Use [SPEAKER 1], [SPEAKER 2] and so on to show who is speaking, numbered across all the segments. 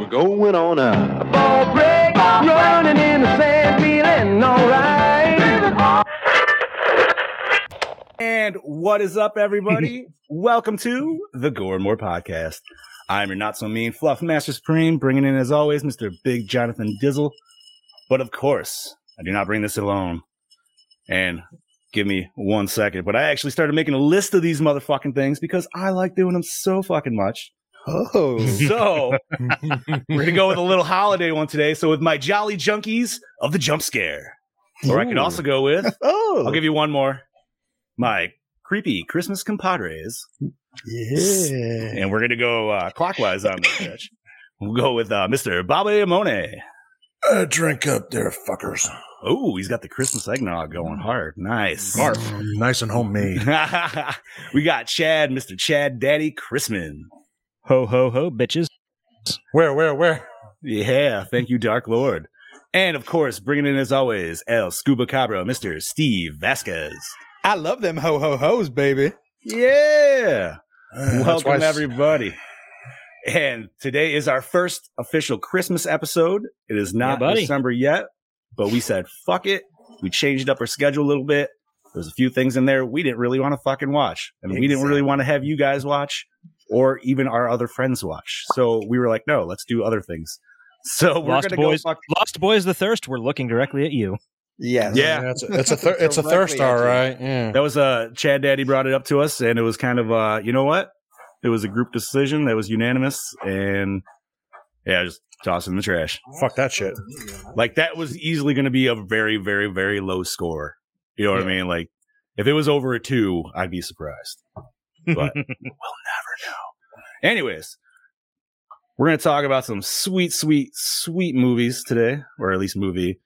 [SPEAKER 1] We're going on now.
[SPEAKER 2] Ball break, running in the sand, feeling alright.
[SPEAKER 3] And what is up, everybody? Welcome to the Gore and More podcast. I'm your not so mean fluff master supreme, bringing in as always Mr. Big Jonathan Dizzle. But of course, I do not bring this alone. And give me one second. But I actually started making a list of these motherfucking things because I like doing them so fucking much.
[SPEAKER 4] Oh,
[SPEAKER 3] So we're gonna go with a little holiday one today. So with my jolly junkies of the jump scare, or I could
[SPEAKER 4] Ooh.
[SPEAKER 3] also go with
[SPEAKER 4] oh,
[SPEAKER 3] I'll give you one more. My creepy Christmas compadres.
[SPEAKER 4] yeah.
[SPEAKER 3] And we're going to go uh, clockwise on this bitch. We'll go with uh, Mr. Bobby Amone.
[SPEAKER 5] Uh, drink up there, fuckers.
[SPEAKER 3] Oh, he's got the Christmas eggnog going hard. Nice.
[SPEAKER 5] Mm, Nice and homemade.
[SPEAKER 3] we got Chad, Mr. Chad Daddy Chrisman.
[SPEAKER 6] Ho ho ho, bitches!
[SPEAKER 5] Where, where, where?
[SPEAKER 3] Yeah, thank you, Dark Lord. And of course, bringing in as always, El Scuba Cabra, Mr. Steve Vasquez.
[SPEAKER 4] I love them ho ho hoes, baby.
[SPEAKER 3] Yeah.
[SPEAKER 5] Uh, that's why I s-
[SPEAKER 3] Welcome, everybody. And today is our first official Christmas episode. It is not
[SPEAKER 6] buddy.
[SPEAKER 3] December yet, but we said, fuck it. We changed up our schedule a little bit. There's a few things in there we didn't really want to fucking watch. And we didn't really want to have you guys watch or even our other friends watch. So we were like, no, let's do other things. So we're
[SPEAKER 6] Lost
[SPEAKER 3] going to go
[SPEAKER 6] Boys.
[SPEAKER 3] fuck.
[SPEAKER 6] Lost boys, the thirst. We're looking directly at you.
[SPEAKER 4] Yes.
[SPEAKER 3] Yeah.
[SPEAKER 5] Yeah, it's a, it's a, thir- it's a thirst, all
[SPEAKER 4] Directly
[SPEAKER 5] right. Yeah.
[SPEAKER 3] That was uh Chad Daddy brought it up to us and it was kind of uh you know what? It was a group decision that was unanimous and yeah, just toss it in the trash.
[SPEAKER 5] Fuck that shit.
[SPEAKER 3] Like that was easily going to be a very, very, very low score. You know what I mean? Like if it was over a two, I'd be surprised. But we'll never know. Anyways, we're going to talk about some sweet, sweet, sweet movies today, or at least movie.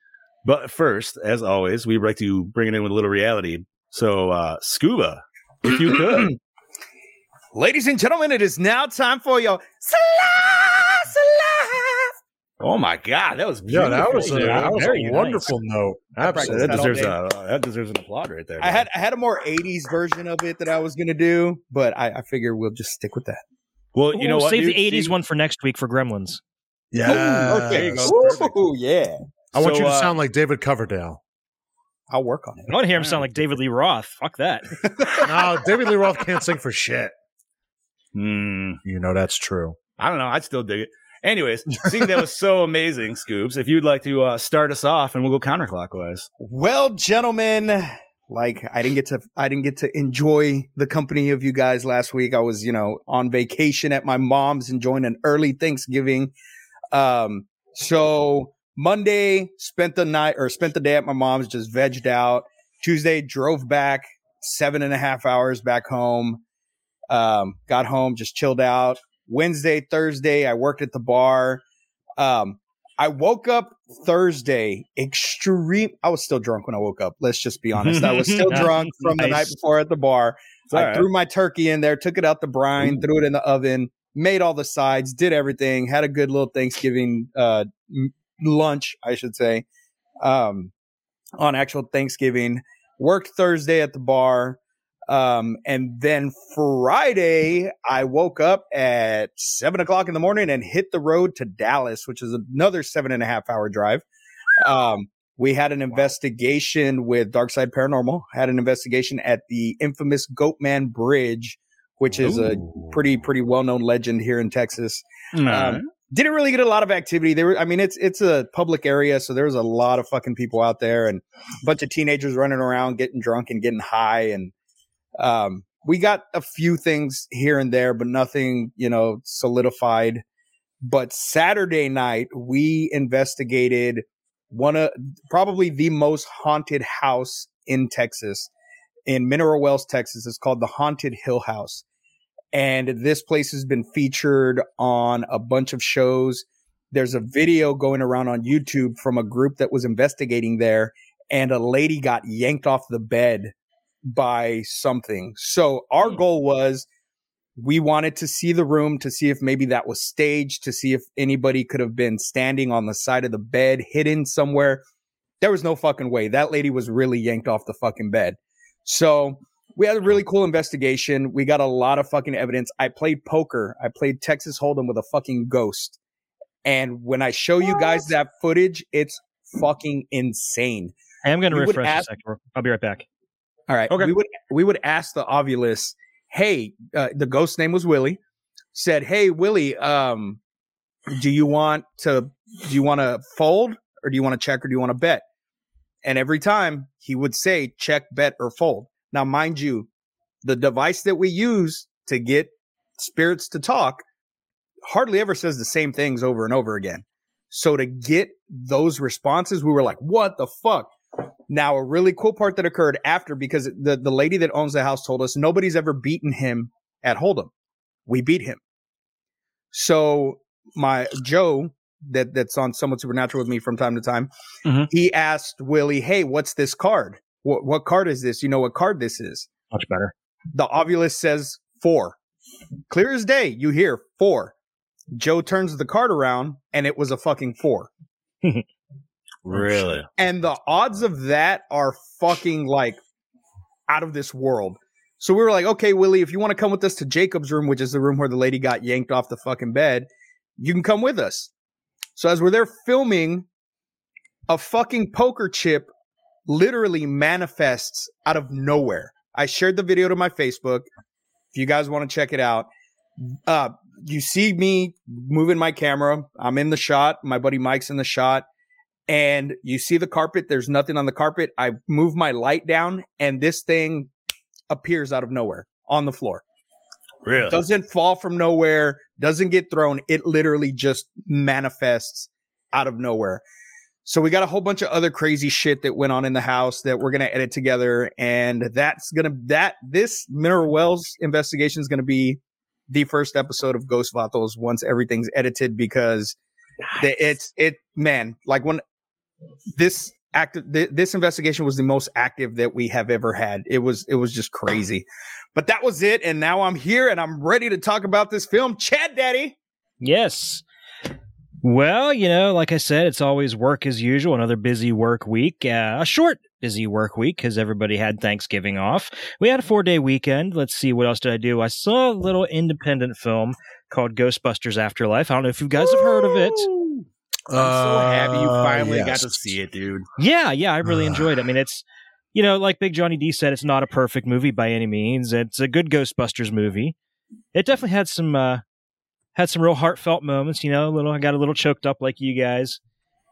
[SPEAKER 3] But first, as always, we'd like to bring it in with a little reality. So, uh, Scuba, if you could.
[SPEAKER 4] Ladies and gentlemen, it is now time for your slice, slice.
[SPEAKER 3] oh my God, that was
[SPEAKER 5] Yeah,
[SPEAKER 3] beautiful.
[SPEAKER 5] that was a,
[SPEAKER 3] dude.
[SPEAKER 5] that was
[SPEAKER 3] Very
[SPEAKER 5] a
[SPEAKER 3] nice.
[SPEAKER 5] wonderful note.
[SPEAKER 3] So
[SPEAKER 4] practiced
[SPEAKER 5] Absolutely.
[SPEAKER 3] that
[SPEAKER 4] that all
[SPEAKER 3] deserves
[SPEAKER 4] day.
[SPEAKER 3] a that deserves an applaud right there.
[SPEAKER 4] I
[SPEAKER 3] man.
[SPEAKER 4] had I had a more '80s version of it that I was gonna do, but I, I figure we'll just stick with that.
[SPEAKER 3] well, you know
[SPEAKER 6] Ooh,
[SPEAKER 3] what?
[SPEAKER 6] Save
[SPEAKER 3] dude?
[SPEAKER 6] the '80s
[SPEAKER 3] See?
[SPEAKER 6] one for next week for Gremlins.
[SPEAKER 5] Yeah.
[SPEAKER 4] Ooh, yeah,
[SPEAKER 5] I want
[SPEAKER 3] So,
[SPEAKER 5] you to
[SPEAKER 3] uh,
[SPEAKER 5] sound like David Coverdale.
[SPEAKER 4] I'll work on it.
[SPEAKER 6] I want to hear him sound like David Lee Roth. Fuck that.
[SPEAKER 5] no, David Lee Roth can't sing for shit.
[SPEAKER 3] Hmm.
[SPEAKER 5] You know that's true.
[SPEAKER 3] I don't know. I'd still dig it. Anyways, seeing that was so amazing, Scoops, if you'd like to uh, start us off and we'll go counterclockwise.
[SPEAKER 4] Well, gentlemen, like I didn't get to I didn't get to enjoy the company of you guys last week. I was, you know, on vacation at my mom's enjoying an early Thanksgiving. Um, so Monday spent the night or spent the day at my mom's, just vegged out. Tuesday drove back seven and a half hours back home. Um, got home, just chilled out. Wednesday, Thursday, I worked at the bar. Um, I woke up Thursday extreme. I was still drunk when I woke up. Let's just be honest. I was still drunk from the night
[SPEAKER 6] Nice.
[SPEAKER 4] before at the bar.
[SPEAKER 3] It's all
[SPEAKER 4] I
[SPEAKER 3] right. Mm.
[SPEAKER 4] threw my turkey in there, took it out the brine,
[SPEAKER 3] Ooh.
[SPEAKER 4] threw it in the oven, made all the sides, did everything, had a good little Thanksgiving uh, m- lunch, I should say, um, on actual Thanksgiving. Worked Thursday at the bar. Um, and then Friday, I woke up at seven o'clock in the morning and hit the road to Dallas, which is another seven and a half hour drive. Um, we had an investigation with Dark Side Paranormal, had an investigation at the infamous Goatman Bridge, which is a pretty, pretty well known legend here in Texas.
[SPEAKER 3] Alright.
[SPEAKER 4] Um, Didn't really get a lot of activity. There were, I mean, it's it's a public area, so there was a lot of fucking people out there and a bunch of teenagers running around getting drunk and getting high. And um, we got a few things here and there, but nothing, you know, solidified. But Saturday night, we investigated one of probably the most haunted house in Texas, in Mineral Wells, Texas. It's called the Haunted Hill House. And this place has been featured on a bunch of shows. there's a video going around on YouTube from a group that was investigating there, and a lady got yanked off the bed by something. So our goal was we wanted to see the room to see if maybe that was staged, to see if anybody could have been standing on the side of the bed, hidden somewhere. There was no fucking way. That lady was really yanked off the fucking bed. So we had a really cool investigation. We got a lot of fucking evidence. I played poker. I played Texas Hold'em with a fucking ghost. And when I show you guys that footage, it's fucking insane.
[SPEAKER 6] I am going to
[SPEAKER 4] You would
[SPEAKER 6] refresh
[SPEAKER 4] ask-
[SPEAKER 6] a second. I'll be right back.
[SPEAKER 4] All right.
[SPEAKER 3] Okay.
[SPEAKER 4] We would we would ask the ovulus, hey, uh, the ghost name was Willie. Said, hey Willie, um, do you want to do you want to fold or do you want to check or do you want to bet? And every time he would say check, bet, or fold. Now, mind you, the device that we use to get spirits to talk hardly ever says the same things over and over again. So to get those responses, we were like, what the fuck? Now, a really cool part that occurred after because the, the lady that owns the house told us nobody's ever beaten him at Hold'em. We beat him. So my Joe that that's on somewhat supernatural with me from time to time,
[SPEAKER 6] Mhm.
[SPEAKER 4] he asked Willie, "Hey, what's this card? What what card is this? You know what card this is?"
[SPEAKER 6] Much better.
[SPEAKER 4] The ovulus says four. Clear as day, you hear four. Joe turns the card around and it was a fucking four.
[SPEAKER 3] Really?
[SPEAKER 4] And the odds of that are fucking like out of this world. So we were like, okay, Willie, if you want to come with us to Jacob's room, which is the room where the lady got yanked off the fucking bed, you can come with us. So as we're there filming, a fucking poker chip literally manifests out of nowhere. I shared the video to my Facebook. If you guys want to check it out, uh, you see me moving my camera. I'm in the shot. My buddy Mike's in the shot. And you see the carpet. There's nothing on the carpet. I move my light down, and this thing appears out of nowhere on the floor.
[SPEAKER 3] Really?
[SPEAKER 4] Doesn't fall from nowhere, doesn't get thrown. It literally just manifests out of nowhere. So we got a whole bunch of other crazy shit that went on in the house that we're gonna edit together, and that's gonna that this Mineral Wells investigation is gonna be the first episode of Ghost Vatos once everything's edited because the, it's it man like when this active th- this investigation was the most active that we have ever had. It was it was just crazy. But that was it. And now I'm here and I'm ready to talk about this film. Chad Daddy.
[SPEAKER 6] Yes. Well, you know, like I said, it's always work as usual, another busy work week, uh, a short busy work week because everybody had Thanksgiving off. We had a four day weekend. Let's see, what else did I do? I saw a little independent film called Ghostbusters Afterlife. I don't know if you guys have heard of it.
[SPEAKER 5] I'm
[SPEAKER 3] Uh,
[SPEAKER 5] Uh,
[SPEAKER 3] it, dude.
[SPEAKER 6] Yeah, yeah, I really
[SPEAKER 5] Ah.
[SPEAKER 6] enjoyed. it. I mean, it's you know, like Big Johnny D said, it's not a perfect movie by any means. It's a good Ghostbusters movie. It definitely had some uh had some real heartfelt moments. You know, a little I got a little choked up like you guys.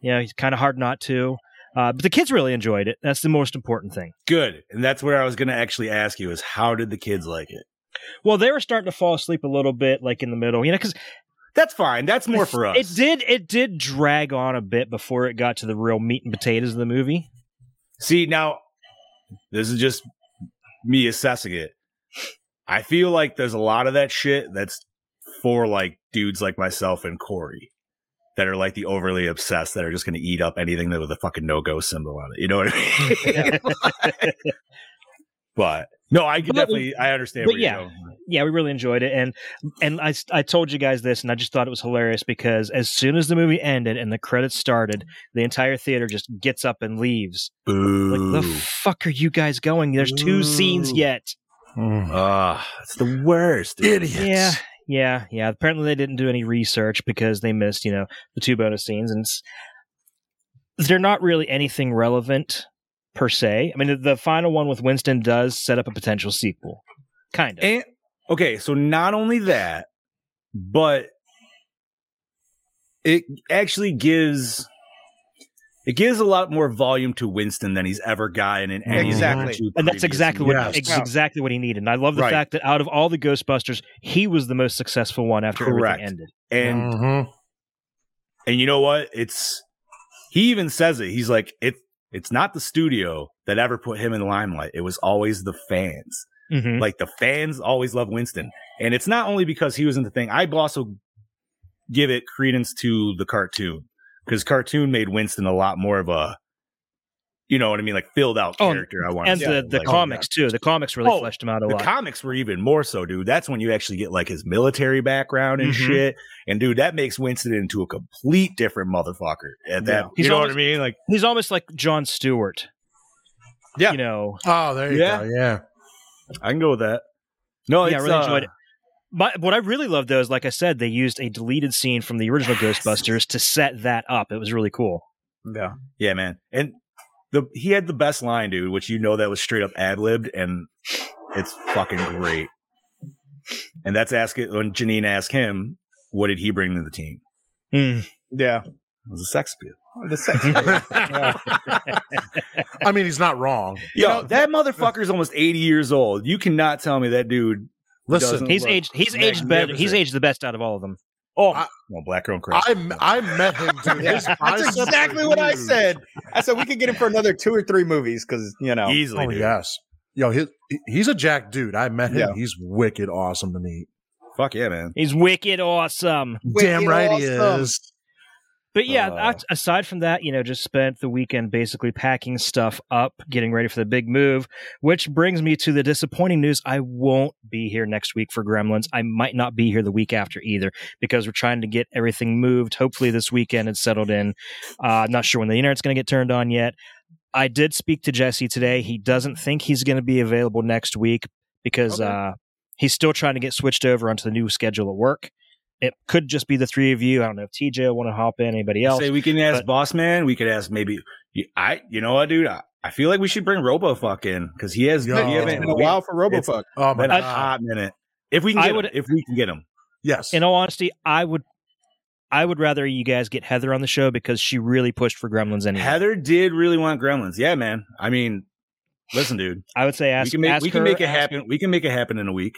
[SPEAKER 6] You know, it's kind of hard not to. Uh, but the kids really enjoyed it. That's the most important thing.
[SPEAKER 3] Good. And that's where I was going to actually ask you is how did the kids like it?
[SPEAKER 6] Well, they were starting to fall asleep a little bit, like in the middle. You know, because
[SPEAKER 3] That's fine. That's more for us.
[SPEAKER 6] it did it did drag on a bit before it got to the real meat and potatoes of the movie.
[SPEAKER 3] See, now, this is just me assessing it. I feel like there's a lot of that shit that's for like dudes like myself and Corey that are like the overly obsessed that are just going to eat up anything that with a fucking no go symbol on it. You know what I mean? but no, I can
[SPEAKER 6] But
[SPEAKER 3] definitely, I understand
[SPEAKER 6] but
[SPEAKER 3] where
[SPEAKER 6] yeah.
[SPEAKER 3] you're going.
[SPEAKER 6] yeah, we really enjoyed it, and and I I told you guys this, and I just thought it was hilarious because as soon as the movie ended and the credits started, the entire theater just gets up and leaves.
[SPEAKER 3] Boo.
[SPEAKER 6] Like the fuck are you guys going? There's two scenes
[SPEAKER 3] Ooh.
[SPEAKER 6] yet.
[SPEAKER 5] Mm-hmm.
[SPEAKER 3] Ah, it's the worst. dude.
[SPEAKER 5] Idiots.
[SPEAKER 6] Yeah, yeah, yeah. Apparently they didn't do any research because they missed you know the two bonus scenes, and it's, they're not really anything relevant per se. I mean, the, the final one with Winston does set up a potential sequel, kind of.
[SPEAKER 3] And okay, so not only that, but it actually gives it gives a lot more volume to Winston than he's ever gotten in any of the
[SPEAKER 4] Exactly.
[SPEAKER 3] two
[SPEAKER 6] and that's
[SPEAKER 3] previous
[SPEAKER 6] exactly what
[SPEAKER 5] Yes.
[SPEAKER 6] ex- exactly what he needed. And I love the
[SPEAKER 3] Right.
[SPEAKER 6] fact that out of all the Ghostbusters, he was the most successful one after
[SPEAKER 3] Correct.
[SPEAKER 6] everything ended.
[SPEAKER 3] and
[SPEAKER 5] Mhm.
[SPEAKER 3] and you know what? It's he even says it. He's like it. It's not the studio that ever put him in the limelight. It was always the fans.
[SPEAKER 6] Mhm.
[SPEAKER 3] Like the fans always love Winston, and it's not only because he was in the thing. I also give it credence to the cartoon because cartoon made Winston a lot more of a, you know what I mean, like filled out
[SPEAKER 6] Oh,
[SPEAKER 3] character. I want
[SPEAKER 6] and
[SPEAKER 3] to
[SPEAKER 6] the, the comics too. The comics really
[SPEAKER 3] Oh,
[SPEAKER 6] fleshed him out a
[SPEAKER 3] the
[SPEAKER 6] lot.
[SPEAKER 3] comics were even more so, dude. That's when you actually get like his military background and
[SPEAKER 6] Mhm.
[SPEAKER 3] shit. And dude, that makes Winston into a complete different motherfucker at that.
[SPEAKER 6] He's
[SPEAKER 3] you know
[SPEAKER 6] almost-
[SPEAKER 3] what I mean? Like,
[SPEAKER 6] He's almost like John Stewart.
[SPEAKER 5] Yeah.
[SPEAKER 6] you know.
[SPEAKER 5] Oh, there you
[SPEAKER 3] Yeah.
[SPEAKER 5] go. Yeah.
[SPEAKER 3] I can go with that. No,
[SPEAKER 6] yeah, I
[SPEAKER 3] it's,
[SPEAKER 6] really enjoyed
[SPEAKER 3] uh,
[SPEAKER 6] it. But what I really love though is, like I said, they used a deleted scene from the original Ghostbusters to set that up. It was really cool.
[SPEAKER 5] Yeah.
[SPEAKER 3] Yeah, man. And the he had the best line, dude, which you know that was straight up ad libbed, and it's fucking great. And that's asking when Janine asked him, what did he bring to the team? Mm.
[SPEAKER 4] Yeah. Oh,
[SPEAKER 3] It was a sex appeal.
[SPEAKER 4] The sex.
[SPEAKER 5] I mean, he's not wrong.
[SPEAKER 3] Yo, that motherfucker's almost 80 years old. You cannot tell me that dude.
[SPEAKER 5] Listen,
[SPEAKER 3] Doesn't-
[SPEAKER 6] He's
[SPEAKER 3] Look,
[SPEAKER 6] aged. He's aged better. He's
[SPEAKER 5] magnificent.
[SPEAKER 6] aged the best out of all of them.
[SPEAKER 3] Oh,
[SPEAKER 5] I-
[SPEAKER 3] well, black girl crush.
[SPEAKER 5] I, I met him. Dude.
[SPEAKER 4] Yeah.
[SPEAKER 5] His
[SPEAKER 4] That's
[SPEAKER 5] biceps are
[SPEAKER 4] exactly what I
[SPEAKER 5] huge.
[SPEAKER 4] said. I said we could get him for another two or three movies because you know.
[SPEAKER 3] Easily,
[SPEAKER 5] Oh
[SPEAKER 3] dude.
[SPEAKER 5] yes. Yo, he, he's a jack dude. I met him.
[SPEAKER 4] Yeah.
[SPEAKER 5] He's wicked awesome to meet.
[SPEAKER 3] Fuck yeah, man.
[SPEAKER 6] He's wicked awesome.
[SPEAKER 4] Wicked
[SPEAKER 5] Damn right
[SPEAKER 4] awesome.
[SPEAKER 5] he is.
[SPEAKER 6] But yeah,
[SPEAKER 3] Uh.
[SPEAKER 6] a- aside from that, you know, just spent the weekend basically packing stuff up, getting ready for the big move, which brings me to the disappointing news. I won't be here next week for Gremlins. I might not be here the week after either because we're trying to get everything moved. Hopefully, this weekend it's settled in. Uh, I'm not sure when the internet's going to get turned on yet. I did speak to Jesse today. He doesn't think he's going to be available next week because
[SPEAKER 5] Okay.
[SPEAKER 6] uh, he's still trying to get switched over onto the new schedule at work. It could just be the three of you. I don't know if TJ will want to hop in, anybody else.
[SPEAKER 3] Say we can ask
[SPEAKER 6] but-
[SPEAKER 3] Boss Man. We could ask maybe. you- I, you know what, dude? I, I feel like we should bring RoboFuck in because he has.
[SPEAKER 5] Yo.
[SPEAKER 3] we
[SPEAKER 5] It's
[SPEAKER 3] haven't-
[SPEAKER 4] It's been a while for
[SPEAKER 3] It's-
[SPEAKER 4] RoboFuck.
[SPEAKER 5] Oh my
[SPEAKER 3] been a
[SPEAKER 6] I-
[SPEAKER 5] god.
[SPEAKER 3] hot minute. If we can
[SPEAKER 6] I
[SPEAKER 3] get
[SPEAKER 6] would-
[SPEAKER 3] him, if we can get him,
[SPEAKER 5] Yes.
[SPEAKER 6] in all honesty, I would I would rather you guys get Heather on the show because she really pushed for Gremlins anyway.
[SPEAKER 3] Heather did really want Gremlins. Yeah, man. I mean, listen, dude.
[SPEAKER 6] I would say
[SPEAKER 3] we
[SPEAKER 6] ask
[SPEAKER 3] can make
[SPEAKER 6] ask
[SPEAKER 3] we can
[SPEAKER 6] her,
[SPEAKER 3] make it
[SPEAKER 6] ask-
[SPEAKER 3] happen. We can make it happen in a week.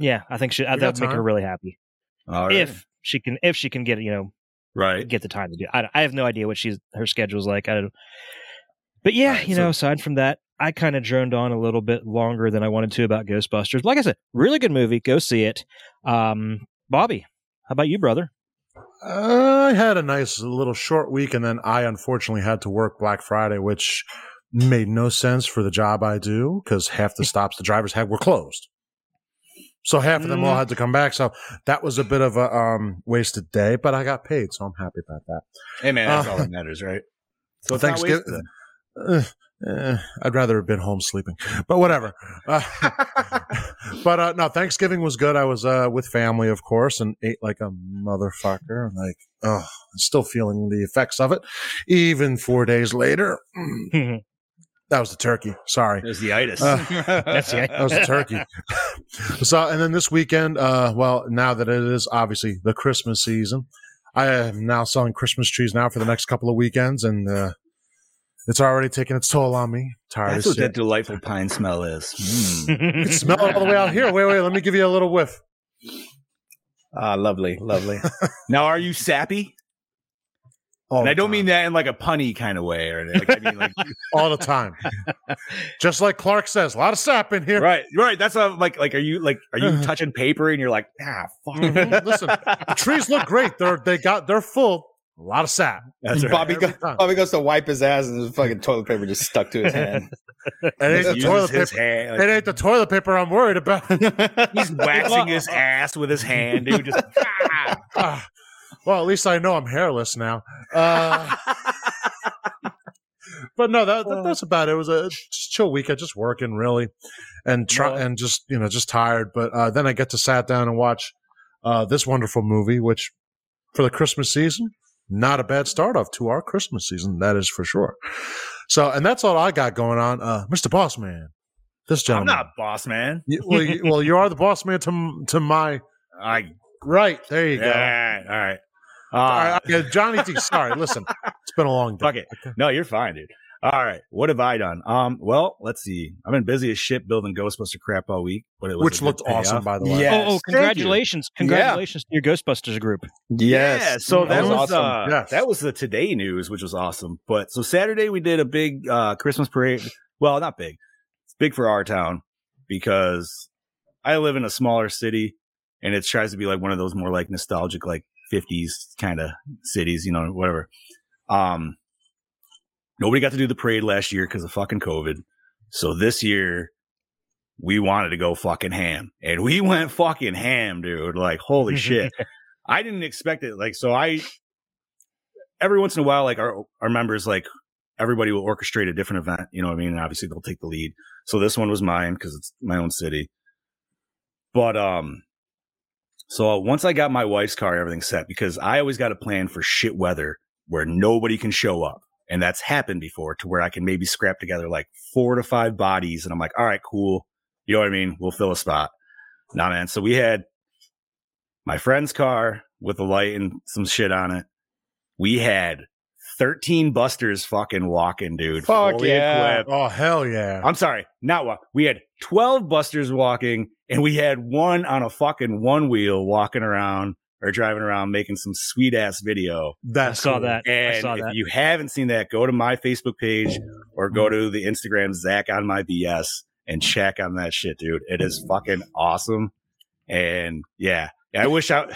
[SPEAKER 6] Yeah, I think she that
[SPEAKER 5] got
[SPEAKER 6] would make her
[SPEAKER 5] time.
[SPEAKER 6] really happy
[SPEAKER 3] All right.
[SPEAKER 6] if she can if she can get you know
[SPEAKER 3] right.
[SPEAKER 6] get the time to do. I, don't- I have no idea what she's her schedule's like. I don't. But yeah,
[SPEAKER 3] Alright,
[SPEAKER 6] you know, aside from that, I kind of droned on a little bit longer than I wanted to about Ghostbusters. Like I said, really good movie. Go see it. Um, Bobby, how about you, brother?
[SPEAKER 5] I had a nice little short week, and then I unfortunately had to work Black Friday, which made no sense for the job I do because half the stops the drivers had were closed. So half of them
[SPEAKER 4] Mm.
[SPEAKER 5] all had to come back. So that was a bit of a um, wasted day, but I got paid, so I'm happy about that.
[SPEAKER 3] Hey, man, that's
[SPEAKER 5] Uh,
[SPEAKER 3] all that matters, right?
[SPEAKER 5] So
[SPEAKER 3] it's not
[SPEAKER 5] Thanksgiving,
[SPEAKER 3] wasted.
[SPEAKER 5] Uh, eh, I'd rather have been home sleeping, but whatever. Uh, but uh, no, Thanksgiving was good. I was uh, with family, of course, and ate like a motherfucker. And like, oh, I'm still feeling the effects of it, even four days later. Mm, That was the turkey. Sorry,
[SPEAKER 3] There's the itis.
[SPEAKER 5] Uh,
[SPEAKER 3] that's
[SPEAKER 6] the itis.
[SPEAKER 5] that was the turkey. so, and then this weekend, uh, well, now that it is obviously the Christmas season, I am now selling Christmas trees now for the next couple of weekends, and uh, it's already taking its toll on me. Tired
[SPEAKER 3] That's
[SPEAKER 5] as
[SPEAKER 3] what
[SPEAKER 5] shit.
[SPEAKER 3] that delightful pine smell is. Mm.
[SPEAKER 5] You can smell it all the way out here. Wait, wait, let me give you a little whiff.
[SPEAKER 4] Ah, lovely, lovely.
[SPEAKER 3] now, are you sappy?
[SPEAKER 5] All
[SPEAKER 3] and I
[SPEAKER 5] the
[SPEAKER 3] don't
[SPEAKER 5] time.
[SPEAKER 3] mean that in like a punny kind of way, or like, I mean like
[SPEAKER 5] all the time. Just like Clark says, a lot of sap in here.
[SPEAKER 3] right, right. That's what I'm like. Like, are you like are you
[SPEAKER 5] Uh-huh.
[SPEAKER 3] touching paper and you're like, ah, fuck.
[SPEAKER 5] Mhm. Listen, the trees look great. They're they got they're full. A lot of sap.
[SPEAKER 3] That's right.
[SPEAKER 4] Bobby,
[SPEAKER 5] Every
[SPEAKER 4] go,
[SPEAKER 5] time.
[SPEAKER 4] Bobby goes to wipe his ass, and his fucking toilet paper just stuck to his hand.
[SPEAKER 5] It ain't the
[SPEAKER 3] Uses
[SPEAKER 5] uh, toilet
[SPEAKER 3] his
[SPEAKER 5] paper.
[SPEAKER 3] hand,
[SPEAKER 5] It
[SPEAKER 3] like,
[SPEAKER 5] ain't the toilet paper I'm worried about.
[SPEAKER 3] he's waxing his ass with his hand, dude. Just ah.
[SPEAKER 5] Ah, well, at least I know I'm hairless now. Uh, but no, that,
[SPEAKER 3] Uh.
[SPEAKER 5] that that's about it. It was a just chill weekend, just working really, and try
[SPEAKER 3] No.
[SPEAKER 5] and just you know just tired. But uh, then I get to sat down and watch uh, this wonderful movie, which for the Christmas season, not a bad start off to our Christmas season, that is for sure. So, and that's all I got going on, uh, Mr. Boss Man. This
[SPEAKER 3] I'm
[SPEAKER 5] gentleman.
[SPEAKER 3] not boss man.
[SPEAKER 5] You- well, you, well, you are the boss man to to my
[SPEAKER 3] I
[SPEAKER 5] right. There you
[SPEAKER 3] all
[SPEAKER 5] go.
[SPEAKER 3] right, all right. Uh,
[SPEAKER 5] All right, okay, Johnny D. Sorry, listen, it's been a long day.
[SPEAKER 3] Fuck it. No, you're fine, dude. All right. What have I done? Um, well, let's see. I've been busy as shit building Ghostbuster crap all week, but it was a
[SPEAKER 5] Which
[SPEAKER 3] good
[SPEAKER 5] looked
[SPEAKER 3] payoff.
[SPEAKER 5] awesome, by the way.
[SPEAKER 4] Yeah.
[SPEAKER 6] Oh, oh,
[SPEAKER 4] Yes.
[SPEAKER 6] congratulations. Congratulations to your Ghostbusters group.
[SPEAKER 3] Yeah, so that
[SPEAKER 5] That
[SPEAKER 3] was,
[SPEAKER 5] was
[SPEAKER 3] uh,
[SPEAKER 5] Yes.
[SPEAKER 3] that was the today news, which was awesome. But so Saturday we did a big uh, Christmas parade. Well, not big. It's big for our town because I live in a smaller city, and it tries to be like one of those more like nostalgic, like 50s kind of cities, you know, whatever. Um, nobody got to do the parade last year because of fucking COVID. So this year, we wanted to go fucking ham, and we went fucking ham, dude. Like, holy shit! I didn't expect it. Like, so I every once in a while, like our our members, like everybody will orchestrate a different event. You know what I mean? And obviously, they'll take the lead. So this one was mine because it's my own city. But um, so once I got my wife's car, everything set because I always got a plan for shit weather where nobody can show up. And that's happened before to where I can maybe scrap together like four to five bodies. And I'm like, all right, cool. You know what I mean? We'll fill a spot. Nah, man. So we had my friend's car with a light and some shit on it. We had 13 busters fucking walking, dude.
[SPEAKER 4] Fuck
[SPEAKER 3] fully
[SPEAKER 4] yeah.
[SPEAKER 3] equipped.
[SPEAKER 5] Oh hell yeah!
[SPEAKER 3] I'm sorry, not walk. We had 12 busters walking, and we had one on a fucking one wheel walking around or driving around making some sweet ass video.
[SPEAKER 5] That's
[SPEAKER 6] I saw
[SPEAKER 5] cool.
[SPEAKER 6] that.
[SPEAKER 3] And
[SPEAKER 6] I saw
[SPEAKER 3] if
[SPEAKER 6] that. Mm-hmm.
[SPEAKER 3] you haven't seen that, go to my Facebook page or go to the Instagram Zach on my BS and check on that shit, dude. It is fucking awesome. And yeah, I wish I.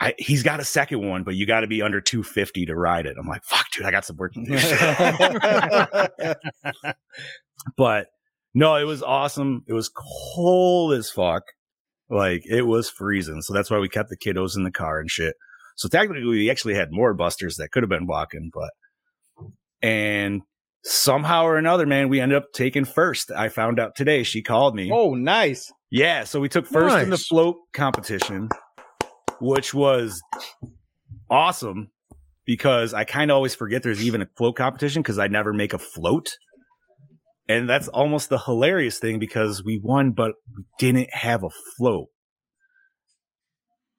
[SPEAKER 3] I, he's got a second one, but you got to be under 250 to ride it. I'm like, fuck, dude, I got some work to do. but no, it was awesome. It was cold as fuck. Like it was freezing. So that's why we kept the kiddos in the car and shit. So technically we actually had more busters that could have been walking, but and somehow or another, man, we ended up taking first. I found out today. She called me.
[SPEAKER 4] Oh, nice.
[SPEAKER 3] Yeah, so we took first in the
[SPEAKER 5] Nice.
[SPEAKER 3] float competition, which was awesome because I kind of always forget there's even a float competition because I never make a float. And that's almost the hilarious thing because we won, but we didn't have a float.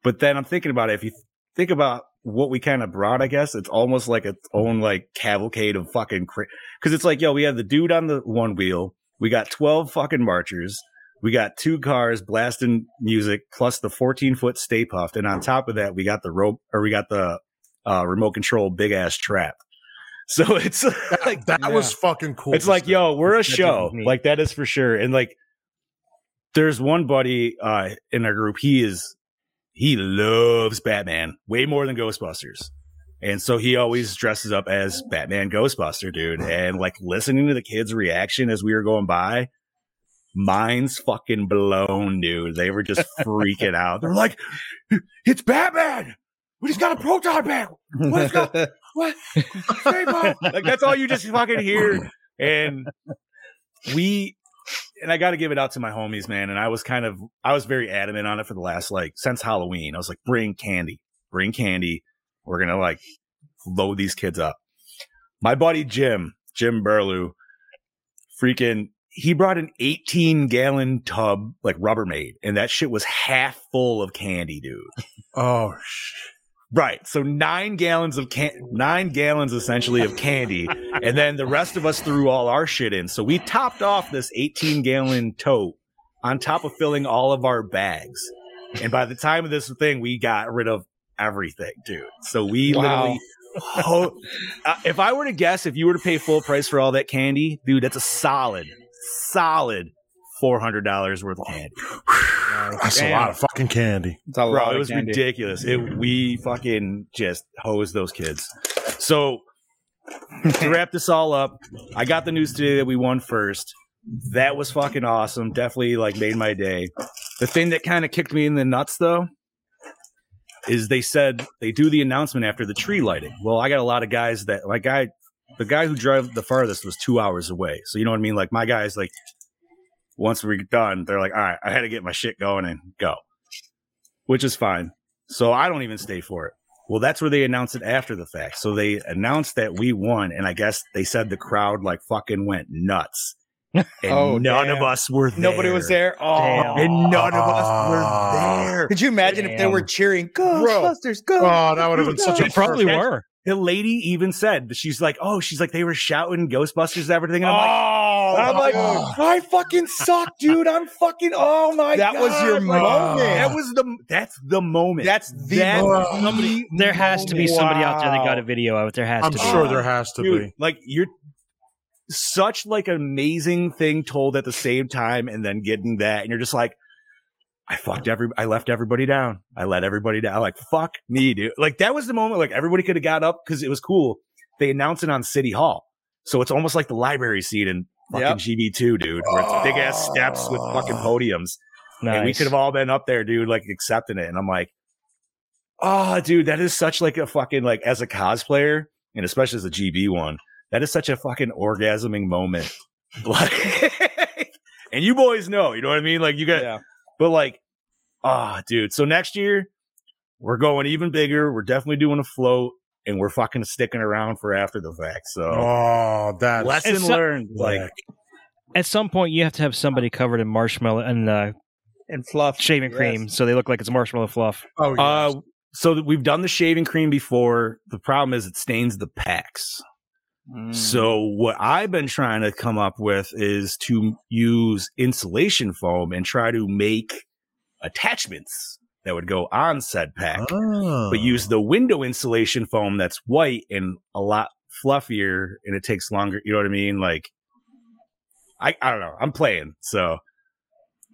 [SPEAKER 3] But then I'm thinking about it. If you think about what we kind of brought, I guess it's almost like its own like cavalcade of fucking because it's like, yo, we had the dude on the one wheel. We got 12 fucking marchers. We got two cars blasting music plus the 14 foot Stay Puffed. And on top of that, we got the rope or we got the uh, remote control big ass trap. So it's
[SPEAKER 5] That,
[SPEAKER 3] like,
[SPEAKER 5] that was fucking cool.
[SPEAKER 3] it's like, yo, we're a show.
[SPEAKER 6] neat.
[SPEAKER 3] Like that is for sure. And like, there's one buddy uh, in our group. He is, he loves Batman way more than Ghostbusters. And so he always dresses up as Batman Ghostbuster, dude. And like listening to the kids' reaction as we were going by, mine's fucking blown, dude. They were just freaking out. They're like, it's Batman. We just got a proton pack. What is go- what? Rainbow. like that's all you just fucking hear. And we and I got to give it out to my homies, man. And I was kind of I was very adamant on it for the last like since Halloween. I was like, bring candy, bring candy. We're gonna like load these kids up. My buddy Jim, Jim Burlew, freaking. He brought an 18 gallon tub, like Rubbermaid, and that shit was half full of candy, dude.
[SPEAKER 5] oh shit.
[SPEAKER 3] Right. So nine gallons of can nine gallons essentially of candy. and then the rest of us threw all our shit in. So we topped off this 18 gallon tote on top of filling all of our bags. And by the time of this thing, we got rid of everything, dude. So we
[SPEAKER 4] Wow.
[SPEAKER 3] literally. Oh, uh, if I were to guess, if you were to pay full price for all that candy, dude, that's a solid, solid four hundred dollars worth of candy.
[SPEAKER 5] That's a
[SPEAKER 3] Damn.
[SPEAKER 5] lot of fucking candy.
[SPEAKER 4] It's a lot
[SPEAKER 3] Bro, it
[SPEAKER 4] of
[SPEAKER 3] was
[SPEAKER 4] candy.
[SPEAKER 3] ridiculous. It we fucking just hosed those kids. So to wrap this all up, I got the news today that we won first. That was fucking awesome. Definitely like made my day. The thing that kind of kicked me in the nuts though is they said they do the announcement after the tree lighting. Well, I got a lot of guys that my guy the guy who drove the farthest was two hours away. So you know what I mean? Like my guys like once we're done, they're like, all right, I had to get my shit going and go which is fine. So I don't even stay for it. Well, that's where they announced it after the fact. So they announced that we won, and I guess they said the crowd like fucking went nuts. And
[SPEAKER 4] Oh,
[SPEAKER 3] none
[SPEAKER 4] damn.
[SPEAKER 3] of us were there.
[SPEAKER 4] Nobody was there. Oh,
[SPEAKER 6] Damn.
[SPEAKER 3] And none of
[SPEAKER 5] Ah.
[SPEAKER 3] us were there.
[SPEAKER 4] could you imagine if they
[SPEAKER 6] Damn.
[SPEAKER 4] were cheering Ghostbusters? Go!
[SPEAKER 5] Oh, that would have been such a
[SPEAKER 6] They probably
[SPEAKER 5] first.
[SPEAKER 6] were.
[SPEAKER 3] The lady even said, she's like, oh, she's like, they were shouting Ghostbusters and everything. And I'm like,
[SPEAKER 4] oh,
[SPEAKER 3] I'm like, I fucking suck, dude. I'm fucking, oh my
[SPEAKER 4] That
[SPEAKER 3] God.
[SPEAKER 4] was your
[SPEAKER 3] Like,
[SPEAKER 5] moment.
[SPEAKER 3] That was the, that's the moment.
[SPEAKER 4] oh, that's the
[SPEAKER 3] That's
[SPEAKER 5] moment.
[SPEAKER 3] the
[SPEAKER 6] There has to be somebody out there that
[SPEAKER 4] Wow.
[SPEAKER 6] got a video of it. There has
[SPEAKER 5] I'm
[SPEAKER 6] to be.
[SPEAKER 5] sure there has to
[SPEAKER 3] Dude,
[SPEAKER 5] be.
[SPEAKER 3] like you're such like an amazing thing told at the same time and then getting that and you're just like I fucked every, I left everybody down. I let everybody down. Like, fuck me, dude. Like, that was the moment, like, everybody could have got up because it was cool. They announced it on City Hall. So it's almost like the library seat in fucking
[SPEAKER 4] Yep.
[SPEAKER 3] GB2, dude, where it's big ass steps with fucking podiums. And we
[SPEAKER 6] Nice.
[SPEAKER 3] could have all been up there, dude, like accepting it. And I'm like, oh, dude, that is such like a fucking, like, as a cosplayer, and especially as a GB one, that is such a fucking orgasming moment. Like, and you boys know, you know what I mean? Like, you got,
[SPEAKER 4] Yeah.
[SPEAKER 3] but like, ah, dude. So next year, we're going even bigger. We're definitely doing a float, and we're fucking sticking around for after the fact. So
[SPEAKER 5] Oh, that's
[SPEAKER 3] lesson
[SPEAKER 6] It's so-
[SPEAKER 3] learned. Like,
[SPEAKER 6] At some point, you have to have somebody covered in marshmallow and uh,
[SPEAKER 4] and fluff
[SPEAKER 6] shaving
[SPEAKER 4] Yes.
[SPEAKER 6] cream, so they look like it's marshmallow fluff.
[SPEAKER 5] oh, yes.
[SPEAKER 3] uh, so that we've done the shaving cream before. The problem is it stains the packs.
[SPEAKER 4] Mm.
[SPEAKER 3] So what I've been trying to come up with is to use insulation foam and try to make attachments that would go on said pack.
[SPEAKER 5] Oh.
[SPEAKER 3] but use the window insulation foam that's white and a lot fluffier and it takes longer you know what i mean like i i don't know i'm playing so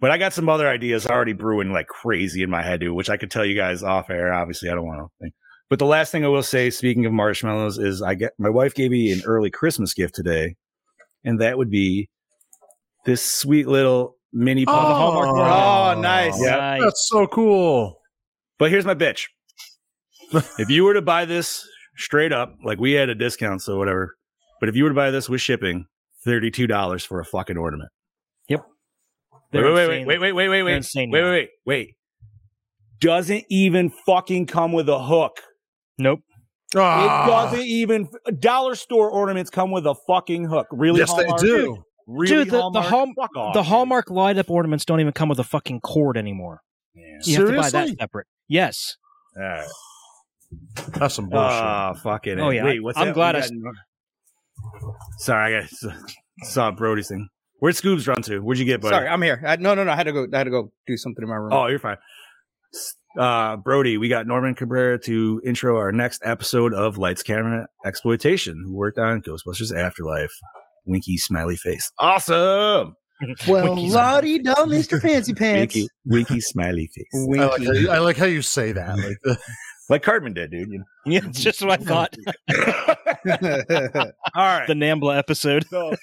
[SPEAKER 3] but i got some other ideas already brewing like crazy in my head dude which i could tell you guys off air obviously i don't want to think but the last thing i will say speaking of marshmallows is i get my wife gave me an early christmas gift today and that would be this sweet little mini
[SPEAKER 5] Oh,
[SPEAKER 3] pumpkin.
[SPEAKER 4] Oh, nice.
[SPEAKER 5] Yeah,
[SPEAKER 6] Nice.
[SPEAKER 5] that's so cool.
[SPEAKER 3] But here's my bitch. if you were to buy this straight up, like we had a discount, so whatever. But if you were to buy this with shipping, thirty-two dollars for a fucking ornament. Wait,
[SPEAKER 6] They're
[SPEAKER 3] wait, wait,
[SPEAKER 6] insane.
[SPEAKER 3] wait, wait, wait, wait,
[SPEAKER 6] They're
[SPEAKER 3] wait, wait,
[SPEAKER 6] insane
[SPEAKER 3] wait,
[SPEAKER 6] now.
[SPEAKER 3] wait, wait. Doesn't even fucking come with a hook.
[SPEAKER 6] Nope.
[SPEAKER 5] Ah,
[SPEAKER 3] It doesn't even. Dollar store ornaments come with a fucking hook. Really?
[SPEAKER 5] yes,
[SPEAKER 3] Hallmark?
[SPEAKER 5] they do.
[SPEAKER 3] Really
[SPEAKER 6] Dude, the- the
[SPEAKER 3] Hallmark?
[SPEAKER 6] Hallm-
[SPEAKER 3] Fuck off,
[SPEAKER 6] the
[SPEAKER 3] dude.
[SPEAKER 6] Hallmark light up ornaments don't even come with a fucking cord anymore. You have to buy
[SPEAKER 5] Seriously?
[SPEAKER 6] that separate. Yes.
[SPEAKER 3] All right.
[SPEAKER 5] That's some bullshit.
[SPEAKER 3] Oh, fucking.
[SPEAKER 6] Oh,
[SPEAKER 3] it.
[SPEAKER 6] yeah.
[SPEAKER 3] Wait, what's
[SPEAKER 6] I'm
[SPEAKER 3] that?
[SPEAKER 6] glad
[SPEAKER 3] We
[SPEAKER 6] I
[SPEAKER 3] got
[SPEAKER 6] s-
[SPEAKER 3] in- Sorry, I got- saw Brody's thing. Where'd Scoobs run to? Where'd you get, buddy?
[SPEAKER 4] Sorry, I'm here. I, no, no, no. I had to go. I had to go do something in my room.
[SPEAKER 3] Oh, you're fine. S- Uh, Brody, we got Norman Cabrera to intro our next episode of Lights Camera Exploitation, who worked on Ghostbusters Afterlife. Winky smiley face. Awesome.
[SPEAKER 6] Well,
[SPEAKER 4] Lottie, doll, Mr. Fancy
[SPEAKER 3] Winky, winky smiley face.
[SPEAKER 5] I like, how you, I like how you say that. Like the,
[SPEAKER 3] Like Cartman did, dude. you know?
[SPEAKER 6] Yeah, it's just what I thought.
[SPEAKER 3] All right.
[SPEAKER 6] the Nambla episode.
[SPEAKER 3] So,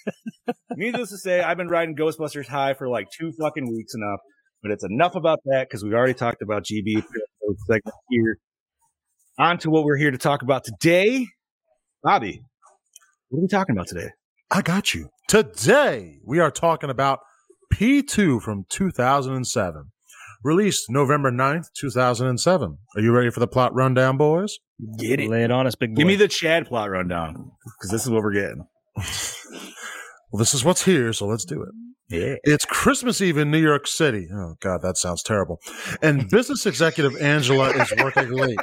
[SPEAKER 3] needless to say, I've been riding Ghostbusters high for like two fucking weeks enough. But it's enough about that because we already talked about GB for episode segment here. On to what we're here to talk about today, Bobby. What are we talking about today?
[SPEAKER 5] I got you. Today, we are talking about P2 from 2007, released November 9th, 2007. Are you ready for the plot rundown, boys?
[SPEAKER 3] Get
[SPEAKER 6] Lay it on us, big boy.
[SPEAKER 3] Give me the Chad plot rundown because this is what we're getting.
[SPEAKER 5] Well, this is what's here, so let's do it.
[SPEAKER 3] Yeah.
[SPEAKER 5] It's Christmas Eve in New York City. Oh, God, that sounds terrible. And business executive Angela is working late.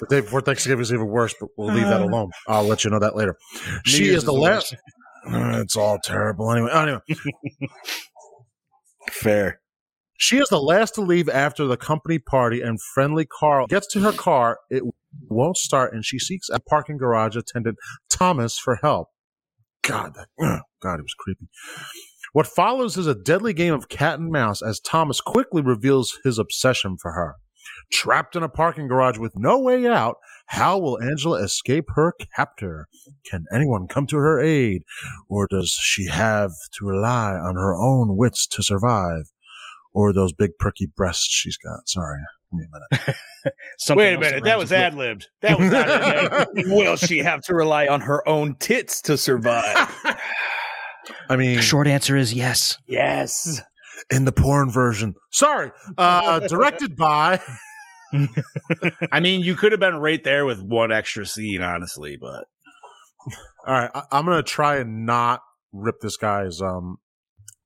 [SPEAKER 5] The day before Thanksgiving is even worse, but we'll leave that alone. I'll let you know that later. she
[SPEAKER 6] Uh. Year's
[SPEAKER 5] is the
[SPEAKER 6] is the
[SPEAKER 5] last. Uh, It's all terrible. Anyway, anyway,
[SPEAKER 3] Fair.
[SPEAKER 5] She is the last to leave after the company party, and friendly Carl gets to her car. It won't start, and she seeks a parking garage attendant, Thomas, for help. God, that, ugh, God, it was creepy. What follows is a deadly game of cat and mouse as Thomas quickly reveals his obsession for her. Trapped in a parking garage with no way out, how will Angela escape her captor? Can anyone come to her aid? Or does she have to rely on her own wits to survive? or those big perky breasts she's got. Sorry. Give me a minute.
[SPEAKER 6] Something
[SPEAKER 3] Wait a
[SPEAKER 6] else
[SPEAKER 3] minute.
[SPEAKER 6] around
[SPEAKER 3] That was
[SPEAKER 6] you.
[SPEAKER 3] ad libbed. That was not ad-libbed.
[SPEAKER 4] Will she have to rely on her own tits to survive?
[SPEAKER 5] I mean,
[SPEAKER 6] Short answer is yes.
[SPEAKER 4] yes.
[SPEAKER 5] in the porn version. Sorry. Uh, directed by.
[SPEAKER 3] I mean, you could have been right there with one extra scene, honestly, but
[SPEAKER 5] All right. I- I'm going to try and not rip this guy's um,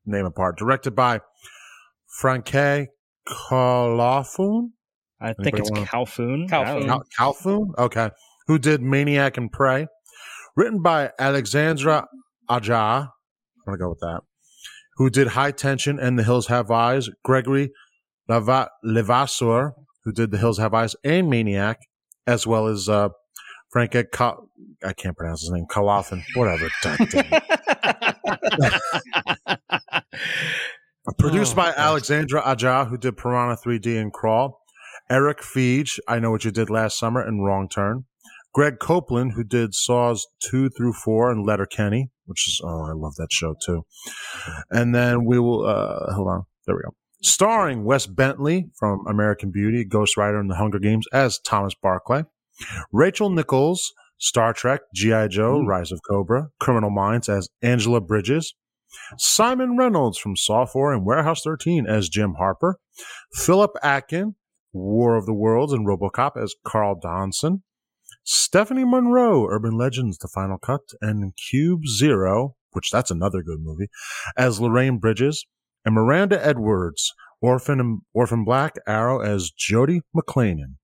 [SPEAKER 5] name apart. Directed by Franke Calafun.
[SPEAKER 6] I think
[SPEAKER 5] Anybody
[SPEAKER 6] it's
[SPEAKER 5] wanna-
[SPEAKER 6] Calfoon.
[SPEAKER 4] Calfoon.
[SPEAKER 3] Mm.
[SPEAKER 6] I don't know.
[SPEAKER 5] Cal- Calfoon? Okay. Who did Maniac and Prey? Written by Alexandra Aja. I'm going to go with that. Who did High Tension and The Hills Have Eyes? Gregory Lava- Levasseur, who did The Hills Have Eyes and Maniac, as well as uh, Frank Ka- I can't pronounce his name. Kalafin. Whatever. God damn it. Produced by Alexandra Aja, who did Piranha 3D and Crawl. Eric Feige, I Know What You Did Last Summer and Wrong Turn. Greg Copeland, who did Saws 2 through 4 and Letter Kenny, which is, oh, I love that show too. And then we will, uh, hold on. There we go. Starring Wes Bentley from American Beauty, Ghost Rider, and The Hunger Games as Thomas Barclay. Rachel Nichols, Star Trek, G.I. Joe, Rise of Cobra, Criminal Minds as Angela Bridges. Simon Reynolds from Saw 4 and Warehouse 13 as Jim Harper. Philip Atkin, War of the Worlds and Robocop as Carl Donson. Stephanie Monroe, Urban Legends, The Final Cut, and Cube Zero, which that's another good movie, as Lorraine Bridges, and Miranda Edwards, Orphan and Orphan Black, Arrow as Jody McLeanan.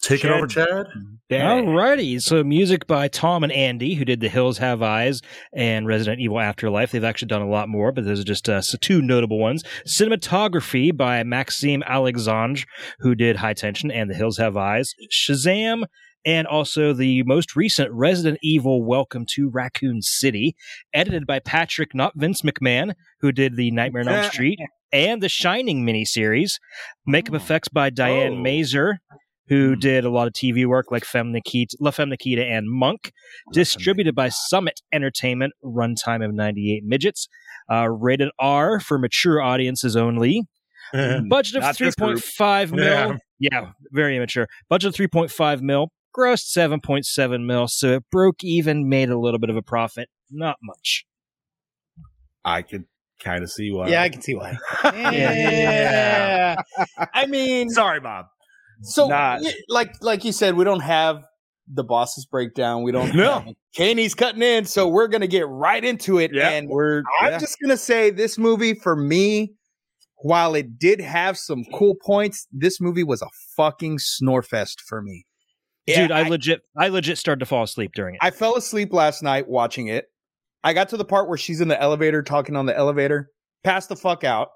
[SPEAKER 5] Take it
[SPEAKER 7] Chad-
[SPEAKER 5] over, Chad.
[SPEAKER 7] Dang.
[SPEAKER 6] Alrighty, so music by Tom and Andy, who did The Hills Have Eyes and Resident Evil Afterlife. They've actually done a lot more, but those are just uh, so two notable ones. Cinematography by Maxime Alexandre, who did High Tension and The Hills Have Eyes. Shazam, and also the most recent Resident Evil Welcome to Raccoon City, edited by Patrick, not Vince McMahon, who did the Nightmare on Elm Street and the Shining miniseries. Makeup effects by Diane
[SPEAKER 8] Oh.
[SPEAKER 6] Mazer, who did a lot of TV work like Femme Nikita, La Femme Nikita and Monk. Distributed by Summit Entertainment, runtime of 98 midgets. Uh, rated R for mature audiences only. Budget of
[SPEAKER 7] Not
[SPEAKER 6] three
[SPEAKER 7] this group.
[SPEAKER 6] point five mil.
[SPEAKER 5] Yeah.
[SPEAKER 6] Yeah. very immature. Budget of three point five mil. Grossed seven point seven mil. So it broke even, made a little bit of a profit. Not much.
[SPEAKER 7] I could kind of see why.
[SPEAKER 9] Yeah, I can see why. Yeah. I mean,
[SPEAKER 7] Sorry, Bob.
[SPEAKER 9] so
[SPEAKER 7] Not-
[SPEAKER 9] y- like like you said, we don't have the boss's breakdown. We don't.
[SPEAKER 7] No.
[SPEAKER 9] have- Kenny's cutting in, so we're gonna get right into it.
[SPEAKER 7] Yeah,
[SPEAKER 9] and
[SPEAKER 7] we're
[SPEAKER 4] I'm
[SPEAKER 7] yeah.
[SPEAKER 4] just-
[SPEAKER 9] just gonna say this movie for me,
[SPEAKER 4] While it did have some cool points, this movie was a fucking snore fest for me.
[SPEAKER 6] Dude, I, legit I legit started to fall asleep during it.
[SPEAKER 4] I fell asleep last night watching it. I got to the part where she's in the elevator talking on the elevator, passed the fuck out,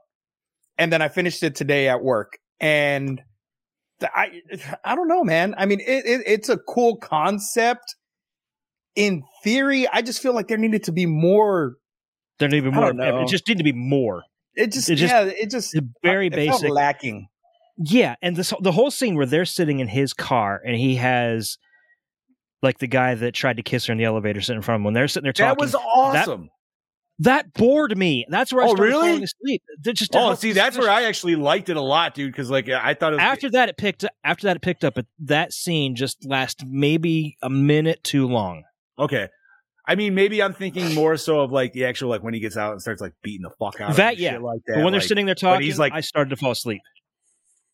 [SPEAKER 4] and then I finished it today at work. And th- I, I don't know, man. I mean, it, it, it's a cool concept. In theory, I just feel like there needed to be more.
[SPEAKER 6] there need to be
[SPEAKER 4] I
[SPEAKER 6] more
[SPEAKER 4] don't know.
[SPEAKER 6] it just need to be more.
[SPEAKER 4] It just,
[SPEAKER 6] It just-
[SPEAKER 4] yeah, it just
[SPEAKER 6] It's very
[SPEAKER 4] it felt
[SPEAKER 6] basic.
[SPEAKER 4] lacking.
[SPEAKER 6] Yeah, and this the whole scene where they're sitting in his car and he has like the guy that tried to kiss her in the elevator sitting in front of him when they're sitting there talking.
[SPEAKER 7] that was awesome.
[SPEAKER 6] that bored me. That's where I
[SPEAKER 7] Oh,
[SPEAKER 6] started
[SPEAKER 7] really?
[SPEAKER 6] falling asleep. That Just
[SPEAKER 7] oh, see, that's where I actually liked it a lot, dude. Because like I thought it was
[SPEAKER 6] after that it picked after that it picked up but that scene just lasts maybe a minute too long
[SPEAKER 7] okay. I mean, maybe I'm thinking more so of like the actual like when he gets out and starts like beating the fuck out. of
[SPEAKER 6] That,
[SPEAKER 7] him and
[SPEAKER 6] yeah.
[SPEAKER 7] shit like that.
[SPEAKER 6] but when they're
[SPEAKER 7] like-
[SPEAKER 6] sitting there
[SPEAKER 7] but
[SPEAKER 6] talking
[SPEAKER 7] he's like-
[SPEAKER 6] i started to fall asleep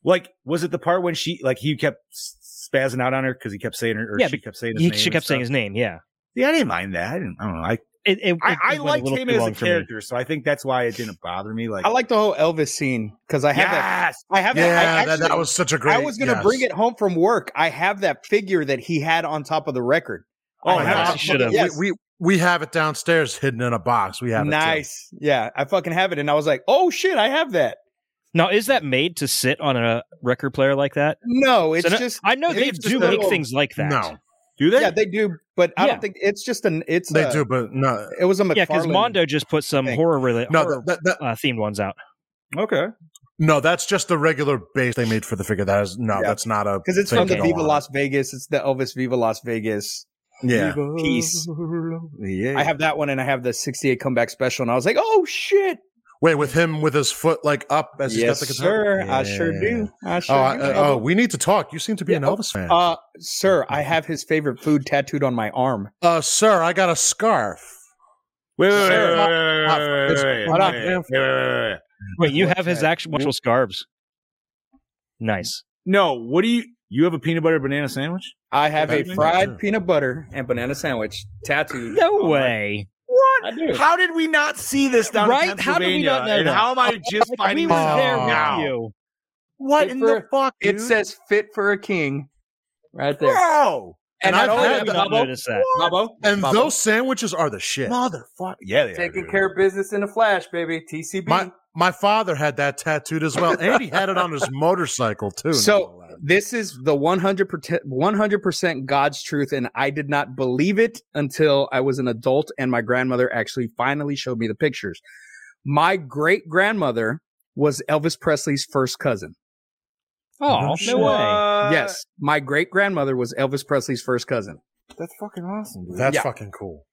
[SPEAKER 7] like was it the part when she like he kept s- spazzing out on her because he kept saying her, or
[SPEAKER 6] Yeah,
[SPEAKER 7] she
[SPEAKER 6] be-
[SPEAKER 7] kept saying his
[SPEAKER 6] he,
[SPEAKER 7] name
[SPEAKER 6] she
[SPEAKER 7] and
[SPEAKER 6] kept saying
[SPEAKER 7] stuff?
[SPEAKER 6] his name yeah
[SPEAKER 7] Yeah, I didn't mind that. I didn't. I don't know. I
[SPEAKER 6] it, it,
[SPEAKER 7] I,
[SPEAKER 6] it
[SPEAKER 7] I
[SPEAKER 6] went a
[SPEAKER 7] liked
[SPEAKER 6] little
[SPEAKER 7] him
[SPEAKER 6] too
[SPEAKER 7] as a
[SPEAKER 6] long for me.
[SPEAKER 7] character, so I think that's why it didn't bother me. Like
[SPEAKER 4] I like the whole Elvis scene because I have that.
[SPEAKER 7] yes,
[SPEAKER 4] I have
[SPEAKER 5] Yeah,
[SPEAKER 4] that. I
[SPEAKER 5] that, that
[SPEAKER 4] actually-
[SPEAKER 5] was such a great.
[SPEAKER 4] I was going to
[SPEAKER 5] yes.
[SPEAKER 4] bring it home from work. I have that figure that he had on top of the record.
[SPEAKER 7] Oh,
[SPEAKER 5] I
[SPEAKER 7] I
[SPEAKER 5] have
[SPEAKER 7] have
[SPEAKER 5] it.
[SPEAKER 7] it.
[SPEAKER 6] should have
[SPEAKER 4] Yes.
[SPEAKER 5] We, we we have it downstairs, hidden in a box. We have it too.
[SPEAKER 4] nice. Yeah, I fucking have it. And I was like, oh shit, I have that.
[SPEAKER 6] now is that made to sit on a record player like that
[SPEAKER 4] No, it's
[SPEAKER 6] So no-
[SPEAKER 4] just
[SPEAKER 6] i know
[SPEAKER 4] it's
[SPEAKER 6] they
[SPEAKER 4] just
[SPEAKER 6] do
[SPEAKER 4] a
[SPEAKER 6] make
[SPEAKER 4] little-
[SPEAKER 6] things like that
[SPEAKER 5] No,
[SPEAKER 7] do they?
[SPEAKER 4] yeah, they do, but I
[SPEAKER 6] Yeah.
[SPEAKER 4] don't think it's just an it's
[SPEAKER 5] they
[SPEAKER 4] a-
[SPEAKER 5] do, but no,
[SPEAKER 4] It was a
[SPEAKER 6] yeah because
[SPEAKER 4] McFarlane.
[SPEAKER 6] mondo just put some
[SPEAKER 4] Thing.
[SPEAKER 6] horror really
[SPEAKER 5] no,
[SPEAKER 6] horror,
[SPEAKER 5] that, that,
[SPEAKER 6] uh, themed ones out
[SPEAKER 7] okay.
[SPEAKER 5] no. That's just the regular base they made for the figure. That is no,
[SPEAKER 4] Yeah.
[SPEAKER 5] that's not a
[SPEAKER 4] because it's from
[SPEAKER 5] thing
[SPEAKER 4] the
[SPEAKER 5] to go
[SPEAKER 4] Viva
[SPEAKER 5] on.
[SPEAKER 4] Las Vegas. It's the Elvis Viva Las Vegas.
[SPEAKER 5] Yeah,
[SPEAKER 4] Peace.
[SPEAKER 1] Yeah.
[SPEAKER 4] I have that one, and I have the '68 comeback special. And I was like, oh shit,
[SPEAKER 5] wait, with him with his foot like up as he's
[SPEAKER 4] yes
[SPEAKER 5] got the guitar.
[SPEAKER 4] sir, I sure
[SPEAKER 5] Yeah.
[SPEAKER 4] do. I
[SPEAKER 5] Oh,
[SPEAKER 4] sure
[SPEAKER 5] I,
[SPEAKER 4] do.
[SPEAKER 5] uh, oh, we need to talk. You seem to be
[SPEAKER 4] Yeah,
[SPEAKER 5] an
[SPEAKER 4] oh,
[SPEAKER 5] Elvis fan. Uh,
[SPEAKER 4] uh, sir, I have his favorite food tattooed on my arm.
[SPEAKER 5] Uh, sir, I got a scarf.
[SPEAKER 7] Wait, wait, wait,
[SPEAKER 5] Sir,
[SPEAKER 7] wait,
[SPEAKER 5] not-
[SPEAKER 7] wait,
[SPEAKER 5] it's-
[SPEAKER 7] wait, wait,
[SPEAKER 5] hold on,
[SPEAKER 7] wait,
[SPEAKER 5] man.
[SPEAKER 7] wait, wait, wait, wait.
[SPEAKER 6] wait you have his
[SPEAKER 4] that?
[SPEAKER 6] actual, actual scarves nice
[SPEAKER 7] No, what do you? You have a peanut butter banana sandwich?
[SPEAKER 4] I have a
[SPEAKER 5] Banana
[SPEAKER 4] fried
[SPEAKER 5] sandwich.
[SPEAKER 4] peanut butter and banana sandwich tattooed.
[SPEAKER 6] no
[SPEAKER 4] on my-
[SPEAKER 6] way
[SPEAKER 4] I do.
[SPEAKER 7] How did we not see this down in
[SPEAKER 6] Right? How did
[SPEAKER 7] Pennsylvania?
[SPEAKER 6] we not know
[SPEAKER 7] and
[SPEAKER 6] that?
[SPEAKER 7] how am
[SPEAKER 3] Oh,
[SPEAKER 7] I just
[SPEAKER 6] Like, we
[SPEAKER 7] finding
[SPEAKER 6] were
[SPEAKER 7] this
[SPEAKER 5] was
[SPEAKER 7] out
[SPEAKER 6] there with
[SPEAKER 7] now?
[SPEAKER 6] you
[SPEAKER 7] What
[SPEAKER 4] It
[SPEAKER 7] in
[SPEAKER 4] for-
[SPEAKER 7] the fuck, dude?
[SPEAKER 4] It says "fit for a king," right there.
[SPEAKER 7] bro.
[SPEAKER 5] And
[SPEAKER 4] And, not
[SPEAKER 5] I've
[SPEAKER 4] only
[SPEAKER 5] had
[SPEAKER 4] that,
[SPEAKER 6] I did not
[SPEAKER 4] Bubbo-
[SPEAKER 6] notice that
[SPEAKER 4] Bubbo,
[SPEAKER 5] And
[SPEAKER 4] Bubbo,
[SPEAKER 5] those sandwiches are the shit.
[SPEAKER 7] Motherfucker. Yeah, they
[SPEAKER 4] taking
[SPEAKER 7] are, dude.
[SPEAKER 4] care of business in a flash, baby. TCB.
[SPEAKER 5] My my father had that tattooed as well, and he had it on his motorcycle too.
[SPEAKER 4] So- this is the 100% 100% God's truth and I did not believe it until I was an adult and my grandmother actually finally showed me the pictures. My great grandmother was Elvis Presley's first cousin.
[SPEAKER 6] Oh, no
[SPEAKER 5] shit.
[SPEAKER 6] way.
[SPEAKER 3] Uh,
[SPEAKER 4] yes, my great grandmother was Elvis Presley's first cousin.
[SPEAKER 3] That's fucking awesome, dude.
[SPEAKER 5] That's
[SPEAKER 4] Yeah.
[SPEAKER 5] fucking cool.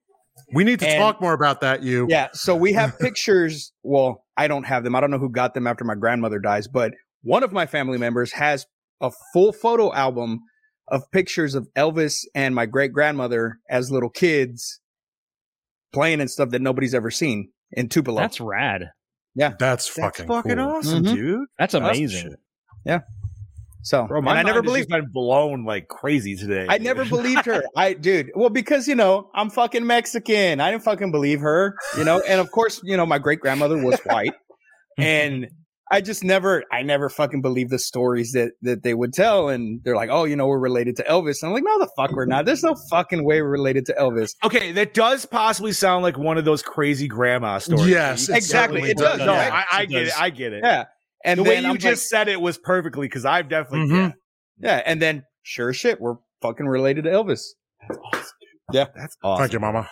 [SPEAKER 5] We need to
[SPEAKER 4] And-
[SPEAKER 5] talk more about that, you.
[SPEAKER 4] Yeah, so we have pictures. Well, I don't have them. I don't know who got them after my grandmother dies, but one of my family members has a full photo album of pictures of Elvis and my great grandmother as little kids playing and stuff that nobody's ever seen in Tupelo.
[SPEAKER 6] That's rad.
[SPEAKER 5] That's
[SPEAKER 3] That's
[SPEAKER 5] fucking,
[SPEAKER 3] fucking,
[SPEAKER 5] cool.
[SPEAKER 3] awesome,
[SPEAKER 4] Mhm.
[SPEAKER 3] dude. That's
[SPEAKER 6] That's amazing.
[SPEAKER 4] so,
[SPEAKER 3] Bro,
[SPEAKER 4] and
[SPEAKER 3] my
[SPEAKER 4] I never
[SPEAKER 3] believed
[SPEAKER 4] believed.
[SPEAKER 3] I've blown like crazy today.
[SPEAKER 4] I never believed her. I, dude, well, because, you know, I'm fucking Mexican. I didn't fucking believe her, you know? And of course, you know, my great grandmother was white.
[SPEAKER 3] Mm-hmm.
[SPEAKER 4] and I just never, I never fucking believed the stories that, that they would tell. And they're like, oh, you know, we're related to Elvis. And I'm like, no, the fuck we're not. There's no fucking way we're related to Elvis.
[SPEAKER 3] Okay, that does possibly sound like one of those crazy grandma stories.
[SPEAKER 5] Yes, it
[SPEAKER 4] Exactly,
[SPEAKER 5] certainly
[SPEAKER 4] it does,
[SPEAKER 3] No,
[SPEAKER 4] right?
[SPEAKER 3] I, I
[SPEAKER 5] It
[SPEAKER 3] get
[SPEAKER 5] does.
[SPEAKER 3] it. I get it.
[SPEAKER 4] Yeah. And
[SPEAKER 3] the
[SPEAKER 4] then
[SPEAKER 3] way you
[SPEAKER 4] I'm like-
[SPEAKER 3] just said it was perfectly because I've definitely
[SPEAKER 7] Mm-hmm.
[SPEAKER 5] Mhm.
[SPEAKER 4] yeah. And then sure as shit, we're fucking related to Elvis.
[SPEAKER 3] yeah. That's awesome.
[SPEAKER 5] Thank you, Mama.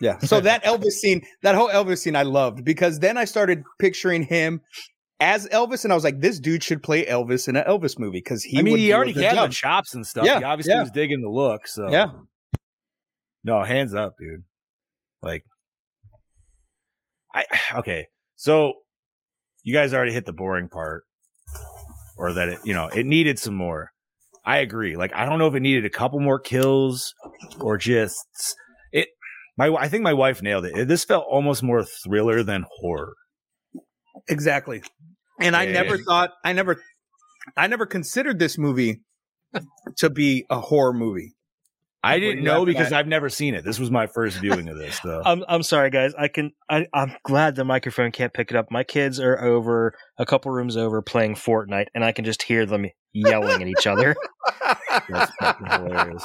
[SPEAKER 4] Yeah. So that Elvis scene, that whole Elvis scene I loved because then I started picturing him as Elvis and I was like, this dude should play Elvis in an Elvis movie because he
[SPEAKER 3] I mean,
[SPEAKER 4] would
[SPEAKER 3] he
[SPEAKER 4] do a
[SPEAKER 3] already
[SPEAKER 4] good
[SPEAKER 3] had the
[SPEAKER 4] job.
[SPEAKER 3] chops and stuff.
[SPEAKER 4] Yeah,
[SPEAKER 3] he obviously
[SPEAKER 4] yeah.
[SPEAKER 3] was digging the look. So
[SPEAKER 4] Yeah.
[SPEAKER 3] no, hands up, dude. Like, I okay. So you guys already hit the boring part, or that it, you know, it needed some more. I agree. Like, I don't know if it needed a couple more kills or just it. My, I think my wife nailed it. This felt almost more thriller than horror.
[SPEAKER 4] Exactly. And I never
[SPEAKER 3] Yeah.
[SPEAKER 4] thought I never I never considered this movie to be a horror movie.
[SPEAKER 3] I
[SPEAKER 4] What
[SPEAKER 3] didn't
[SPEAKER 4] you
[SPEAKER 3] know
[SPEAKER 4] laughing
[SPEAKER 3] because I've never seen it. This was my first viewing of this, though.
[SPEAKER 6] I'm I'm sorry, guys. I can I I'm glad the microphone can't pick it up. My kids are over a couple rooms over playing Fortnite, and I can just hear them yelling at each other.
[SPEAKER 3] That's fucking hilarious.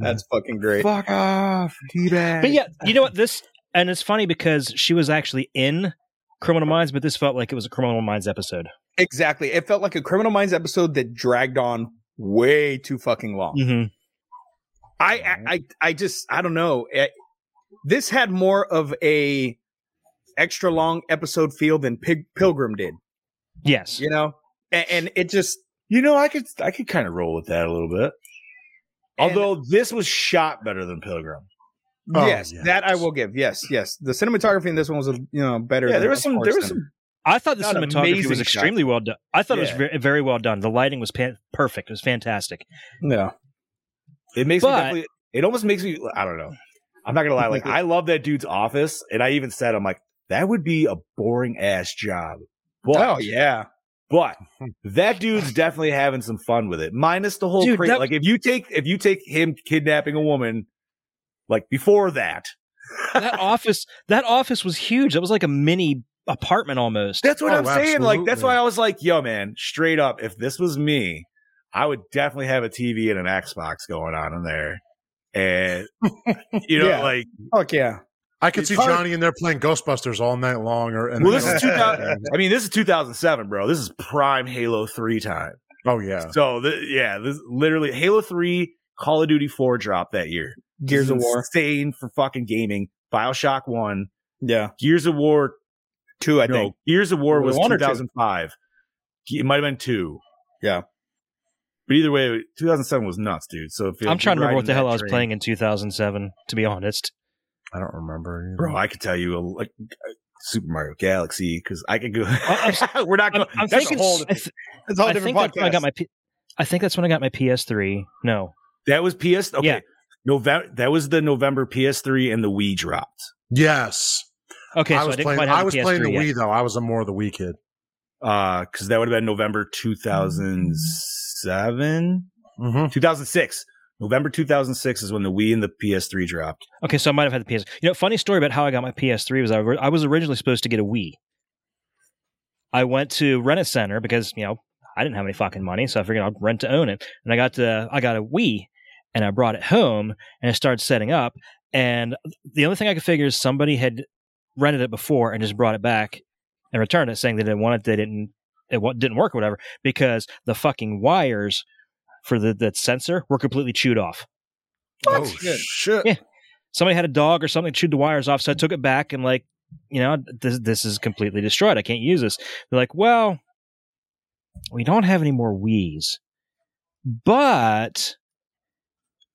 [SPEAKER 4] That's fucking great.
[SPEAKER 3] Fuck off, teabag.
[SPEAKER 6] But yeah, you know what? This and it's funny because she was actually in Criminal Minds, but this felt like it was a Criminal Minds episode.
[SPEAKER 4] Exactly. It felt like a Criminal Minds episode that dragged on way too fucking long.
[SPEAKER 6] Mm-hmm.
[SPEAKER 4] I, I I- I just I don't know. Eh, this had more of a extra long episode feel than Pig, Pilgrim did,
[SPEAKER 6] Yes.
[SPEAKER 4] you know. And, and it just
[SPEAKER 3] you know, I could I could kind of roll with that a little bit. Although this was shot better than Pilgrim.
[SPEAKER 5] Oh,
[SPEAKER 4] yes,
[SPEAKER 5] yeah.
[SPEAKER 4] that I will give. Yes, yes. The cinematography in this one was you know better.
[SPEAKER 3] Yeah,
[SPEAKER 4] than
[SPEAKER 3] there was
[SPEAKER 4] of
[SPEAKER 3] some
[SPEAKER 4] course
[SPEAKER 3] there was
[SPEAKER 4] than-
[SPEAKER 3] some
[SPEAKER 6] I thought the
[SPEAKER 3] Not
[SPEAKER 6] cinematography
[SPEAKER 3] amazing
[SPEAKER 6] was
[SPEAKER 3] shots.
[SPEAKER 6] extrely well done. I thought it
[SPEAKER 3] Yeah.
[SPEAKER 6] was very, very well done. The lighting was pan- perfect. It was fantastic.
[SPEAKER 4] no.
[SPEAKER 3] it makes
[SPEAKER 6] But-
[SPEAKER 3] me definitely it almost makes me I don't know. I'm not gonna lie, like I love that dude's office, and I even said I'm like, that would be a boring ass job. But
[SPEAKER 4] Oh yeah,
[SPEAKER 3] but that dude's definitely having some fun with it. Minus the whole
[SPEAKER 6] Dude,
[SPEAKER 3] cra-
[SPEAKER 6] that-
[SPEAKER 3] like if you take if you take him kidnapping a woman like before that.
[SPEAKER 6] that office that office was huge. That was like a mini apartment almost.
[SPEAKER 3] That's what
[SPEAKER 5] Oh,
[SPEAKER 3] I'm saying. Like that's
[SPEAKER 5] absolutely.
[SPEAKER 3] why I was like, yo, man, straight up, if this was me, I would definitely have a TV and an Xbox going on in there. And you know,
[SPEAKER 4] Yeah.
[SPEAKER 3] like
[SPEAKER 4] fuck yeah.
[SPEAKER 5] I could
[SPEAKER 3] It's
[SPEAKER 5] see
[SPEAKER 3] hard-
[SPEAKER 5] Johnny in there playing Ghostbusters all night long. Or and
[SPEAKER 3] well, this is 2000. I mean, this is 2007, bro. This is prime Halo 3 time.
[SPEAKER 5] Oh yeah,
[SPEAKER 3] So th- yeah, this literally Halo 3, Call of Duty 4 dropped that year.
[SPEAKER 4] Gears
[SPEAKER 3] This
[SPEAKER 4] of
[SPEAKER 3] is
[SPEAKER 4] War.
[SPEAKER 3] insane for fucking gaming. Bioshock One,
[SPEAKER 4] Yeah,
[SPEAKER 3] Gears of War
[SPEAKER 4] two. I
[SPEAKER 3] no,
[SPEAKER 4] think.
[SPEAKER 3] Years of War
[SPEAKER 4] Was
[SPEAKER 3] was
[SPEAKER 4] it one or two?
[SPEAKER 3] 2005. It might have been two.
[SPEAKER 4] Yeah.
[SPEAKER 3] But either way, 2007 was nuts, dude. So if you're
[SPEAKER 6] I'm trying to remember
[SPEAKER 3] riding
[SPEAKER 6] what the
[SPEAKER 3] that
[SPEAKER 6] hell I was
[SPEAKER 3] train-
[SPEAKER 6] playing in 2007. To be honest,
[SPEAKER 5] I don't remember. either.
[SPEAKER 3] bro. I could tell you a, like uh, Super Mario Galaxy because I could go.
[SPEAKER 6] I'm
[SPEAKER 3] We're not
[SPEAKER 6] I'm,
[SPEAKER 3] going.
[SPEAKER 6] I'm
[SPEAKER 3] that's
[SPEAKER 6] thinking.
[SPEAKER 3] a whole.
[SPEAKER 6] I, th-
[SPEAKER 4] It's all
[SPEAKER 6] I
[SPEAKER 4] different
[SPEAKER 6] think that's when I
[SPEAKER 4] podcasts.
[SPEAKER 6] got my. P- I think that's when I got my PS3. No,
[SPEAKER 3] That was PS. Okay.
[SPEAKER 6] Yeah.
[SPEAKER 3] November. That was the November PS3 and the Wii dropped.
[SPEAKER 5] yes,
[SPEAKER 6] okay,
[SPEAKER 5] I
[SPEAKER 6] so I
[SPEAKER 5] was
[SPEAKER 6] didn't
[SPEAKER 5] playing.
[SPEAKER 6] quite have
[SPEAKER 5] I
[SPEAKER 6] a
[SPEAKER 5] was
[SPEAKER 6] PS3
[SPEAKER 5] playing the
[SPEAKER 6] yet.
[SPEAKER 5] Wii though. I was a more of the Wii kid.
[SPEAKER 3] Uh, because that would have been November 2007,
[SPEAKER 5] Mm-hmm.
[SPEAKER 3] 2006. November 2006 is when the Wii and the PS3 dropped.
[SPEAKER 6] Okay, so I might have had the PS. You know, funny story about how I got my PS3 was I, were- I was originally supposed to get a Wii. I went to rent a center because you know I didn't have any fucking money, so I figured I'll rent to own it. And I got the I got a Wii, and I brought it home and I started setting up. And the only thing I could figure is somebody had rented it before and just brought it back and returned it, saying they didn't want it, they didn't it wa- didn't work or whatever because the fucking wires for the the sensor were completely chewed off
[SPEAKER 5] Oh shit!
[SPEAKER 6] Mm-hmm. somebody had a dog or something chewed the wires off so i took it back and like you know, this this is completely destroyed. I can't use this. They're like, well, we don't have any more Wii's, but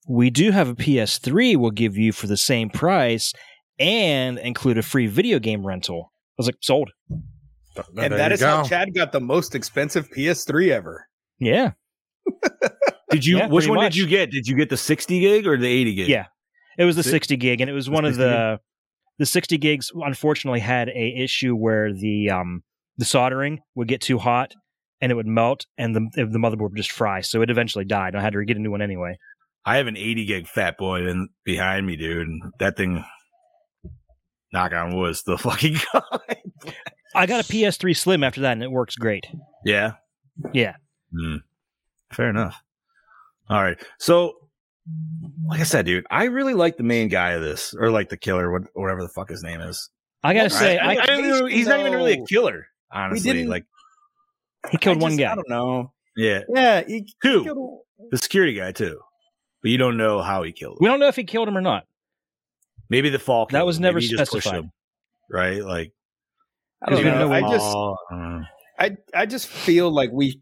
[SPEAKER 6] we do have a PS3 we'll give you for the same price and include a free video game rental. I was like, sold.
[SPEAKER 5] Th- th-
[SPEAKER 4] and
[SPEAKER 5] there
[SPEAKER 4] that
[SPEAKER 5] you
[SPEAKER 4] is how
[SPEAKER 5] go.
[SPEAKER 4] Chad got the most expensive PS3 ever.
[SPEAKER 6] Yeah.
[SPEAKER 3] Did you?
[SPEAKER 6] Yeah,
[SPEAKER 3] which
[SPEAKER 6] pretty
[SPEAKER 3] one
[SPEAKER 6] much.
[SPEAKER 3] did you get? Did you get the 60 gig or the 80 gig?
[SPEAKER 6] Yeah. It was the
[SPEAKER 3] Si-
[SPEAKER 6] 60 gig, and it was
[SPEAKER 3] The
[SPEAKER 6] one of
[SPEAKER 3] 60 gig?
[SPEAKER 6] the the 60 gigs. Unfortunately, had a issue where the um the soldering would get too hot and it would melt, and the the motherboard would just fry. So it eventually died. I had to get a new one anyway.
[SPEAKER 3] I have an 80 gig fat boy in behind me, dude, and that thing. Knock on wood, still fucking going.
[SPEAKER 6] I got a PS3 Slim after that, and it works great.
[SPEAKER 3] Yeah.
[SPEAKER 6] Yeah.
[SPEAKER 3] Hmm. Fair enough. All right. So, like I said, dude, I really like the main guy of this, or like the killer, what- whatever the fuck his name is.
[SPEAKER 6] I gotta
[SPEAKER 3] All
[SPEAKER 6] say,
[SPEAKER 3] right.
[SPEAKER 6] I,
[SPEAKER 3] I don't even- he's not even really a killer, honestly.
[SPEAKER 4] didn't-
[SPEAKER 3] Like,
[SPEAKER 6] he killed
[SPEAKER 4] I
[SPEAKER 6] one
[SPEAKER 4] just-
[SPEAKER 6] guy.
[SPEAKER 4] I don't know.
[SPEAKER 3] yeah,
[SPEAKER 4] Yeah, he
[SPEAKER 3] two,
[SPEAKER 4] killed-
[SPEAKER 3] the security guy too, but you don't know how he killed him.
[SPEAKER 6] We don't know if he killed him or not.
[SPEAKER 3] Maybe the fall.
[SPEAKER 6] That
[SPEAKER 3] killed
[SPEAKER 6] was
[SPEAKER 3] him.
[SPEAKER 6] never
[SPEAKER 3] Maybe he just pushed
[SPEAKER 6] specified.
[SPEAKER 3] him, right? Like,
[SPEAKER 4] I don't
[SPEAKER 6] Because we
[SPEAKER 4] know.
[SPEAKER 6] don't know
[SPEAKER 4] I
[SPEAKER 6] what-
[SPEAKER 4] just
[SPEAKER 3] oh, I don't know.
[SPEAKER 4] I I just feel like we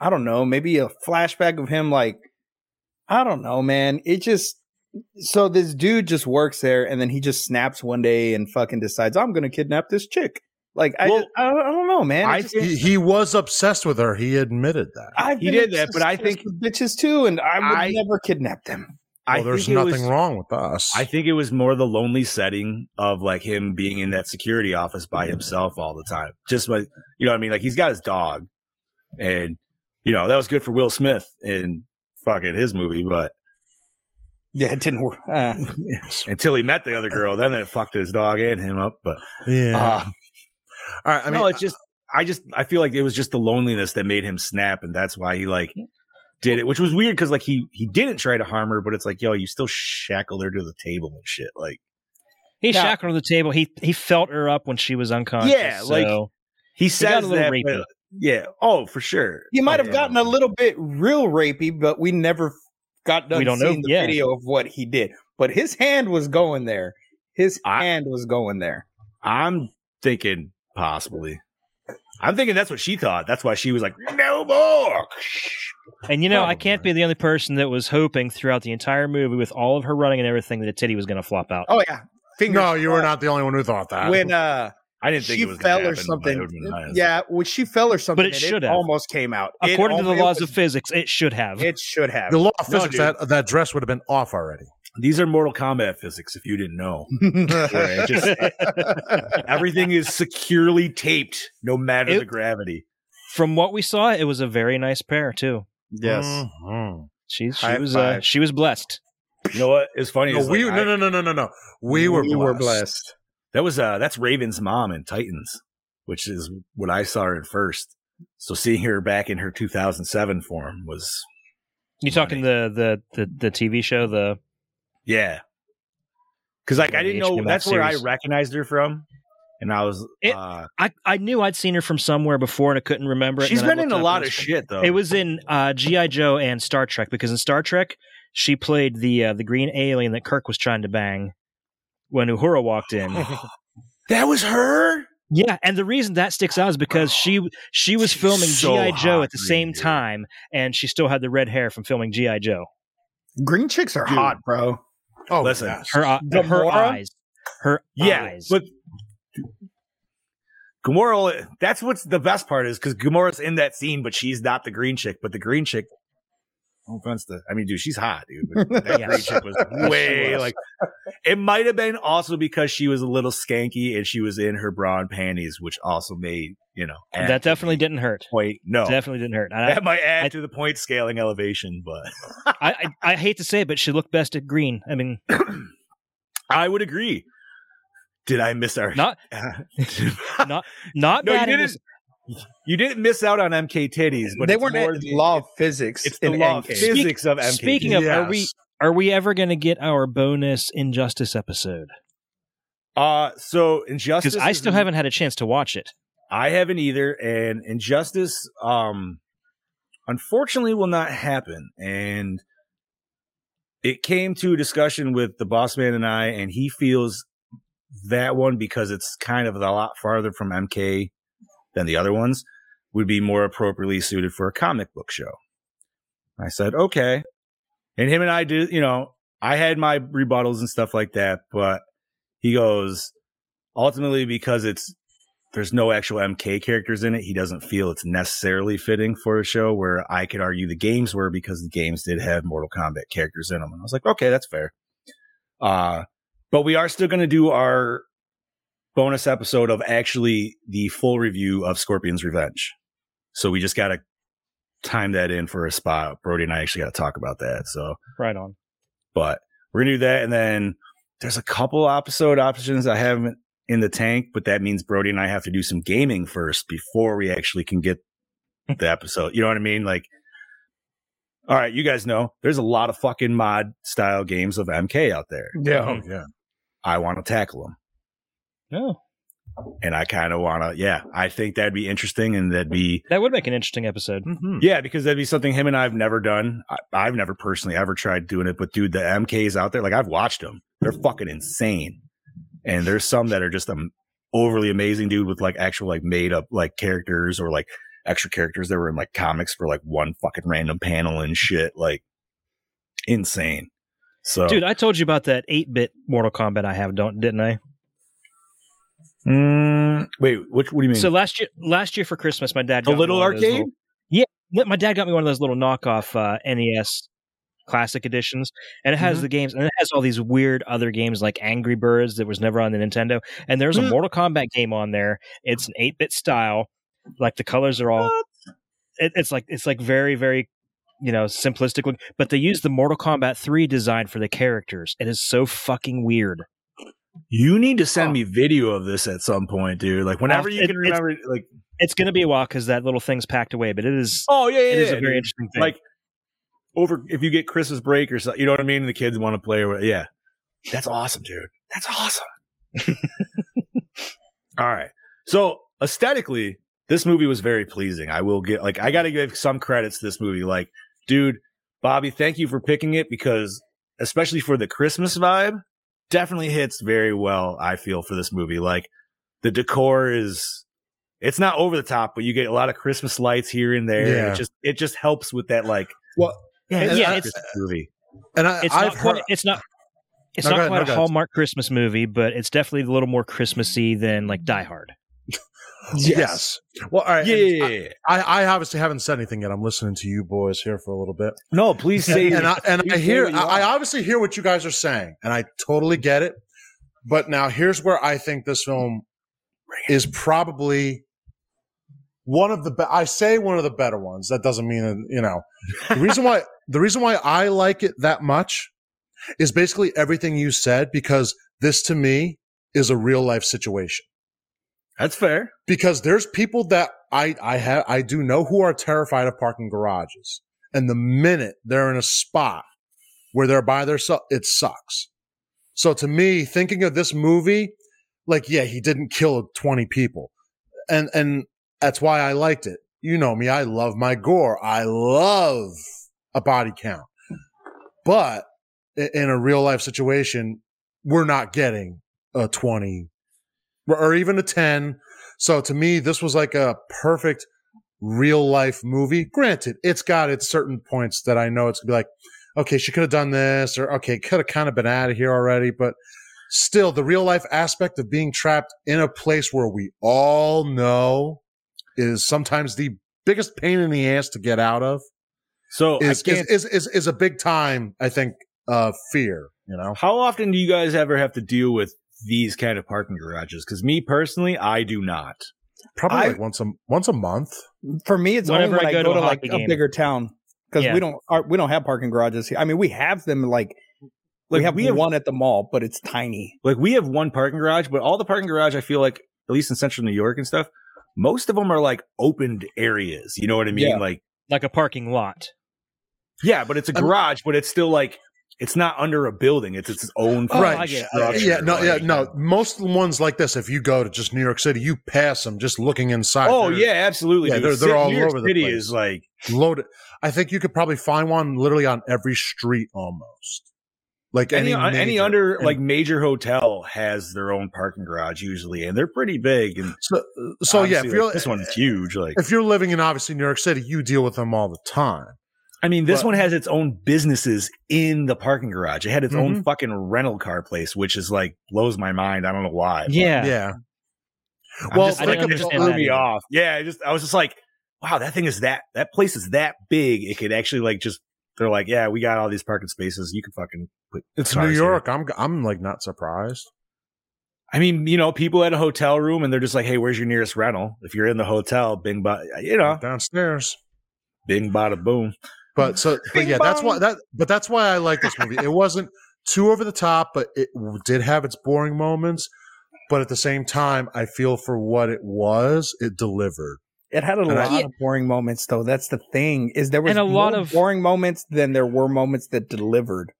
[SPEAKER 4] I don't know, maybe a flashback of him like I don't know, man. It just so this dude just works there and then he just snaps one day and fucking decides I'm going to kidnap this chick. Like I
[SPEAKER 3] Well,
[SPEAKER 4] I, I don't know, man.
[SPEAKER 3] I
[SPEAKER 4] just,
[SPEAKER 3] think
[SPEAKER 5] He, he was obsessed with her. He admitted that.
[SPEAKER 4] I've
[SPEAKER 3] he
[SPEAKER 4] been
[SPEAKER 3] did that,
[SPEAKER 4] obsessed
[SPEAKER 3] but I
[SPEAKER 4] with
[SPEAKER 3] think-
[SPEAKER 4] bitches too and I would
[SPEAKER 3] I-
[SPEAKER 4] never kidnap them.
[SPEAKER 3] I
[SPEAKER 5] well, there's
[SPEAKER 3] think it
[SPEAKER 5] nothing
[SPEAKER 3] was-
[SPEAKER 5] wrong with us.
[SPEAKER 3] I think it was more the lonely setting of like him being in that security office by himself all the time. Just like you know what I mean? Like he's got his dog. And you know, that was good for Will Smith in fucking his movie, but
[SPEAKER 4] Yeah, it didn't work. Uh,
[SPEAKER 3] until he met the other girl, then it fucked his dog and him up. But
[SPEAKER 5] yeah.
[SPEAKER 3] uh,
[SPEAKER 5] All right. I mean,
[SPEAKER 3] no, it's just I just I feel like it was just the loneliness that made him snap, and that's why he like did it, which was weird because like he he didn't try to harm her, but it's like yo, you still shackled her to the table and shit. Like
[SPEAKER 6] He
[SPEAKER 4] Now-
[SPEAKER 6] shackled her to the table. He he felt her up when she was unconscious.
[SPEAKER 3] Yeah, like-
[SPEAKER 6] so-
[SPEAKER 3] he
[SPEAKER 6] got
[SPEAKER 3] says
[SPEAKER 6] a little
[SPEAKER 3] that,
[SPEAKER 6] rapey.
[SPEAKER 3] but- yeah, oh for sure.
[SPEAKER 4] he might have
[SPEAKER 3] Yeah.
[SPEAKER 4] gotten a little bit real rapey, but we never got done
[SPEAKER 6] We don't know,
[SPEAKER 4] seeing the
[SPEAKER 6] yeah.
[SPEAKER 4] video of what he did. But his hand was going there. His
[SPEAKER 3] I-
[SPEAKER 4] hand was going there.
[SPEAKER 3] I'm thinking possibly. I'm thinking that's what she thought. That's why she was like, no more.
[SPEAKER 6] and you know, I can't be the only person that was hoping throughout the entire movie, with all of her running and everything, that a titty was going to flop out.
[SPEAKER 4] Oh yeah, fingers.
[SPEAKER 5] no, you were
[SPEAKER 4] crossed.
[SPEAKER 5] not the only one who thought that.
[SPEAKER 4] When uh,
[SPEAKER 3] I didn't think
[SPEAKER 4] she
[SPEAKER 3] it was gonna
[SPEAKER 4] fell or
[SPEAKER 3] happen, but it
[SPEAKER 4] something.
[SPEAKER 3] would've been nice.
[SPEAKER 4] Yeah, when she fell or something,
[SPEAKER 6] it
[SPEAKER 4] and
[SPEAKER 6] should have.
[SPEAKER 4] almost came out. It
[SPEAKER 6] According to the
[SPEAKER 4] almost-
[SPEAKER 6] laws
[SPEAKER 4] it
[SPEAKER 6] of physics, it should have.
[SPEAKER 4] was- it should have.
[SPEAKER 5] the law of
[SPEAKER 3] No,
[SPEAKER 5] physics,
[SPEAKER 3] dude.
[SPEAKER 5] that, that dress would have been off already.
[SPEAKER 3] These are Mortal Kombat physics, if you didn't know. Where it just- everything is securely taped, no matter
[SPEAKER 6] It-
[SPEAKER 3] the gravity.
[SPEAKER 6] From what we saw, it was a very nice pair too.
[SPEAKER 4] yes.
[SPEAKER 5] Mhm.
[SPEAKER 6] She she
[SPEAKER 4] High
[SPEAKER 6] was uh,
[SPEAKER 4] five.
[SPEAKER 6] she was blessed.
[SPEAKER 3] You know what? It's funny.
[SPEAKER 5] No,
[SPEAKER 3] is,
[SPEAKER 5] we,
[SPEAKER 3] like, I-
[SPEAKER 5] no, no, no, no, no, no. We were blessed.
[SPEAKER 3] That was uh that's Raven's mom in Titans, which is what I saw her in first. So seeing her back in her 2007 form was
[SPEAKER 6] You talking the, the the the TV show the
[SPEAKER 3] Yeah. Cause like I didn't
[SPEAKER 6] The
[SPEAKER 3] know
[SPEAKER 6] HBO
[SPEAKER 3] that's where I
[SPEAKER 6] series.
[SPEAKER 3] recognized her from. And I was
[SPEAKER 6] It-
[SPEAKER 3] uh,
[SPEAKER 6] I I knew I'd seen her from somewhere before and I couldn't remember it. and
[SPEAKER 3] she's
[SPEAKER 6] then I
[SPEAKER 3] been in
[SPEAKER 6] looked
[SPEAKER 3] a
[SPEAKER 6] it up
[SPEAKER 3] lot
[SPEAKER 6] and
[SPEAKER 3] of
[SPEAKER 6] it's-
[SPEAKER 3] shit though.
[SPEAKER 6] It was in uh, GI Joe and Star Trek because in Star Trek she played the uh, the green alien that Kirk was trying to bang when Uhura walked in.
[SPEAKER 3] That was her?
[SPEAKER 6] yeah, and the reason that sticks out is because she she was
[SPEAKER 3] She's
[SPEAKER 6] filming
[SPEAKER 3] so
[SPEAKER 6] GI Joe
[SPEAKER 3] hot,
[SPEAKER 6] at the
[SPEAKER 3] green
[SPEAKER 6] same
[SPEAKER 3] dude.
[SPEAKER 6] time, and she still had the red hair from filming GI Joe.
[SPEAKER 4] Green chicks are hot, bro.
[SPEAKER 5] Oh,
[SPEAKER 3] Listen.
[SPEAKER 5] yes.
[SPEAKER 6] Her uh, her
[SPEAKER 4] Gamora?
[SPEAKER 6] eyes, her
[SPEAKER 3] Yeah.
[SPEAKER 6] eyes.
[SPEAKER 3] But Gamora that's what's the best part is because Gamora's in that scene, but she's not the green chick. But the green chick no offense to I mean, dude, she's hot, dude. But that green
[SPEAKER 6] Yes.
[SPEAKER 3] chick was
[SPEAKER 6] Yes, she
[SPEAKER 3] way
[SPEAKER 6] was.
[SPEAKER 3] like it might have been also because she was a little skanky and she was in her bra and panties, which also made, you know, add
[SPEAKER 6] that
[SPEAKER 3] to the
[SPEAKER 6] definitely didn't hurt.
[SPEAKER 3] point. No.
[SPEAKER 6] Definitely didn't hurt. And I,
[SPEAKER 3] Oh. that might add
[SPEAKER 6] I-
[SPEAKER 3] to the point scaling elevation, but
[SPEAKER 6] I, I I hate to say it, but she looked best at green. I mean,
[SPEAKER 3] I would agree. Did I miss our
[SPEAKER 6] Not- not
[SPEAKER 3] No, you
[SPEAKER 6] bad. in
[SPEAKER 3] didn't.
[SPEAKER 6] this-
[SPEAKER 3] you didn't miss out on MK titties, but
[SPEAKER 4] they
[SPEAKER 3] it's
[SPEAKER 4] weren't
[SPEAKER 3] more
[SPEAKER 4] at
[SPEAKER 3] the-
[SPEAKER 4] law of physics.
[SPEAKER 3] It's the
[SPEAKER 4] in
[SPEAKER 3] law of
[SPEAKER 4] NK.
[SPEAKER 6] Speak-
[SPEAKER 3] physics of MK.
[SPEAKER 6] Speaking
[SPEAKER 3] titties.
[SPEAKER 6] of, are we are we ever going to get our bonus Injustice episode?
[SPEAKER 3] uh, so
[SPEAKER 6] Because
[SPEAKER 3] injustice,
[SPEAKER 6] I
[SPEAKER 3] is-
[SPEAKER 6] still haven't had a chance to watch it.
[SPEAKER 3] I haven't either, and injustice, um, unfortunately, will not happen. And it came to a discussion with the boss man and I, and he feels that one because it's kind of a lot farther from MK than the other ones would be more appropriately suited for a comic book show. I said, okay. And him and I did, you know, I had my rebuttals and stuff like that, but he goes, ultimately, because it's, there's no actual MK characters in it. He doesn't feel it's necessarily fitting for a show where I could argue the games were because the games did have Mortal Kombat characters in them. And I was like, okay, that's fair. Uh, but we are still going to do our bonus episode of actually the full review of Scorpion's Revenge. So we just got to time that in for a spot. Brody and I actually got to talk about that. So,
[SPEAKER 6] Right on.
[SPEAKER 3] but we're going to do that. And then there's a couple episode options I haven't in the tank, but that means Brody and I have to do some gaming first before we actually can get the episode. You know what I mean? Like, all right, you guys know there's a lot of fucking mod style games of MK out there.
[SPEAKER 5] Yeah. Yeah.
[SPEAKER 3] I want to tackle them.
[SPEAKER 6] No,
[SPEAKER 3] and I kind of want to. Yeah, I think that'd be interesting, and that'd be
[SPEAKER 6] that would make an interesting episode.
[SPEAKER 5] Mhm.
[SPEAKER 3] yeah, because that'd be something him and I've never done. I, I've never personally ever tried doing it, but dude, the MKs out there, like I've watched them, they're fucking insane, and there's some that are just um overly amazing, dude, with like actual like made up like characters or like extra characters that were in like comics for like one fucking random panel and shit, like insane. So
[SPEAKER 6] Dude, I told you about that 8-bit Mortal Kombat I have, don't didn't I?
[SPEAKER 3] Mm, wait, which what do you mean?
[SPEAKER 6] So last year last year for Christmas, my dad got
[SPEAKER 3] a
[SPEAKER 6] me
[SPEAKER 3] little
[SPEAKER 6] one of those
[SPEAKER 3] arcade.
[SPEAKER 6] little- yeah, li- my dad got me one of those little knockoff uh, NES classic editions and it has
[SPEAKER 3] Mm-hmm.
[SPEAKER 6] the games and it has all these weird other games like Angry Birds that was never on the Nintendo and there's
[SPEAKER 3] Mm.
[SPEAKER 6] a Mortal Kombat game on there. It's an 8-bit style. Like the colors are all it, it's like it's like very very you know simplistic look, but they use the Mortal Kombat 3 design for the characters. It is so fucking weird.
[SPEAKER 3] You need to send me video of this at some point, dude. Like whenever you
[SPEAKER 6] it-
[SPEAKER 3] can
[SPEAKER 6] it's-
[SPEAKER 3] remember, like
[SPEAKER 6] It's going to be a while because that little thing's packed away, but it is
[SPEAKER 3] oh yeah, yeah,
[SPEAKER 6] it is
[SPEAKER 3] yeah,
[SPEAKER 6] a very
[SPEAKER 3] dude.
[SPEAKER 6] interesting thing.
[SPEAKER 3] like over if you get Christmas break or something, you know what I mean. The kids want to play, or what- yeah, that's awesome, dude. That's awesome. All right, so aesthetically, this movie was very pleasing. I will get like I got to give some credits to this movie. Like, dude, Bobby, thank you for picking it because especially for the Christmas vibe, definitely hits very well. I feel for this movie, like the decor is it's not over the top, but you get a lot of Christmas lights here and there.
[SPEAKER 5] Yeah.
[SPEAKER 3] It just it just helps with that like
[SPEAKER 5] Well,
[SPEAKER 6] yeah,
[SPEAKER 5] and I-
[SPEAKER 6] it's
[SPEAKER 3] Christmas movie.
[SPEAKER 5] and I,
[SPEAKER 6] it's
[SPEAKER 5] I've
[SPEAKER 6] not quite,
[SPEAKER 5] heard.
[SPEAKER 6] it's not it's
[SPEAKER 5] No,
[SPEAKER 6] not
[SPEAKER 5] go ahead,
[SPEAKER 6] quite
[SPEAKER 5] no,
[SPEAKER 6] a
[SPEAKER 5] go ahead.
[SPEAKER 6] Hallmark Christmas movie, but it's definitely a little more Christmassy than like Die Hard.
[SPEAKER 5] Yes. Well, all right.
[SPEAKER 3] Yeah,
[SPEAKER 5] and
[SPEAKER 3] yeah, yeah, yeah.
[SPEAKER 5] I, I obviously haven't said anything yet. I'm listening to you boys here for a little bit.
[SPEAKER 3] No, please say
[SPEAKER 5] and, and I, and
[SPEAKER 3] you
[SPEAKER 5] I
[SPEAKER 3] say
[SPEAKER 5] hear,
[SPEAKER 3] what you
[SPEAKER 5] I, I obviously hear what you guys are saying, and I totally get it. But now here's where I think this film is probably one of the. Be- I say one of the better ones. That doesn't mean that, you know the reason why the reason why I like it that much is basically everything you said because this to me is a real life situation
[SPEAKER 3] that's fair.
[SPEAKER 5] because there's people that I I have I do know who are terrified of parking garages, and the minute they're in a spot where they're by themselves, it sucks. So to me, thinking of this movie, like yeah, he didn't kill twenty people, and and that's why I liked it. You know me, I love my gore. I love a body count, but i- in a real life situation, we're not getting a twenty or- or even a ten. So to me, this was like a perfect real life movie. Granted, it's got its certain points that I know it's gonna be like, okay, she could have done this, or okay, could have kind of been out of here already, but still the real life aspect of being trapped in a place where we all know is sometimes the biggest pain in the ass to get out of
[SPEAKER 3] So
[SPEAKER 5] is
[SPEAKER 3] I can't,
[SPEAKER 5] is, is, is is a big time, I think, uh fear, you know.
[SPEAKER 3] how often do you guys ever have to deal with these kind of parking garages? Because me personally, I do not.
[SPEAKER 5] Probably
[SPEAKER 4] I-
[SPEAKER 5] like once a once a month.
[SPEAKER 4] For me, it's
[SPEAKER 6] Whenever
[SPEAKER 4] only when I go, to,
[SPEAKER 6] a
[SPEAKER 4] like
[SPEAKER 6] hockey
[SPEAKER 4] a
[SPEAKER 6] game.
[SPEAKER 4] bigger town because
[SPEAKER 6] Yeah.
[SPEAKER 4] we don't our, we don't have parking garages here. I mean, we have them like,
[SPEAKER 3] Like
[SPEAKER 4] we have one at the mall, but it's tiny.
[SPEAKER 3] like we have one parking garage, but all the parking garage I feel like at least in central New York and stuff, most of them are like opened areas. You know what I mean?
[SPEAKER 4] Yeah.
[SPEAKER 3] Like
[SPEAKER 6] Like a parking lot.
[SPEAKER 3] yeah, but it's a
[SPEAKER 5] Um,
[SPEAKER 3] garage, but it's still like it's not under a building. It's its own
[SPEAKER 6] Oh,
[SPEAKER 5] Right.
[SPEAKER 6] I get it.
[SPEAKER 3] structure,
[SPEAKER 5] yeah, no, yeah,
[SPEAKER 3] like- uh,
[SPEAKER 5] no. Most ones like this, if you go to just New York City, you pass them just looking inside.
[SPEAKER 3] Oh
[SPEAKER 5] They're
[SPEAKER 3] yeah, absolutely.
[SPEAKER 5] Yeah,
[SPEAKER 3] dude.
[SPEAKER 5] they're- they're
[SPEAKER 3] Ci-
[SPEAKER 5] all
[SPEAKER 3] New York
[SPEAKER 5] over the
[SPEAKER 3] City
[SPEAKER 5] place.
[SPEAKER 3] is like
[SPEAKER 5] loaded. I think you could probably find one literally on every street almost. Like
[SPEAKER 3] any uh,
[SPEAKER 5] any
[SPEAKER 3] any
[SPEAKER 5] major-
[SPEAKER 3] under
[SPEAKER 5] any-
[SPEAKER 3] like major hotel has their own parking garage usually, and they're pretty big. And
[SPEAKER 5] So, so yeah, if
[SPEAKER 3] obviously,
[SPEAKER 5] you're
[SPEAKER 3] like, this one's huge. Like
[SPEAKER 5] if you're living in obviously New York City, you deal with them all the time.
[SPEAKER 3] I mean, this
[SPEAKER 5] But-
[SPEAKER 3] one has its own businesses in the parking garage. It had its
[SPEAKER 5] Mm-hmm.
[SPEAKER 3] own fucking rental car place, which is like blows my mind. I don't know why. but
[SPEAKER 5] Yeah.
[SPEAKER 6] Yeah.
[SPEAKER 3] I'm
[SPEAKER 5] Well,
[SPEAKER 3] just
[SPEAKER 6] I
[SPEAKER 3] like,
[SPEAKER 6] don't
[SPEAKER 3] it just
[SPEAKER 6] understand
[SPEAKER 3] blew
[SPEAKER 6] that
[SPEAKER 3] me
[SPEAKER 6] either.
[SPEAKER 3] off. Yeah, I just I was just like, wow, that thing is that that place is that big. It could actually like just they're like, yeah, we got all these parking spaces. You can fucking put.
[SPEAKER 5] It's
[SPEAKER 3] cars
[SPEAKER 5] New
[SPEAKER 3] here."
[SPEAKER 5] York. I'm I'm like not surprised.
[SPEAKER 3] I mean, you know, people at a hotel room and they're just like, hey, where's your nearest rental? If you're in the hotel, bing, ba, you know,
[SPEAKER 5] Downstairs.
[SPEAKER 3] bing, bada, boom.
[SPEAKER 5] But so but yeah, that's why that but that's why I like this movie. It wasn't too over the top, but it w- did have its boring moments. But at the same time, I feel for what it was, it delivered.
[SPEAKER 4] It had a
[SPEAKER 5] And I-
[SPEAKER 4] lot of boring moments, though. That's the thing is there was
[SPEAKER 6] And a lot
[SPEAKER 4] more
[SPEAKER 6] of-
[SPEAKER 4] boring moments than there were moments that delivered.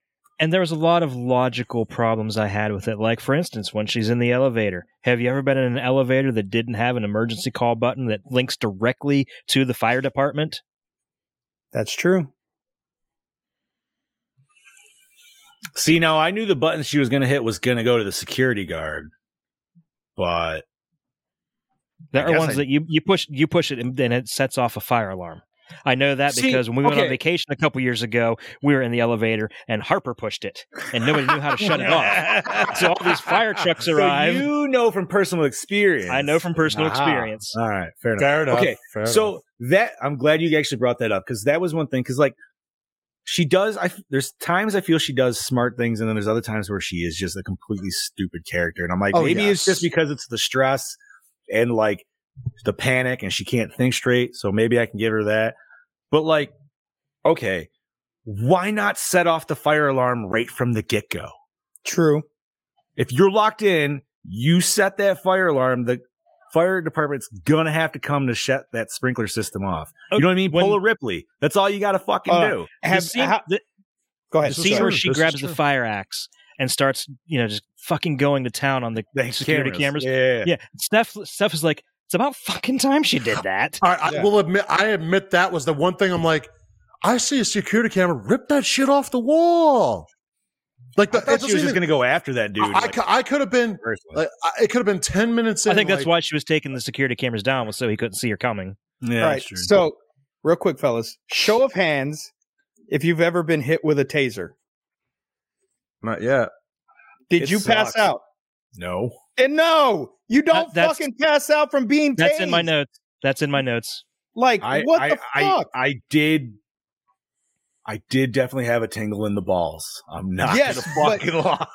[SPEAKER 6] And there was a lot of logical problems I had with it. Like, for instance, when she's in the elevator. Have you ever been in an elevator that didn't have an emergency call button that links directly to the fire department?
[SPEAKER 4] That's true.
[SPEAKER 3] See, now I knew the button she was going to hit was going to go to the security guard, but
[SPEAKER 6] There
[SPEAKER 3] I
[SPEAKER 6] are
[SPEAKER 3] guess
[SPEAKER 6] ones
[SPEAKER 3] I-
[SPEAKER 6] that you, you push you push it and then it sets off a fire alarm. I know that
[SPEAKER 3] See,
[SPEAKER 6] because when we went on
[SPEAKER 3] okay.
[SPEAKER 6] vacation a couple years ago, we were in the elevator and Harper pushed it and nobody knew how to shut it off. So all these fire trucks
[SPEAKER 3] So
[SPEAKER 6] arrive.
[SPEAKER 3] you know from personal experience.
[SPEAKER 6] I know from personal
[SPEAKER 3] Aha.
[SPEAKER 6] experience.
[SPEAKER 3] All right, fair enough.
[SPEAKER 5] Fair
[SPEAKER 3] Okay,
[SPEAKER 5] fair enough.
[SPEAKER 3] So that I'm glad you actually brought that up because that was one thing. Because like she does, I f- there's times I feel she does smart things, and then there's other times where she is just a completely stupid character. And I'm like,
[SPEAKER 5] Oh,
[SPEAKER 3] maybe
[SPEAKER 5] yes.
[SPEAKER 3] it's just because it's the stress and like the panic, and she can't think straight. So maybe I can give her that. But like, okay, why not set off the fire alarm right from the get go?
[SPEAKER 4] True.
[SPEAKER 3] If you're locked in, you set that fire alarm. The fire department's gonna have to come to shut that sprinkler system off. You know what I mean?
[SPEAKER 6] When-
[SPEAKER 3] Pull a Ripley. That's all you gotta fucking
[SPEAKER 4] Uh,
[SPEAKER 3] do.
[SPEAKER 6] The
[SPEAKER 4] Have,
[SPEAKER 6] scene-
[SPEAKER 4] ha-
[SPEAKER 6] the-
[SPEAKER 4] go
[SPEAKER 6] the
[SPEAKER 4] ahead.
[SPEAKER 5] This is
[SPEAKER 6] scene where
[SPEAKER 5] true.
[SPEAKER 6] she
[SPEAKER 5] This is
[SPEAKER 6] grabs the
[SPEAKER 5] true.
[SPEAKER 6] fire axe and starts, you know, just fucking going to town on the
[SPEAKER 3] The
[SPEAKER 6] security cameras.
[SPEAKER 3] Yeah.
[SPEAKER 6] Yeah, Steph. Steph is like, it's about fucking time she did that.
[SPEAKER 5] All right, I
[SPEAKER 4] Yeah.
[SPEAKER 5] will admit I admit that was the one thing I'm like, I see a security camera, rip that shit off the wall. Like the,
[SPEAKER 3] I
[SPEAKER 5] it
[SPEAKER 3] thought she
[SPEAKER 5] doesn't
[SPEAKER 3] was just
[SPEAKER 5] even-
[SPEAKER 3] gonna go after that dude.
[SPEAKER 5] I, I
[SPEAKER 3] like,
[SPEAKER 5] cou- I could have been
[SPEAKER 3] first one.
[SPEAKER 5] like I, it could have been ten minutes. In,
[SPEAKER 6] I think that's
[SPEAKER 5] like,
[SPEAKER 6] why she was taking the security cameras down was so he couldn't see her coming.
[SPEAKER 3] yeah,
[SPEAKER 4] All right.
[SPEAKER 3] that's true.
[SPEAKER 4] So, real quick, fellas, show of hands if you've ever been hit with a taser.
[SPEAKER 5] Not yet.
[SPEAKER 4] Did
[SPEAKER 3] It
[SPEAKER 4] you pass
[SPEAKER 3] sucks.
[SPEAKER 4] out?
[SPEAKER 3] no.
[SPEAKER 4] And no, you don't
[SPEAKER 6] That- that's-
[SPEAKER 4] fucking pass out from being tased.
[SPEAKER 6] That's in my notes. That's in my notes.
[SPEAKER 4] Like,
[SPEAKER 3] I,
[SPEAKER 4] what
[SPEAKER 3] I,
[SPEAKER 4] the
[SPEAKER 3] I,
[SPEAKER 4] fuck?
[SPEAKER 3] I did I did definitely have a tingle in the balls. I'm not
[SPEAKER 4] Yes,
[SPEAKER 3] gonna
[SPEAKER 4] but-
[SPEAKER 3] fucking lie.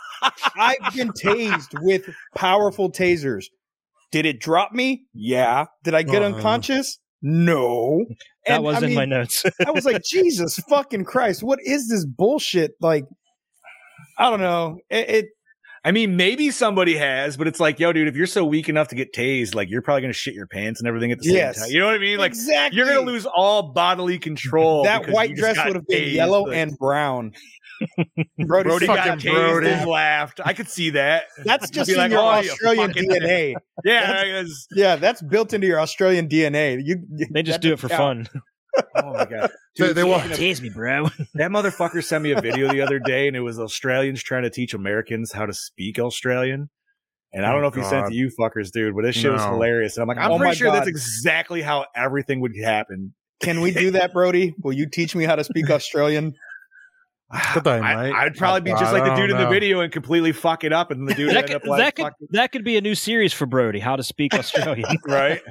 [SPEAKER 4] I've been tased with powerful tasers. Did it drop me? Yeah. Did I get
[SPEAKER 5] Uh-huh.
[SPEAKER 4] unconscious? No.
[SPEAKER 6] That
[SPEAKER 4] And,
[SPEAKER 6] was
[SPEAKER 4] I
[SPEAKER 6] in my
[SPEAKER 4] mean,
[SPEAKER 6] notes.
[SPEAKER 4] I was like, Jesus fucking Christ, what is this bullshit? Like, I don't know. It, it
[SPEAKER 3] I mean, maybe somebody has, but it's like, yo, dude, if you're so weak enough to get tased, like you're probably gonna shit your pants and everything at the same
[SPEAKER 4] Yes.
[SPEAKER 3] time. You know what I mean? Like
[SPEAKER 4] exactly
[SPEAKER 3] you're gonna lose all bodily control.
[SPEAKER 4] That
[SPEAKER 3] because
[SPEAKER 4] white
[SPEAKER 3] you just
[SPEAKER 4] dress
[SPEAKER 3] got
[SPEAKER 4] would have been
[SPEAKER 3] tased.
[SPEAKER 4] yellow
[SPEAKER 3] Like,
[SPEAKER 4] and brown. Brody,
[SPEAKER 3] Brody
[SPEAKER 4] fuck,
[SPEAKER 3] got
[SPEAKER 5] fucking
[SPEAKER 3] tased
[SPEAKER 5] Brody.
[SPEAKER 3] and laughed. I could see that.
[SPEAKER 4] that's just
[SPEAKER 3] be
[SPEAKER 4] in
[SPEAKER 3] like,
[SPEAKER 4] your
[SPEAKER 3] "Oh, you
[SPEAKER 4] Australian
[SPEAKER 3] fucking-
[SPEAKER 4] DNA.
[SPEAKER 3] Yeah, I guess-
[SPEAKER 4] Yeah, that's built into your Australian DNA. You
[SPEAKER 6] They just
[SPEAKER 4] that
[SPEAKER 6] do it
[SPEAKER 4] doesn't
[SPEAKER 6] for
[SPEAKER 4] count.
[SPEAKER 6] fun.
[SPEAKER 3] Oh my god,
[SPEAKER 5] They-
[SPEAKER 3] Dude,
[SPEAKER 5] they
[SPEAKER 3] speaking
[SPEAKER 5] wa-
[SPEAKER 3] of-
[SPEAKER 6] Tease me, bro.
[SPEAKER 3] that motherfucker sent me a video the other day, and it was Australians trying to teach Americans how to speak Australian. And I don't
[SPEAKER 5] Oh,
[SPEAKER 3] know if he sent it
[SPEAKER 5] God.
[SPEAKER 3] to you fuckers, dude, but this shit was
[SPEAKER 5] No.
[SPEAKER 3] hilarious. And I'm like, I'm
[SPEAKER 4] Oh, my
[SPEAKER 3] pretty sure that's
[SPEAKER 4] God.
[SPEAKER 3] exactly how everything would happen.
[SPEAKER 4] Can we do that, Brody? Will you teach me how to speak Australian?
[SPEAKER 3] Ah,
[SPEAKER 5] Good day,
[SPEAKER 3] I,
[SPEAKER 5] mate.
[SPEAKER 3] would probably be just
[SPEAKER 5] I
[SPEAKER 3] like the
[SPEAKER 5] don't
[SPEAKER 3] dude in the
[SPEAKER 5] know.
[SPEAKER 3] video and completely fuck it up, and the dude
[SPEAKER 6] That
[SPEAKER 3] ended
[SPEAKER 6] could,
[SPEAKER 3] up like,
[SPEAKER 6] that, could,
[SPEAKER 3] fuck-
[SPEAKER 6] that could be a new series for Brody, How to Speak Australian.
[SPEAKER 3] right?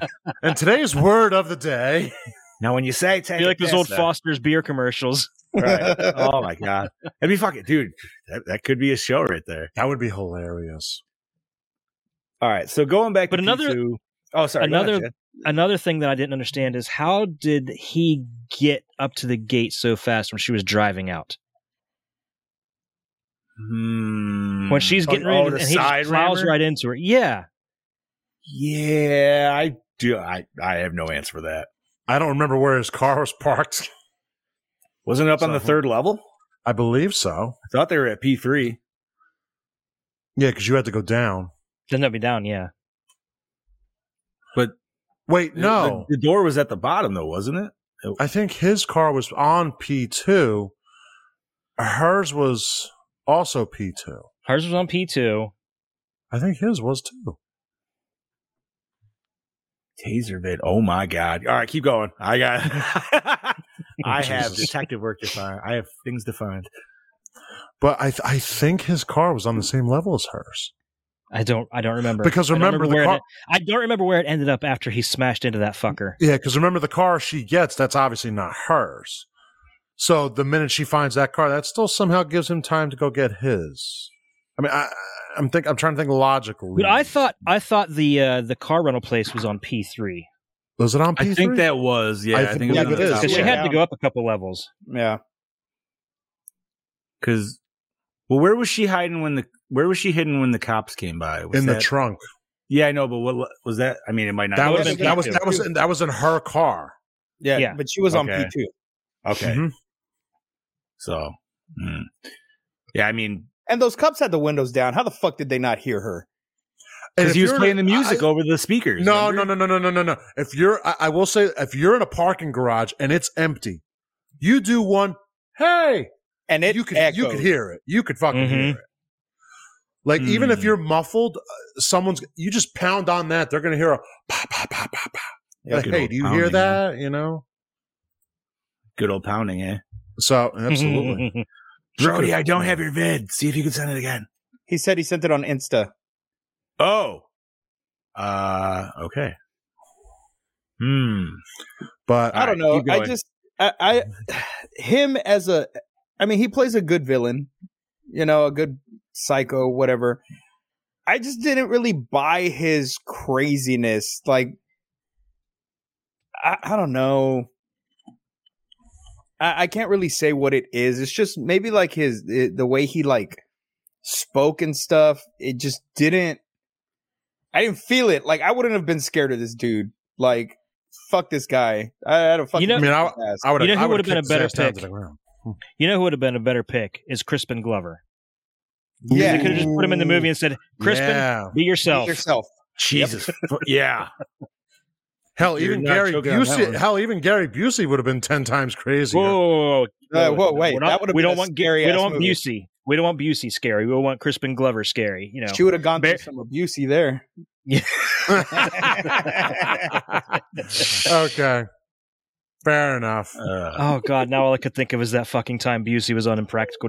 [SPEAKER 5] And today's word of the day.
[SPEAKER 3] Now, when you say
[SPEAKER 6] I
[SPEAKER 3] take
[SPEAKER 6] feel like
[SPEAKER 3] a
[SPEAKER 6] those old
[SPEAKER 3] piss,
[SPEAKER 6] Foster's beer commercials.
[SPEAKER 3] Right. Oh my god, that'd be fucking dude. That, that could be a show right there.
[SPEAKER 5] That would be hilarious.
[SPEAKER 3] All right, so going back,
[SPEAKER 6] But
[SPEAKER 3] to
[SPEAKER 6] another-
[SPEAKER 3] P2 oh sorry, go ahead,
[SPEAKER 6] another-
[SPEAKER 3] Jeff.
[SPEAKER 6] Another thing that I didn't understand is how did he get up to the gate so fast when she was driving out?
[SPEAKER 3] Hmm.
[SPEAKER 6] When she's getting
[SPEAKER 3] Oh,
[SPEAKER 6] ready,
[SPEAKER 3] oh,
[SPEAKER 6] to-
[SPEAKER 3] the
[SPEAKER 6] and he
[SPEAKER 3] side
[SPEAKER 6] just plows
[SPEAKER 3] rammer?
[SPEAKER 6] right into her. Yeah,
[SPEAKER 3] Yeah, I do. I I have no answer for that.
[SPEAKER 5] I don't remember where his car was parked.
[SPEAKER 3] Wasn't it up on the
[SPEAKER 5] So-
[SPEAKER 3] third level?
[SPEAKER 5] I believe so.
[SPEAKER 3] I thought they were at P three.
[SPEAKER 5] Yeah, because you had to go down.
[SPEAKER 6] then they'll be down. Yeah,
[SPEAKER 5] Wait, no.
[SPEAKER 3] the, the door was at the bottom though, wasn't it?
[SPEAKER 5] I think his car was on P two. Hers was also P2.
[SPEAKER 6] Hers was on P2.
[SPEAKER 5] I think his was too.
[SPEAKER 3] Taser vid. Oh my god. All right, keep going. I got I have
[SPEAKER 5] Jesus.
[SPEAKER 3] detective work to find. I have things to find.
[SPEAKER 5] But I, th- I think his car was on the same level as hers.
[SPEAKER 6] I don't. I don't remember.
[SPEAKER 5] Because
[SPEAKER 6] I don't
[SPEAKER 5] remember the
[SPEAKER 6] where
[SPEAKER 5] car-
[SPEAKER 6] It, I don't remember where it ended up after he smashed into that fucker.
[SPEAKER 5] Yeah, because remember the car she gets, that's obviously not hers. So the minute she finds that car, that still somehow gives him time to go get his. I mean, I, I'm think I'm trying to think logically.
[SPEAKER 6] But I thought. I thought the uh, the car rental place was on P three
[SPEAKER 5] was it on P3?
[SPEAKER 3] I think that was yeah.
[SPEAKER 5] I
[SPEAKER 3] I,
[SPEAKER 5] think-
[SPEAKER 3] think
[SPEAKER 5] yeah,
[SPEAKER 3] it was
[SPEAKER 5] it is.
[SPEAKER 6] because she
[SPEAKER 4] Yeah.
[SPEAKER 6] had to go up a couple levels.
[SPEAKER 4] Yeah.
[SPEAKER 3] because well, where was she hiding when the where was she hidden when the cops came by? Was
[SPEAKER 5] in the
[SPEAKER 3] that-
[SPEAKER 5] trunk.
[SPEAKER 3] yeah, I know, but what le- was that? I mean, it might not.
[SPEAKER 5] That
[SPEAKER 6] would've
[SPEAKER 5] was
[SPEAKER 6] been
[SPEAKER 5] that was
[SPEAKER 6] P2.
[SPEAKER 5] that was in, that was in her car.
[SPEAKER 4] Yeah.
[SPEAKER 6] Yeah.
[SPEAKER 4] But she was on Mm-hmm.
[SPEAKER 3] Okay.
[SPEAKER 4] P2.
[SPEAKER 3] okay.
[SPEAKER 5] Mhm.
[SPEAKER 3] So, mm. yeah, I mean,
[SPEAKER 4] And those cops had the windows down. How the fuck did they not hear her?
[SPEAKER 5] And
[SPEAKER 3] because
[SPEAKER 5] if
[SPEAKER 3] he was
[SPEAKER 5] you're in a-
[SPEAKER 3] playing the music
[SPEAKER 5] I-
[SPEAKER 3] over the speakers.
[SPEAKER 5] No,
[SPEAKER 3] remember?
[SPEAKER 5] no, no, no, no, no, no, no. If you're, I, I will say, if you're in a parking garage and it's empty, you do one. Hey,
[SPEAKER 4] And it
[SPEAKER 5] you could
[SPEAKER 4] echoed.
[SPEAKER 5] you could hear it. You could fucking hear
[SPEAKER 6] Mhm.
[SPEAKER 5] it. Like even if
[SPEAKER 3] Mm.
[SPEAKER 5] you're muffled, uh, someone's you just pound on that. They're gonna hear a pa pa pa pa pa.
[SPEAKER 4] Yeah.
[SPEAKER 5] Like,
[SPEAKER 3] Good
[SPEAKER 5] hey,
[SPEAKER 3] old
[SPEAKER 5] do you hear
[SPEAKER 3] pounding, huh?
[SPEAKER 5] that? You know.
[SPEAKER 3] Good old pounding, eh?
[SPEAKER 5] So absolutely.
[SPEAKER 3] Brody, I don't have your vid. See if you can send it again.
[SPEAKER 4] He said he sent it on Insta.
[SPEAKER 3] Oh. Uh okay. Hmm.
[SPEAKER 5] But
[SPEAKER 3] All
[SPEAKER 4] I don't
[SPEAKER 3] right,
[SPEAKER 4] know.
[SPEAKER 3] keep
[SPEAKER 4] I
[SPEAKER 3] going.
[SPEAKER 4] just I, I him as a I mean he plays a good villain, you know, a good psycho whatever. I just didn't really buy his craziness. Like I, I don't know. I, I can't really say what it is. It's just maybe like his it, the way he like spoke and stuff. It just didn't. I didn't feel it. Like I wouldn't have been scared of this dude. Like fuck this guy. I had a fucking.
[SPEAKER 6] know-
[SPEAKER 5] I mean, I,
[SPEAKER 4] ass.
[SPEAKER 5] I would.
[SPEAKER 6] You know who
[SPEAKER 5] I
[SPEAKER 6] would've been a better
[SPEAKER 5] pick?
[SPEAKER 6] pick? You know who would have been a better pick is Crispin Glover.
[SPEAKER 4] yeah,
[SPEAKER 6] They could have just put him in the movie and said, "Crispin,
[SPEAKER 5] Yeah.
[SPEAKER 6] be yourself."
[SPEAKER 4] yourself.
[SPEAKER 3] Jesus. Fu- yeah.
[SPEAKER 5] Hell,
[SPEAKER 3] You're
[SPEAKER 5] even
[SPEAKER 3] not
[SPEAKER 5] Gary
[SPEAKER 3] joking on that
[SPEAKER 5] Busey.
[SPEAKER 3] one.
[SPEAKER 5] Hell, even Gary Busey would have been ten times crazier.
[SPEAKER 6] Whoa, whoa, whoa, whoa.
[SPEAKER 4] Uh, whoa, wait,
[SPEAKER 6] We're
[SPEAKER 4] that would have
[SPEAKER 6] we
[SPEAKER 4] been
[SPEAKER 6] don't
[SPEAKER 4] a
[SPEAKER 6] want
[SPEAKER 4] scary
[SPEAKER 6] We
[SPEAKER 4] ass
[SPEAKER 6] don't want
[SPEAKER 4] movie.
[SPEAKER 6] Busey. We don't want Busey scary. We want Crispin Glover scary. You know.
[SPEAKER 4] She would have gone
[SPEAKER 6] Bear-
[SPEAKER 4] through some abuse there.
[SPEAKER 5] okay. Fair enough.
[SPEAKER 3] Uh,
[SPEAKER 6] oh God! Now all I could think of is that fucking time Busey was on Impractical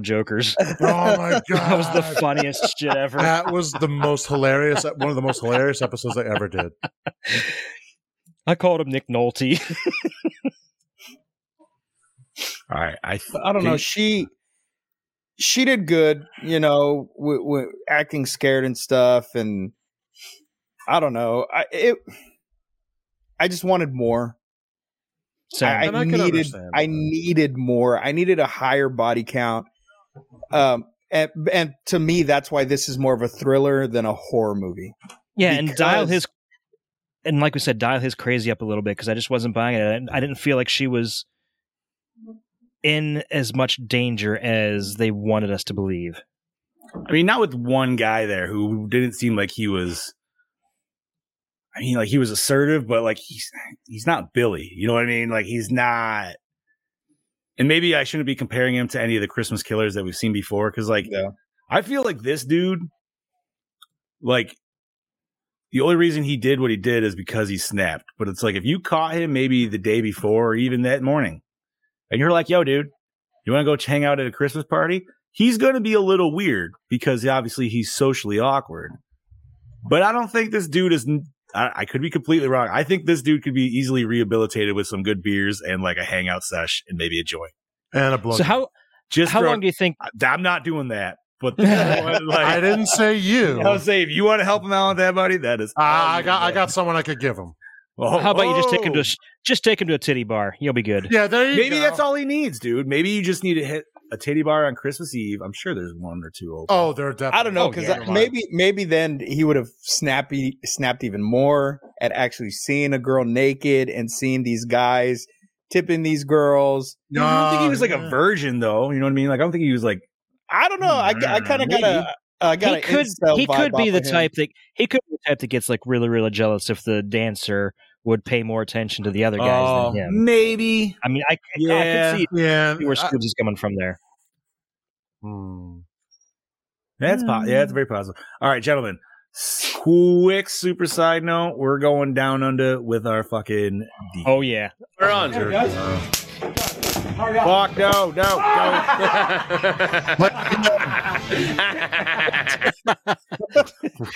[SPEAKER 6] Jokers.
[SPEAKER 5] Oh my god.
[SPEAKER 6] That was the funniest shit ever.
[SPEAKER 5] That was the most hilarious one of the most hilarious episodes I ever did.
[SPEAKER 6] I called him Nick Nolte.
[SPEAKER 3] all right. I th-
[SPEAKER 4] I don't know.
[SPEAKER 3] think-
[SPEAKER 4] She she did good, you know, w- w- acting scared and stuff, and I don't know. I it. I just wanted more.
[SPEAKER 6] Same.
[SPEAKER 4] I,
[SPEAKER 5] And
[SPEAKER 4] I
[SPEAKER 5] I can
[SPEAKER 4] needed.
[SPEAKER 5] understand
[SPEAKER 4] I
[SPEAKER 5] that.
[SPEAKER 4] needed more. I needed a higher body count. Um, and and to me, that's why this is more of a thriller than a horror movie.
[SPEAKER 6] yeah, and dial
[SPEAKER 4] because-
[SPEAKER 6] his. And like we said, dial his crazy up a little bit because I just wasn't buying it. I didn't, I didn't feel like she was in as much danger as they wanted us to believe.
[SPEAKER 3] I mean, not with one guy there who didn't seem like he was. I mean, like he was assertive, but like he's he's not Billy. You know what I mean? Like he's not. And maybe I shouldn't be comparing him to any of the Christmas killers that we've seen before, because like
[SPEAKER 4] Yeah.
[SPEAKER 3] I feel like this dude, like the only reason he did what he did is because he snapped. But it's like if you caught him maybe the day before or even that morning, and you're like, "Yo, dude, you want to go hang out at a Christmas party?" he's going to be a little weird because obviously he's socially awkward. But I don't think this dude is. I, I could be completely wrong. I think this dude could be easily rehabilitated with some good beers and like a hangout sesh and maybe a joint.
[SPEAKER 5] And a blow.
[SPEAKER 6] So how
[SPEAKER 3] Just
[SPEAKER 6] how
[SPEAKER 3] throw-
[SPEAKER 6] long do you think?
[SPEAKER 3] I- I'm not doing that. But like,
[SPEAKER 5] I didn't say you.
[SPEAKER 3] I'll say if you want to help him out with that, buddy, that is.
[SPEAKER 5] Ah, I I got I got someone I could give him.
[SPEAKER 3] Oh,
[SPEAKER 6] how about you just take him to
[SPEAKER 3] oh.
[SPEAKER 6] a, sh- just take him to a titty bar? You'll be good.
[SPEAKER 5] Yeah, there you
[SPEAKER 3] Maybe
[SPEAKER 5] go.
[SPEAKER 3] that's all he needs, dude. Maybe you just need to hit a titty bar on Christmas Eve. I'm sure there's one or two open.
[SPEAKER 5] Oh, they're definitely.
[SPEAKER 4] I don't know
[SPEAKER 6] Oh,
[SPEAKER 4] because
[SPEAKER 6] yeah.
[SPEAKER 4] maybe maybe then he would have snappy snapped even more at actually seeing a girl naked and seeing these guys tipping these girls.
[SPEAKER 3] no, I don't think he was like
[SPEAKER 5] yeah.
[SPEAKER 3] a virgin though. You know what I mean? Like I don't think he was like
[SPEAKER 4] I don't know. I, I kind of got
[SPEAKER 3] Maybe.
[SPEAKER 4] a I got
[SPEAKER 6] he
[SPEAKER 4] a
[SPEAKER 6] could
[SPEAKER 4] incel
[SPEAKER 6] he
[SPEAKER 4] vibe
[SPEAKER 6] could be
[SPEAKER 4] off
[SPEAKER 6] the
[SPEAKER 4] of him.
[SPEAKER 6] type that he could be the type that gets like really really jealous if the dancer would pay more attention to the other guys
[SPEAKER 3] Oh,
[SPEAKER 6] than him.
[SPEAKER 3] maybe.
[SPEAKER 6] I mean, I, I
[SPEAKER 3] Yeah.
[SPEAKER 6] can see
[SPEAKER 5] Yeah.
[SPEAKER 6] where
[SPEAKER 5] I-
[SPEAKER 6] Scoops is coming from there.
[SPEAKER 5] Hmm.
[SPEAKER 3] That's po- yeah, that's very possible. All right, gentlemen. s- Quick super side note: We're going down under with our fucking. D-
[SPEAKER 6] Oh yeah.
[SPEAKER 10] We're on.
[SPEAKER 3] fuck no, no, no.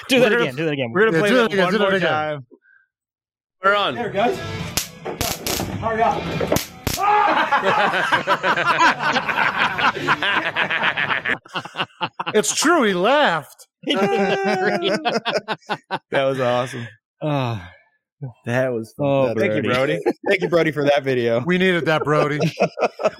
[SPEAKER 6] Do that
[SPEAKER 3] We're-
[SPEAKER 6] again. Do that again.
[SPEAKER 3] We're
[SPEAKER 5] Yeah,
[SPEAKER 3] gonna play
[SPEAKER 5] do
[SPEAKER 3] that
[SPEAKER 5] it again, do
[SPEAKER 3] one
[SPEAKER 5] it
[SPEAKER 3] more
[SPEAKER 5] again.
[SPEAKER 3] time.
[SPEAKER 10] We're on.
[SPEAKER 5] It's true. He laughed.
[SPEAKER 3] That was awesome.
[SPEAKER 6] oh,
[SPEAKER 3] That was.
[SPEAKER 6] oh
[SPEAKER 4] Thank you, Brody.
[SPEAKER 6] Brody.
[SPEAKER 4] Thank you, Brody, for that video.
[SPEAKER 5] We needed that, Brody.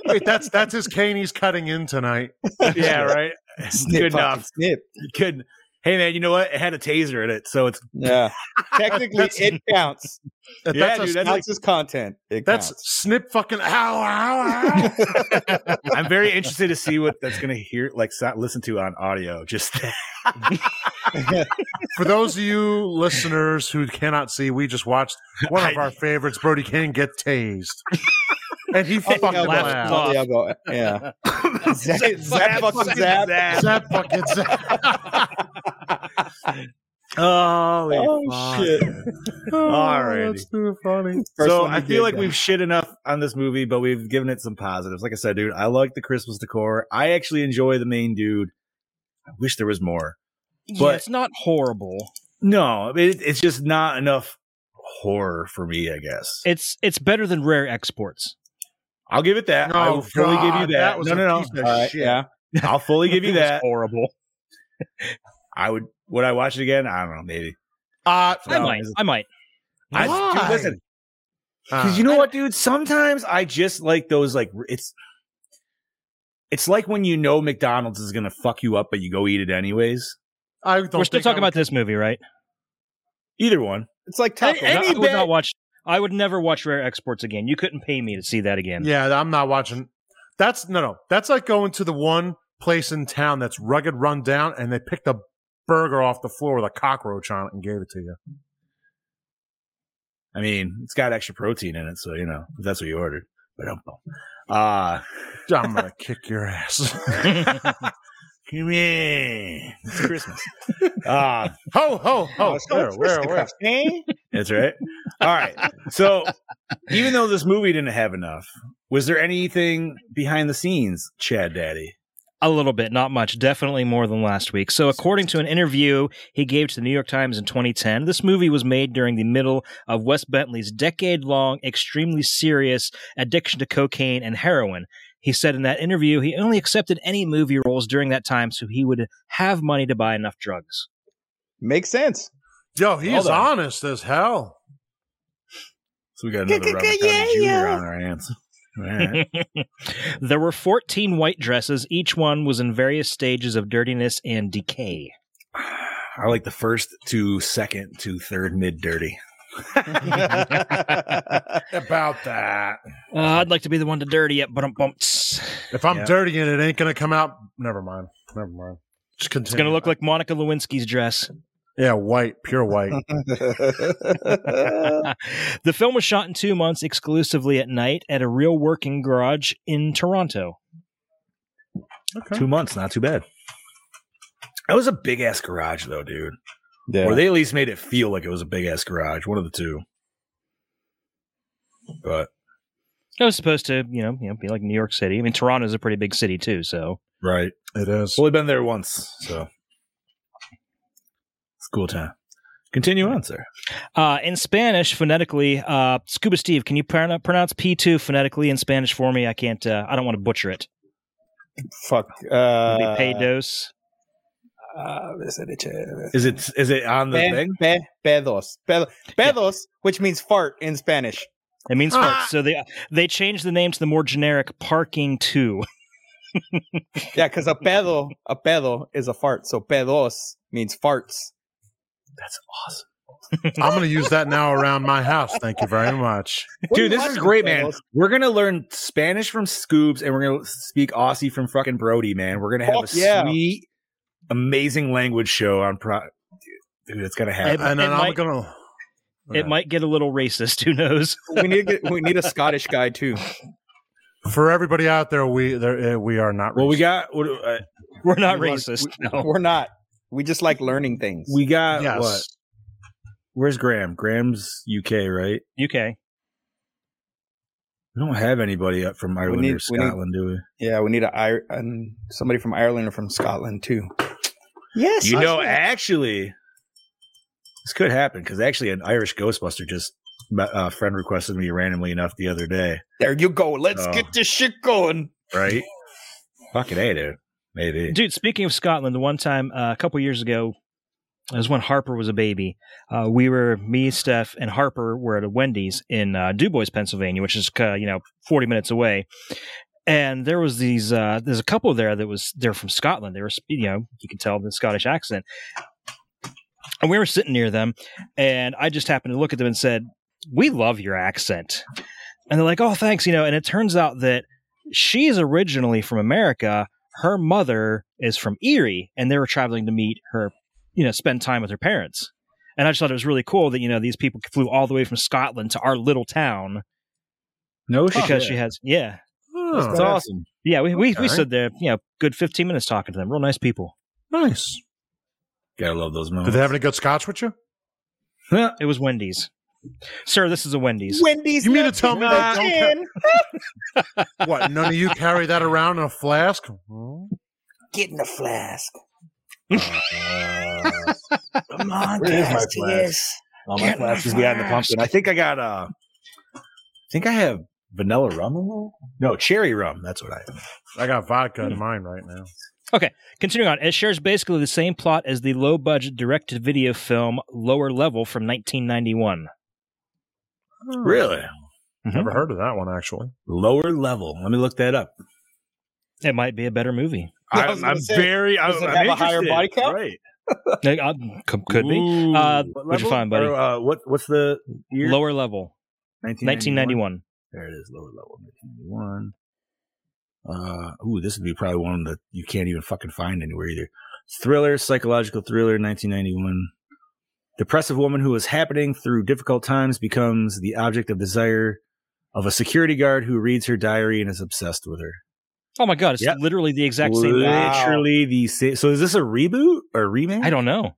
[SPEAKER 5] Wait, that's that's his cane he's cutting in tonight.
[SPEAKER 3] Yeah, right.
[SPEAKER 4] Snip,
[SPEAKER 3] Good
[SPEAKER 4] fucking
[SPEAKER 3] enough.
[SPEAKER 4] Snip.
[SPEAKER 3] You couldn't. Hey man, you know what? It had a taser in it, so it's
[SPEAKER 4] Yeah. Technically,
[SPEAKER 5] That's-
[SPEAKER 4] it counts.
[SPEAKER 5] That-
[SPEAKER 3] Yeah,
[SPEAKER 5] that's a-
[SPEAKER 4] That's
[SPEAKER 3] dude, that's
[SPEAKER 4] counts as content. It
[SPEAKER 5] that's
[SPEAKER 4] counts.
[SPEAKER 5] snip fucking ow ow ow.
[SPEAKER 3] I'm very interested to see what that's going to hear, like so- listen to on audio. Just
[SPEAKER 5] For those of you listeners who cannot see, we just watched one of our favorites, Brody Kane, get tased, and he
[SPEAKER 4] On the
[SPEAKER 5] fucking
[SPEAKER 4] elbow.
[SPEAKER 5] laughed.
[SPEAKER 4] On the elbow. Yeah. Zap, zap, fucking zap.
[SPEAKER 5] Zap fucking zap.
[SPEAKER 3] holy
[SPEAKER 4] Oh, shit.
[SPEAKER 3] Alrighty.
[SPEAKER 5] that's too funny.
[SPEAKER 4] First
[SPEAKER 3] so
[SPEAKER 4] one we
[SPEAKER 3] I feel
[SPEAKER 4] did,
[SPEAKER 3] like
[SPEAKER 4] man.
[SPEAKER 3] we've shit enough on this movie, but we've given it some positives. Like I said, dude, I like the Christmas decor. I actually enjoy the main dude. I wish there was more.
[SPEAKER 6] Yeah,
[SPEAKER 3] But-
[SPEAKER 6] it's not horrible.
[SPEAKER 3] No, I mean, it, it's just not enough horror for me. I guess
[SPEAKER 6] It's it's better than rare exports.
[SPEAKER 3] I'll give it that. I will
[SPEAKER 5] Oh,
[SPEAKER 3] fully
[SPEAKER 5] God,
[SPEAKER 3] give you that.
[SPEAKER 5] was
[SPEAKER 3] no,
[SPEAKER 5] a
[SPEAKER 3] no,
[SPEAKER 5] piece
[SPEAKER 3] no.
[SPEAKER 5] of
[SPEAKER 4] All right,
[SPEAKER 5] shit.
[SPEAKER 4] yeah.
[SPEAKER 3] I'll fully give
[SPEAKER 6] It
[SPEAKER 3] you
[SPEAKER 6] was
[SPEAKER 3] that.
[SPEAKER 6] horrible.
[SPEAKER 3] I would. Would I watch it again? I don't know. Maybe.
[SPEAKER 5] Uh,
[SPEAKER 6] I might. I might.
[SPEAKER 3] I dude,
[SPEAKER 5] Why?
[SPEAKER 3] listen.
[SPEAKER 5] uh,
[SPEAKER 3] Because you know what, dude? Sometimes I just like those like r- it's it's like when you know McDonald's is gonna fuck you up, but you go eat it anyways.
[SPEAKER 5] I don't
[SPEAKER 6] We're still
[SPEAKER 5] think I
[SPEAKER 6] talking about this movie, right?
[SPEAKER 3] Either one.
[SPEAKER 4] It's like
[SPEAKER 3] Hey,
[SPEAKER 4] taco.
[SPEAKER 3] hey,
[SPEAKER 6] No, I
[SPEAKER 3] Any
[SPEAKER 6] would
[SPEAKER 3] bad-
[SPEAKER 6] not watch. I would never watch rare exports again. You couldn't pay me to see that again.
[SPEAKER 5] Yeah, I'm not watching. That's no, no. That's like going to the one place in town that's rugged, run down, and they picked a burger off the floor with a cockroach on it and gave it to you.
[SPEAKER 3] I mean, it's got extra protein in it, so you know, if that's what you ordered. But um, uh
[SPEAKER 5] I'm gonna kick your ass.
[SPEAKER 3] come here. It's Christmas. Ah,
[SPEAKER 5] ho ho ho!
[SPEAKER 6] Oh,
[SPEAKER 5] Where, where, where?
[SPEAKER 3] That's right. All right. So, even though this movie didn't have enough, was there anything behind the scenes, Chad Daddy?
[SPEAKER 6] A little bit, not much, definitely more than last week. So, according to an interview he gave to the New York Times in 2010, this movie was made during the middle of Wes Bentley's decade long, extremely serious addiction to cocaine and heroin. He said in that interview he only accepted any movie roles during that time so he would have money to buy enough drugs.
[SPEAKER 4] Makes sense.
[SPEAKER 5] Yo, he
[SPEAKER 3] Hold
[SPEAKER 5] is
[SPEAKER 3] on.
[SPEAKER 5] honest as hell.
[SPEAKER 3] So we got another Robert Downey Jr. on our hands. All right.
[SPEAKER 6] there were 14 white dresses. Each one was in various stages of dirtiness and decay.
[SPEAKER 3] I like the first to second to third mid dirty.
[SPEAKER 5] About that.
[SPEAKER 6] Uh, I'd like to be the one to dirty it, but I'm bumped. It's
[SPEAKER 5] If I'm
[SPEAKER 3] Yeah.
[SPEAKER 5] dirty and it ain't gonna come out, never mind. Never mind. Just continue.
[SPEAKER 6] going to look like Monica Lewinsky's dress.
[SPEAKER 5] yeah, white, pure white.
[SPEAKER 6] the film was shot in two months exclusively at night at a real working garage in Toronto.
[SPEAKER 5] Okay.
[SPEAKER 3] Two months, not too bad. That was a big ass garage, though, dude.
[SPEAKER 4] Yeah.
[SPEAKER 3] Or they at least made it feel like it was a big ass garage. One of the two. But
[SPEAKER 6] It was supposed to, you know, you know, be like New York City. I mean, Toronto's a pretty big city too, so
[SPEAKER 3] right,
[SPEAKER 5] It is.
[SPEAKER 3] only been there once, so it's cool time. Continue on, sir.
[SPEAKER 6] Uh, in Spanish, phonetically, uh, Scuba Steve, can you pron- pronounce P2 phonetically in Spanish for me? I can't, uh, I don't want to butcher it.
[SPEAKER 4] Fuck. Uh,
[SPEAKER 6] Pedos.
[SPEAKER 4] uh, is it a-
[SPEAKER 3] Is it is it on the
[SPEAKER 4] Pe-
[SPEAKER 3] thing?
[SPEAKER 4] pe- pedos. Pedo- Pedos, which means fart in Spanish.
[SPEAKER 6] It means farts. So they they changed the name to the more generic parking 2.
[SPEAKER 4] Yeah, because a pedo, a pedo is a fart. So pedos means farts.
[SPEAKER 5] I'm gonna use that now around my house. Thank you very much.
[SPEAKER 3] Dude, this
[SPEAKER 4] What
[SPEAKER 3] is great, man.
[SPEAKER 4] pedos?
[SPEAKER 3] We're gonna learn Spanish from Scoobs, and we're gonna speak Aussie from fucking Brody, man. We're gonna have
[SPEAKER 4] Fuck
[SPEAKER 3] a
[SPEAKER 4] yeah.
[SPEAKER 3] sweet, amazing language show on pro. Dude, dude, it's gonna happen.
[SPEAKER 5] and then
[SPEAKER 6] it
[SPEAKER 5] I'm
[SPEAKER 6] might-
[SPEAKER 5] gonna
[SPEAKER 6] It might get a little racist. Who knows?
[SPEAKER 4] We need to get, we need a Scottish guy too.
[SPEAKER 5] for everybody out there, we there, uh, we are not.
[SPEAKER 3] Well, we
[SPEAKER 5] racist.
[SPEAKER 3] got what, do- uh,
[SPEAKER 6] We're not
[SPEAKER 4] We want-
[SPEAKER 6] racist.
[SPEAKER 4] we-
[SPEAKER 6] no.
[SPEAKER 4] We're not. We just like learning things.
[SPEAKER 3] we got
[SPEAKER 5] yes.
[SPEAKER 3] what? Where's Graham? Graham's UK, right?
[SPEAKER 6] UK.
[SPEAKER 3] We don't have anybody up from Ireland
[SPEAKER 4] need-
[SPEAKER 3] or
[SPEAKER 4] we need-
[SPEAKER 3] Scotland, do we?
[SPEAKER 4] yeah, we need a Ir- and somebody from Ireland or from Scotland too. Yes,
[SPEAKER 3] You
[SPEAKER 4] I
[SPEAKER 3] know,
[SPEAKER 4] see.
[SPEAKER 3] actually, this could happen because actually, an Irish Ghostbuster just a friend requested me randomly enough the other day,
[SPEAKER 4] there you go. Let's
[SPEAKER 3] Oh.
[SPEAKER 4] get this shit going.
[SPEAKER 3] right? Fucking a dude, maybe.
[SPEAKER 6] Dude, speaking of Scotland, the one time uh, a couple years ago, it was when Harper was a baby. Uh, we were me, Steph, and Harper were at a Wendy's in uh, Du Bois, Pennsylvania, which is uh, you know forty minutes away. And there was these. Uh, there's a couple there that was they're from Scotland. They were sp- you know you can tell the Scottish accent. And we were sitting near them, and I just happened to look at them and said, "We love your accent." And they're like, "Oh, thanks," you know. And it turns out that she's originally from America, her mother is from Erie and they were traveling to meet her, you know, spend time with her parents. And I just thought it was really cool that, you know, these people flew all the way from Scotland to our little town
[SPEAKER 3] No,
[SPEAKER 6] because she has, yeah.
[SPEAKER 5] Oh,
[SPEAKER 3] It's awesome.
[SPEAKER 6] Yeah. We, we, we
[SPEAKER 5] Okay.
[SPEAKER 6] stood there, you know, good 15 minutes talking to them. Real nice people.
[SPEAKER 5] nice.
[SPEAKER 3] Gotta love those
[SPEAKER 5] Do
[SPEAKER 3] moments.
[SPEAKER 5] they have any good scotch with you?
[SPEAKER 6] It was Wendy's. Sir, this is a Wendy's.
[SPEAKER 4] Wendy's.
[SPEAKER 5] You mean to
[SPEAKER 4] nuts
[SPEAKER 5] tell me they
[SPEAKER 4] nuts
[SPEAKER 5] don't
[SPEAKER 4] in.
[SPEAKER 5] What? None of you carry that around in a flask? Hmm?
[SPEAKER 4] Get in a flask.
[SPEAKER 3] Uh,
[SPEAKER 4] Come on,
[SPEAKER 3] Where is my
[SPEAKER 4] guys,
[SPEAKER 3] flask?
[SPEAKER 4] yes.
[SPEAKER 3] all my flasks Uh, behind the pumpkin. I think I got. Uh, I think I have vanilla rum. in there? No, cherry rum. That's what I. Have.
[SPEAKER 5] I got vodka
[SPEAKER 6] Hmm.
[SPEAKER 5] in mine right now.
[SPEAKER 6] Continuing on, it shares basically the same plot as the low budget direct to video film Lower Level from 1991.
[SPEAKER 3] Really
[SPEAKER 5] Never heard of that one actually.
[SPEAKER 3] lower level. Let me look that up.
[SPEAKER 6] It might be a better movie.
[SPEAKER 9] I
[SPEAKER 3] I,
[SPEAKER 9] was gonna
[SPEAKER 3] I'm
[SPEAKER 9] say,
[SPEAKER 3] very. I'm,
[SPEAKER 9] does it
[SPEAKER 3] I'm
[SPEAKER 9] have a higher
[SPEAKER 3] interested.
[SPEAKER 9] body count?
[SPEAKER 3] Right.
[SPEAKER 6] Like, uh, c- could be. Uh,
[SPEAKER 3] What
[SPEAKER 6] what'd you
[SPEAKER 3] level?
[SPEAKER 6] find, buddy?
[SPEAKER 3] Or, uh, what What's the year?
[SPEAKER 6] Lower Level, 1991.
[SPEAKER 3] There it is, lower level, 1991. Uh, ooh, this would be probably one that you can't even fucking find anywhere either. Thriller, psychological thriller, 1991. Depressive woman who is happening through difficult times becomes the object of desire of a security guard who reads her diary and is obsessed with her.
[SPEAKER 6] Oh my god, it's
[SPEAKER 3] Yep.
[SPEAKER 6] literally the exact same.
[SPEAKER 3] Literally the same. So is this a reboot or remake?
[SPEAKER 6] I don't know.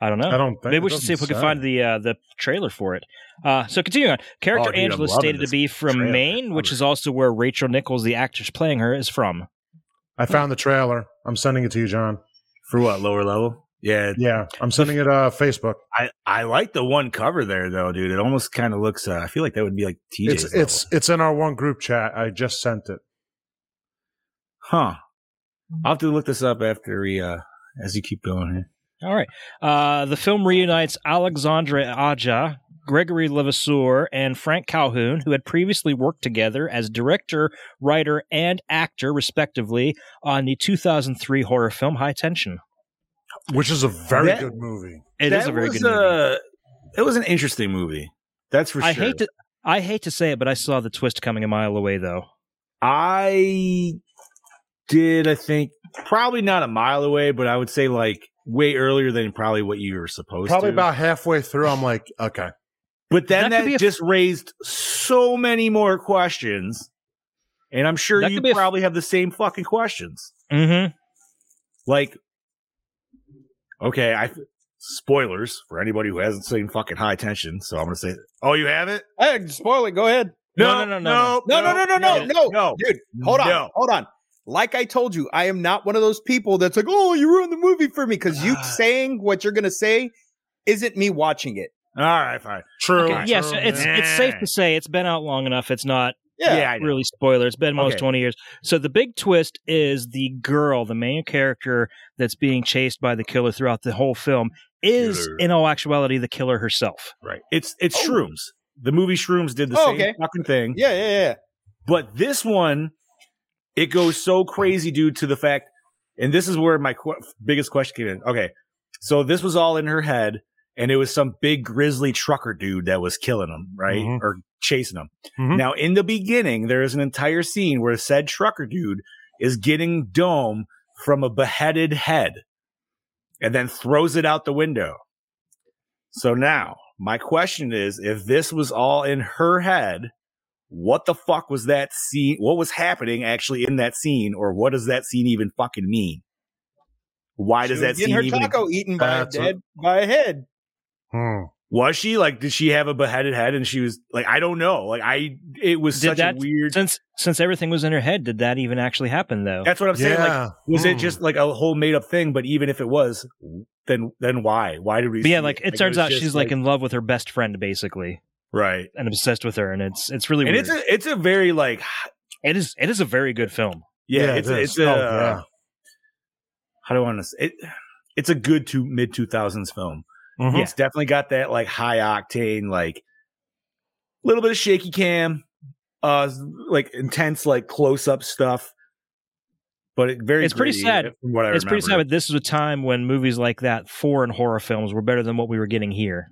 [SPEAKER 6] I
[SPEAKER 3] Oh,
[SPEAKER 6] don't know.
[SPEAKER 5] I don't think.
[SPEAKER 6] Maybe we
[SPEAKER 5] it
[SPEAKER 6] should see if we
[SPEAKER 5] doesn't
[SPEAKER 6] can
[SPEAKER 5] say.
[SPEAKER 6] find the uh, the trailer for it. Uh, so continuing on, character
[SPEAKER 3] Oh, dude, I'm
[SPEAKER 6] Angela is
[SPEAKER 3] loving
[SPEAKER 6] stated to
[SPEAKER 3] this
[SPEAKER 6] be from
[SPEAKER 3] trailer.
[SPEAKER 6] Maine, which is also where Rachel Nichols, the actress playing her, is from.
[SPEAKER 5] I found the trailer. I'm sending it to you, John.
[SPEAKER 3] For what lower level? Yeah,
[SPEAKER 5] Yeah, I'm sending it uh Facebook.
[SPEAKER 3] I I like the one cover there though, dude. It almost kind of looks. Uh, I feel like that would be like TJ's.
[SPEAKER 5] It's it's
[SPEAKER 3] level.
[SPEAKER 5] it's in our one group chat. I just sent it.
[SPEAKER 3] huh. I'll have to look this up after we uh as you keep going here.
[SPEAKER 6] All right. Uh, the film reunites Alexandra Aja, Gregory Levasseur, and Frank Calhoun, who had previously worked together as director, writer, and actor, respectively, on the 2003 horror film High Tension.
[SPEAKER 5] which is a very
[SPEAKER 3] That-
[SPEAKER 5] good movie.
[SPEAKER 6] It is
[SPEAKER 3] That
[SPEAKER 6] a very
[SPEAKER 3] was,
[SPEAKER 6] good movie.
[SPEAKER 3] uh, it was an interesting movie. That's for
[SPEAKER 6] I
[SPEAKER 3] sure.
[SPEAKER 6] hate to I hate to say it, but I saw the twist coming a mile away though.
[SPEAKER 3] I did. I think probably not a mile away, but I would say like way earlier than probably what you were supposed
[SPEAKER 5] Probably
[SPEAKER 3] to.
[SPEAKER 5] about halfway through, I'm like, okay,
[SPEAKER 3] But then
[SPEAKER 6] That could
[SPEAKER 3] that,
[SPEAKER 6] be a-
[SPEAKER 3] just raised so many more questions. And I'm sure
[SPEAKER 6] That
[SPEAKER 3] you
[SPEAKER 6] could be a-
[SPEAKER 3] probably have the same fucking questions.
[SPEAKER 6] Mm-hmm.
[SPEAKER 3] Like, okay, I spoilers for anybody who hasn't seen fucking high tension. So I'm gonna say, oh, you haven't?
[SPEAKER 4] Hey, spoil it. Go ahead.
[SPEAKER 6] No, no, no, no,
[SPEAKER 4] No, no, no, no, no, no, dude. Hold on,
[SPEAKER 3] No.
[SPEAKER 4] hold on. Like I told you, I am not one of those people that's like, "Oh, you ruined the movie for me," because you saying what you're gonna say isn't me watching it.
[SPEAKER 3] All right, fine.
[SPEAKER 5] true.
[SPEAKER 6] Okay, yes,
[SPEAKER 5] true,
[SPEAKER 6] it's
[SPEAKER 5] yeah.
[SPEAKER 6] it's safe to say it's been out long enough. It's not
[SPEAKER 4] Yeah,
[SPEAKER 3] I know.
[SPEAKER 6] really spoiler. It's been almost
[SPEAKER 3] Okay.
[SPEAKER 6] 20 years. So the big twist is the girl, the main character that's being chased by the killer throughout the whole film is
[SPEAKER 3] Killer.
[SPEAKER 6] in all actuality the killer herself.
[SPEAKER 3] right. It's it's
[SPEAKER 4] Oh.
[SPEAKER 3] shrooms. The movie Shrooms did the
[SPEAKER 4] Oh,
[SPEAKER 3] same
[SPEAKER 4] okay.
[SPEAKER 3] fucking thing.
[SPEAKER 4] yeah, yeah, yeah.
[SPEAKER 3] But this one, it goes so crazy due to the fact, and this is where my qu- biggest question came in. Okay, so this was all in her head, and it was some big grizzly trucker dude that was killing him, right,
[SPEAKER 5] Mhm.
[SPEAKER 3] or chasing him.
[SPEAKER 5] Mhm.
[SPEAKER 3] Now, in the beginning, there is an entire scene where said trucker dude is getting dome from a beheaded head, and then throws it out the window. So now, my question is, if this was all in her head what the fuck was that scene? What was happening actually in that scene, or what does that scene even fucking mean? Why does
[SPEAKER 4] She was
[SPEAKER 3] that
[SPEAKER 4] getting
[SPEAKER 3] scene
[SPEAKER 4] her
[SPEAKER 3] even?
[SPEAKER 4] taco eaten by a
[SPEAKER 5] That's what-
[SPEAKER 4] dead by a head?
[SPEAKER 5] Hmm.
[SPEAKER 3] Was she like? Did she have a beheaded head? And she was like, I don't know. Like I, it was
[SPEAKER 6] Did
[SPEAKER 3] such
[SPEAKER 6] that-
[SPEAKER 3] a weird.
[SPEAKER 6] Since since everything was in her head, did that even actually happen though?
[SPEAKER 3] That's what I'm saying. Like,
[SPEAKER 5] Yeah.
[SPEAKER 3] was it
[SPEAKER 5] Hmm.
[SPEAKER 3] just like a whole made up thing? But even if it was, then then why? Why did we?
[SPEAKER 6] But yeah,
[SPEAKER 3] see
[SPEAKER 6] like it
[SPEAKER 3] was
[SPEAKER 6] turns out
[SPEAKER 3] just,
[SPEAKER 6] she's like in love with her best friend basically,
[SPEAKER 3] right,
[SPEAKER 6] and obsessed with her, and it's it's really
[SPEAKER 3] and
[SPEAKER 6] weird.
[SPEAKER 3] it's a it's a very like
[SPEAKER 6] it is it is a very good film.
[SPEAKER 3] yeah,
[SPEAKER 5] Yeah, it
[SPEAKER 3] it's a,
[SPEAKER 5] is.
[SPEAKER 3] it's uh, a
[SPEAKER 5] Oh, yeah.
[SPEAKER 3] how do I want to say it? It's a good to mid two thousands film.
[SPEAKER 6] Mm-hmm.
[SPEAKER 5] Mhm.
[SPEAKER 3] It's definitely got that like high octane, like little bit of shaky cam, uh, like intense like close up stuff. But it very
[SPEAKER 6] It's pretty
[SPEAKER 3] gritty,
[SPEAKER 6] sad.
[SPEAKER 3] From what I
[SPEAKER 6] it's pretty sad,
[SPEAKER 3] remember.
[SPEAKER 6] but this was a time when movies like that, foreign horror films, were better than what we were getting here.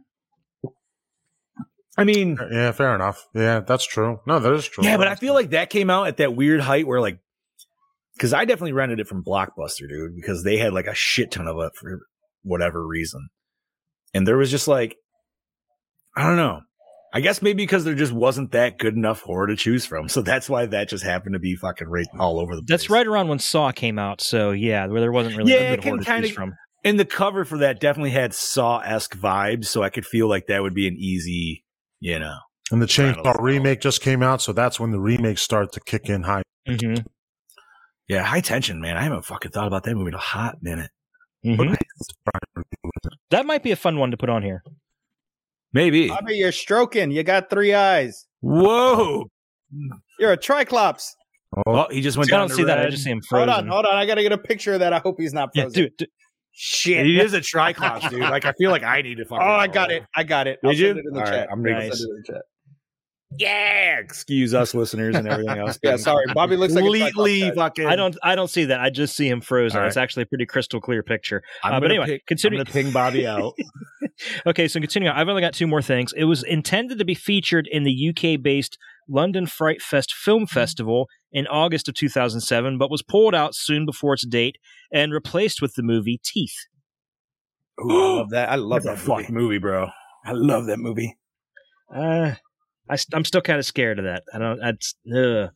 [SPEAKER 3] I mean,
[SPEAKER 5] Yeah, fair enough. Yeah, that's true. No, that is true.
[SPEAKER 3] Yeah, but I feel like that came out at that weird height where like, because I definitely rented it from Blockbuster, dude, because they had like a shit ton of it for whatever reason, and there was just like, I don't know. I guess maybe because there just wasn't that good enough horror to choose from, so that's why that just happened to be fucking right all over the place.
[SPEAKER 6] That's right around when Saw came out, so yeah, where there wasn't really
[SPEAKER 3] Yeah,
[SPEAKER 6] a
[SPEAKER 3] it
[SPEAKER 6] good
[SPEAKER 3] can
[SPEAKER 6] horror to
[SPEAKER 3] kinda-
[SPEAKER 6] choose from.
[SPEAKER 3] And the cover for that definitely had Saw esque vibes, so I could feel like that would be an easy, you know.
[SPEAKER 5] and the
[SPEAKER 3] Rattles.
[SPEAKER 5] Chainsaw remake just came out, so that's when the remakes start to kick in high.
[SPEAKER 6] Mhm.
[SPEAKER 3] Yeah, high tension, man. I haven't fucking thought about that movie in a hot minute.
[SPEAKER 6] Mhm. That might be a fun one to put on here.
[SPEAKER 3] Maybe.
[SPEAKER 4] I mean, you're stroking. You got three eyes.
[SPEAKER 3] Whoa.
[SPEAKER 4] You're a triclops.
[SPEAKER 3] Oh, he just went
[SPEAKER 6] I
[SPEAKER 3] down.
[SPEAKER 6] don't
[SPEAKER 3] to
[SPEAKER 6] see that. I
[SPEAKER 3] red.
[SPEAKER 6] just see him
[SPEAKER 4] Hold
[SPEAKER 6] frozen.
[SPEAKER 4] on, hold on. I gotta get a picture of that. I hope he's not
[SPEAKER 6] yeah,
[SPEAKER 4] frozen.
[SPEAKER 6] do it. do-
[SPEAKER 4] Shit.
[SPEAKER 3] It is a triclops, dude. Like I feel like I need to
[SPEAKER 4] Oh,
[SPEAKER 3] fucking.
[SPEAKER 4] I got it. I got it.
[SPEAKER 3] Did
[SPEAKER 4] I'll
[SPEAKER 3] you?
[SPEAKER 4] Send it in the
[SPEAKER 3] All right,
[SPEAKER 4] chat.
[SPEAKER 3] I'm gonna
[SPEAKER 4] I'll
[SPEAKER 6] nice.
[SPEAKER 4] send it in the chat.
[SPEAKER 3] Yeah, excuse us, listeners, and everything else.
[SPEAKER 4] Yeah, sorry. Bobby looks like a
[SPEAKER 3] completely
[SPEAKER 4] triclops guy.
[SPEAKER 3] fucking.
[SPEAKER 6] I don't. I don't see that. I just see him frozen.
[SPEAKER 3] All right.
[SPEAKER 6] It's actually a pretty crystal clear picture.
[SPEAKER 3] I'm
[SPEAKER 6] Uh, but
[SPEAKER 3] gonna
[SPEAKER 6] anyway,
[SPEAKER 3] pick-
[SPEAKER 6] considering-
[SPEAKER 3] I'm gonna ping Bobby out.
[SPEAKER 6] Okay, so continuing, on, I've only got two more things. It was intended to be featured in the UK based London Fright Fest Film Festival in August of 2007, but was pulled out soon before its date and replaced with the movie Teeth.
[SPEAKER 4] Ooh, I love that. I love
[SPEAKER 3] Love that
[SPEAKER 4] that movie.
[SPEAKER 3] fuck movie, bro.
[SPEAKER 4] I love that movie.
[SPEAKER 6] Uh, I, am still kind of scared of that. I don't. That's ugh.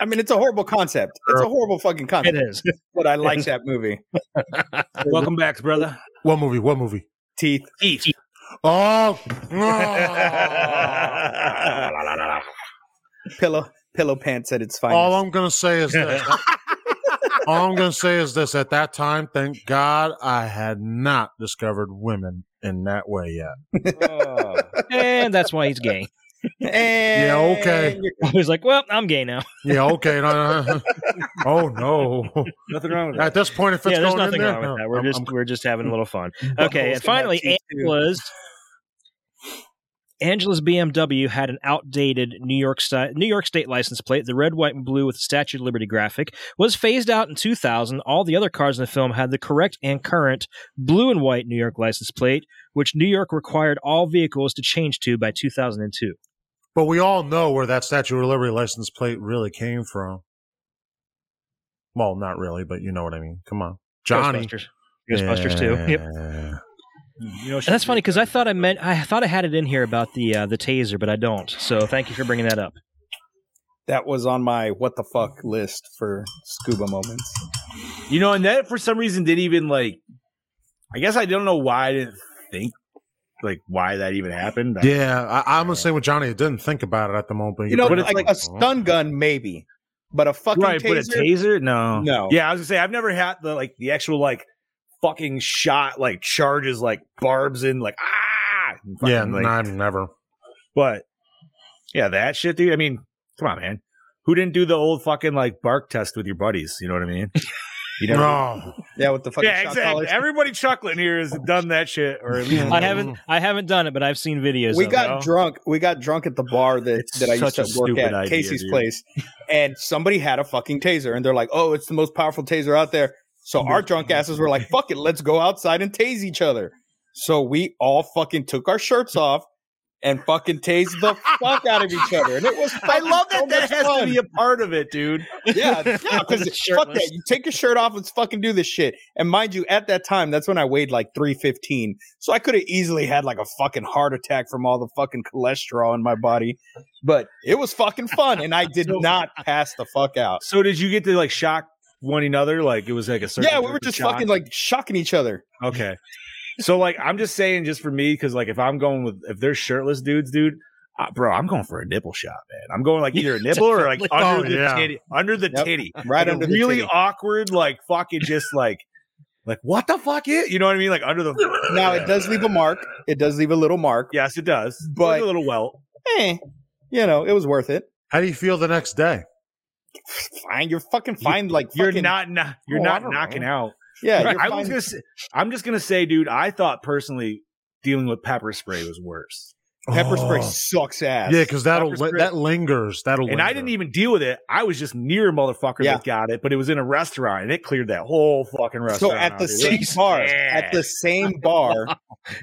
[SPEAKER 4] I mean, it's a horrible concept. It's a horrible fucking
[SPEAKER 6] it
[SPEAKER 4] concept.
[SPEAKER 6] is.
[SPEAKER 4] But I like that movie.
[SPEAKER 3] Welcome back, brother.
[SPEAKER 5] What movie? What movie?
[SPEAKER 4] Teeth.
[SPEAKER 3] Eat.
[SPEAKER 5] Oh,
[SPEAKER 4] Pillow. Pillow pants at its finest.
[SPEAKER 5] all I'm gonna say is this. all I'm gonna say is this. At that time, thank God I had not discovered women in that way yet.
[SPEAKER 6] and that's why he's gay.
[SPEAKER 4] and
[SPEAKER 5] Yeah, okay.
[SPEAKER 6] I was like, well, I'm gay now.
[SPEAKER 5] Yeah. Okay. no, no, no. oh no.
[SPEAKER 3] Nothing wrong with
[SPEAKER 5] At this point, if it's
[SPEAKER 6] yeah, there's
[SPEAKER 5] going
[SPEAKER 6] nothing
[SPEAKER 5] in there,
[SPEAKER 6] wrong with
[SPEAKER 5] no,
[SPEAKER 6] that. We're
[SPEAKER 5] I'm-
[SPEAKER 6] just
[SPEAKER 5] I'm-
[SPEAKER 6] we're just having a little fun. Okay, and finally,
[SPEAKER 4] teeth, too.
[SPEAKER 6] Angela's Angela's BMW had an outdated New York sti- New York State license plate. The red, white, and blue with the Statue of Liberty graphic was phased out in 2000. All the other cars in the film had the correct and current blue and white New York license plate, which New York required all vehicles to change to by 2002.
[SPEAKER 5] But we all know where that Statue of Liberty license plate really came from. Well, not really, but you know what I mean. Come on, Johnny.
[SPEAKER 6] Ghostbusters, Ghostbusters too. Yep.
[SPEAKER 5] Yeah.
[SPEAKER 3] You know,
[SPEAKER 6] And that's funny because I thought I meant I thought I had it in here about the uh, the taser, but I don't. So thank you for bringing that up.
[SPEAKER 4] That was on my what the fuck list for scuba moments.
[SPEAKER 3] You know, and that for some reason didn't even like. I guess I don't know why I didn't think like why that even happened.
[SPEAKER 5] Yeah, I, I'm gonna say with Johnny. I didn't think about it at the moment, but
[SPEAKER 4] You know,
[SPEAKER 5] but
[SPEAKER 4] like, a stun gun, maybe, but a fucking
[SPEAKER 3] right,
[SPEAKER 4] taser.
[SPEAKER 3] but a taser? No,
[SPEAKER 4] No.
[SPEAKER 3] Yeah, I was gonna say I've never had the like the actual like fucking shot like charges like barbs in like ah. and fucking,
[SPEAKER 5] yeah,
[SPEAKER 3] like,
[SPEAKER 5] no, I've never.
[SPEAKER 3] but yeah, that shit, dude. I mean, come on, man. Who didn't do the old fucking like bark test with your buddies? You know what I mean? You know.
[SPEAKER 5] No,
[SPEAKER 4] yeah, with the fucking
[SPEAKER 3] Yeah,
[SPEAKER 4] shot
[SPEAKER 3] exactly.
[SPEAKER 4] collars.
[SPEAKER 3] Everybody chuckling here has done that shit, or at least
[SPEAKER 6] I haven't I haven't done it, but I've seen videos.
[SPEAKER 4] we
[SPEAKER 6] of
[SPEAKER 4] got
[SPEAKER 6] it. Oh.
[SPEAKER 4] drunk. We got drunk at the bar that,
[SPEAKER 3] It's
[SPEAKER 4] that I used
[SPEAKER 3] such
[SPEAKER 4] to
[SPEAKER 3] a
[SPEAKER 4] work
[SPEAKER 3] stupid
[SPEAKER 4] at,
[SPEAKER 3] idea,
[SPEAKER 4] Casey's
[SPEAKER 3] dude.
[SPEAKER 4] place, and somebody had a fucking taser, and they're like, "Oh, it's the most powerful taser out there." So our drunk asses were like, "Fuck it, let's go outside and tase each other." So we all fucking took our shirts off and fucking tase the fuck out of each other. And it was
[SPEAKER 9] I love that
[SPEAKER 4] so
[SPEAKER 9] that
[SPEAKER 4] much
[SPEAKER 9] has to
[SPEAKER 4] fun.
[SPEAKER 9] be a part of it, dude.
[SPEAKER 4] yeah, yeah, because fuck
[SPEAKER 6] Shirtless.
[SPEAKER 4] that. You take your shirt off. Let's fucking do this shit. And mind you, at that time, that's when I weighed like three fifteen, so I could have easily had like a fucking heart attack from all the fucking cholesterol in my body. But it was fucking fun, and I did not pass the fuck out.
[SPEAKER 3] So did you get to like shock one another? Like it was like a certain
[SPEAKER 4] yeah, we
[SPEAKER 3] group
[SPEAKER 4] were
[SPEAKER 3] of
[SPEAKER 4] just
[SPEAKER 3] shock?
[SPEAKER 4] fucking like shocking each other.
[SPEAKER 3] okay. So like I'm just saying, just for me, because like if I'm going with if they're shirtless dudes, dude. Uh, bro, I'm going for a nipple shot, man. I'm going like either a nipple or like under
[SPEAKER 5] Oh,
[SPEAKER 3] the
[SPEAKER 5] yeah.
[SPEAKER 3] titty, under the
[SPEAKER 4] Yep.
[SPEAKER 3] titty,
[SPEAKER 4] Right
[SPEAKER 3] Like, a
[SPEAKER 4] under the
[SPEAKER 3] really
[SPEAKER 4] titty.
[SPEAKER 3] awkward, like fucking just like, like what the fuck is, you know what I mean? Like under the
[SPEAKER 4] Now it does leave a mark. It does leave a little mark.
[SPEAKER 3] Yes, it does. It's
[SPEAKER 4] But-
[SPEAKER 3] a little welt.
[SPEAKER 4] Eh, you know, it was worth it.
[SPEAKER 5] How do you feel the next day?
[SPEAKER 4] Fine, you're fucking fine. like
[SPEAKER 3] You're
[SPEAKER 4] fucking-
[SPEAKER 3] not, not you're
[SPEAKER 4] Oh, I
[SPEAKER 3] not
[SPEAKER 4] don't
[SPEAKER 3] knocking out.
[SPEAKER 4] Yeah,
[SPEAKER 3] Right,
[SPEAKER 4] you're
[SPEAKER 3] I
[SPEAKER 4] fine.
[SPEAKER 3] was gonna say, I'm just gonna say, dude, I thought personally dealing with pepper spray was worse.
[SPEAKER 4] pepper spray
[SPEAKER 5] Oh.
[SPEAKER 4] sucks ass.
[SPEAKER 5] Yeah, because that'll
[SPEAKER 3] Pepper
[SPEAKER 5] li-
[SPEAKER 3] spray.
[SPEAKER 5] that lingers. That'll
[SPEAKER 3] And I
[SPEAKER 5] linger.
[SPEAKER 3] didn't even deal with it. I was just near a motherfucker
[SPEAKER 4] Yeah.
[SPEAKER 3] that got it, but it was in a restaurant and it cleared that whole fucking
[SPEAKER 4] So
[SPEAKER 3] restaurant.
[SPEAKER 4] at the
[SPEAKER 3] out, dude.
[SPEAKER 4] same bar,
[SPEAKER 3] Yeah.
[SPEAKER 4] at the same bar,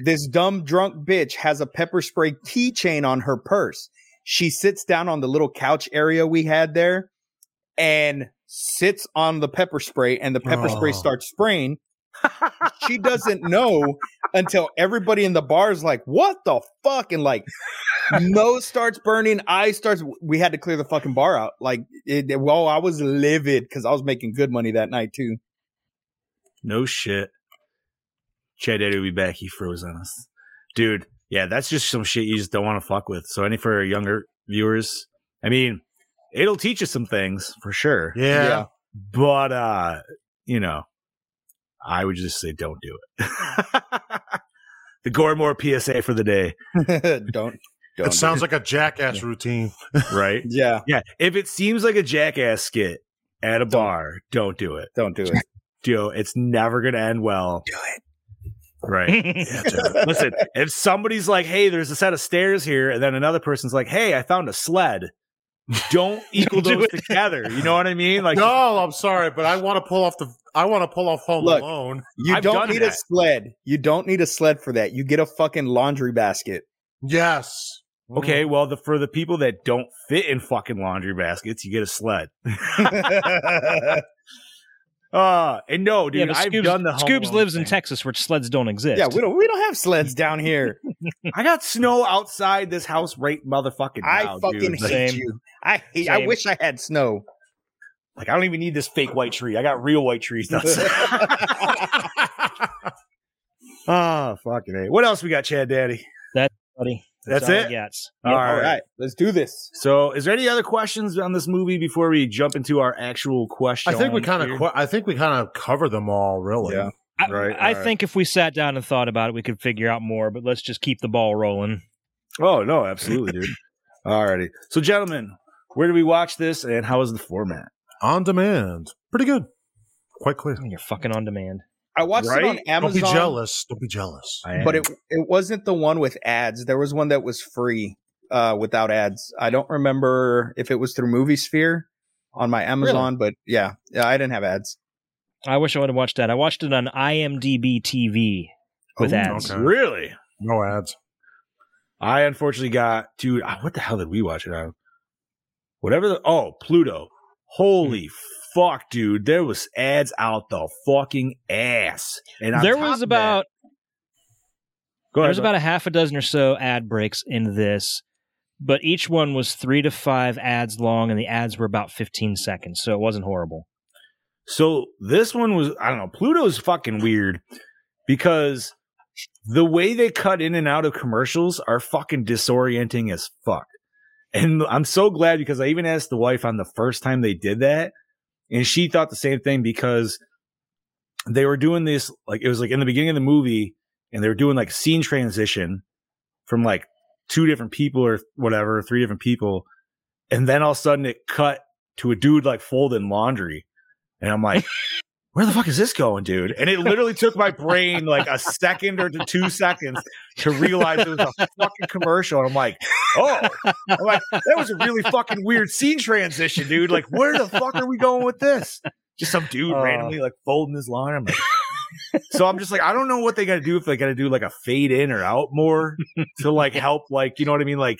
[SPEAKER 4] this dumb drunk bitch has a pepper spray keychain on her purse. She sits down on the little couch area we had there and sits on the pepper spray, and the pepper spray
[SPEAKER 5] Oh.
[SPEAKER 4] starts spraying. she doesn't know until everybody in the bar is like, "What the fuck?" and like. nose starts burning, eye starts. We had to clear the fucking bar out. Like, it, well, I was livid because I was making good money that night too.
[SPEAKER 3] No shit. Chad Eddie will be back. He froze on us. Dude, yeah, that's just some shit you just don't want to fuck with. So any for our younger viewers, I mean, it'll teach you some things for sure.
[SPEAKER 5] Yeah.
[SPEAKER 4] Yeah.
[SPEAKER 3] But uh, you know, I would just say don't do it. the Gormore PSA for the day,
[SPEAKER 4] don't don't.
[SPEAKER 5] It sounds like a jackass routine.
[SPEAKER 3] right?
[SPEAKER 4] yeah,
[SPEAKER 3] yeah. If it seems like a jackass skit at a
[SPEAKER 4] Don't.
[SPEAKER 3] bar, don't do it.
[SPEAKER 4] don't do it.
[SPEAKER 3] Dude, it's never gonna end well. Do it. Right.
[SPEAKER 5] Yeah, dude.
[SPEAKER 3] Listen, if somebody's like, "Hey, there's a set of stairs here," and then another person's like, "Hey, I found a sled," don't equal
[SPEAKER 6] Don't do
[SPEAKER 3] those together. You know what I mean? Like,
[SPEAKER 5] no, I'm sorry, but I want to pull off the. I want to pull off Home
[SPEAKER 4] Look.
[SPEAKER 5] Alone.
[SPEAKER 4] You
[SPEAKER 3] I've
[SPEAKER 4] don't
[SPEAKER 3] done
[SPEAKER 4] need a
[SPEAKER 3] that.
[SPEAKER 4] sled. You don't need a sled for that. You get a fucking laundry basket.
[SPEAKER 5] Yes.
[SPEAKER 3] okay, well, the, for the people that don't fit in fucking laundry baskets, you get a sled. uh, and no, dude,
[SPEAKER 6] but
[SPEAKER 3] I've
[SPEAKER 6] Scoobs,
[SPEAKER 3] done the Home
[SPEAKER 6] Scoobs
[SPEAKER 3] Alone
[SPEAKER 6] lives in
[SPEAKER 3] thing.
[SPEAKER 6] Texas where sleds don't exist.
[SPEAKER 4] yeah, we don't we don't have sleds down here.
[SPEAKER 3] I got snow outside this house right motherfucking
[SPEAKER 4] I
[SPEAKER 3] now,
[SPEAKER 4] fucking
[SPEAKER 3] dude.
[SPEAKER 4] hate
[SPEAKER 3] Like,
[SPEAKER 6] Same.
[SPEAKER 4] you. I hate. I
[SPEAKER 6] Same.
[SPEAKER 4] wish I had snow.
[SPEAKER 3] like, I don't even need this fake white tree. I got real white trees
[SPEAKER 5] Mm.
[SPEAKER 3] outside. Ah, fucking it. What else we got, Chad Daddy?
[SPEAKER 6] buddy.
[SPEAKER 3] That's
[SPEAKER 6] all I
[SPEAKER 3] it?
[SPEAKER 6] gets.
[SPEAKER 3] All
[SPEAKER 4] All
[SPEAKER 3] right.
[SPEAKER 4] right, let's do this.
[SPEAKER 3] So, is there any other questions on this movie before we jump into our actual question?
[SPEAKER 5] I think we kind of. I think we kind of cover them all, really.
[SPEAKER 4] Yeah.
[SPEAKER 6] I,
[SPEAKER 3] Right,
[SPEAKER 6] I
[SPEAKER 3] right.
[SPEAKER 6] think if we sat down and thought about it, we could figure out more. But let's just keep the ball rolling.
[SPEAKER 3] Oh no, absolutely, dude. Alrighty. So, gentlemen, where do we watch this, and how is the format?
[SPEAKER 5] On demand, pretty good. Quite clear.
[SPEAKER 6] Oh, You're fucking on demand.
[SPEAKER 4] I watched it on
[SPEAKER 3] Right?
[SPEAKER 4] Amazon.
[SPEAKER 5] Don't be jealous. Don't be jealous.
[SPEAKER 3] I am-
[SPEAKER 4] but it it wasn't the one with ads. There was one that was free uh, without ads. I don't remember if it was through Movie Sphere on my Amazon, but yeah, yeah, I didn't have ads.
[SPEAKER 6] I wish I would have watched that. I watched it on IMDb TV with
[SPEAKER 5] Oh,
[SPEAKER 6] ads.
[SPEAKER 5] okay.
[SPEAKER 3] really,
[SPEAKER 5] No ads.
[SPEAKER 3] I unfortunately got dude. ah, What the hell did we watch it on? Whatever. The, oh, Pluto.
[SPEAKER 6] Hmm.
[SPEAKER 3] Holy fuck, dude! There was ads out the fucking ass, and on
[SPEAKER 6] There
[SPEAKER 3] top
[SPEAKER 6] was
[SPEAKER 3] of that-
[SPEAKER 6] about
[SPEAKER 3] Go ahead,
[SPEAKER 6] there's
[SPEAKER 3] bud.
[SPEAKER 6] about a half a dozen or so ad breaks in this, but each one was three to five ads long, and the ads were about 15 seconds, so it wasn't horrible.
[SPEAKER 3] So this one was I don't know, Pluto's fucking weird because the way they cut in and out of commercials are fucking disorienting as fuck. And I'm so glad because I even asked the wife on the first time they did that and she thought the same thing because they were doing this like it was like in the beginning of the movie and they were doing like scene transition from like two different people or whatever, three different people and then all of a sudden it cut to a dude like folding laundry. And I'm like, where the fuck is this going, dude? And it literally took my brain like a second or to two seconds to realize it was a fucking commercial. And I'm like, oh, I'm like, that was a really fucking weird scene transition, dude. Like, where the fuck are we going with this? Just some dude
[SPEAKER 6] Uh.
[SPEAKER 3] randomly like folding his laundry. I'm like, so I'm just like, I don't know what they got to do if they got to do like a fade in or out more to like help, like you know what I mean, like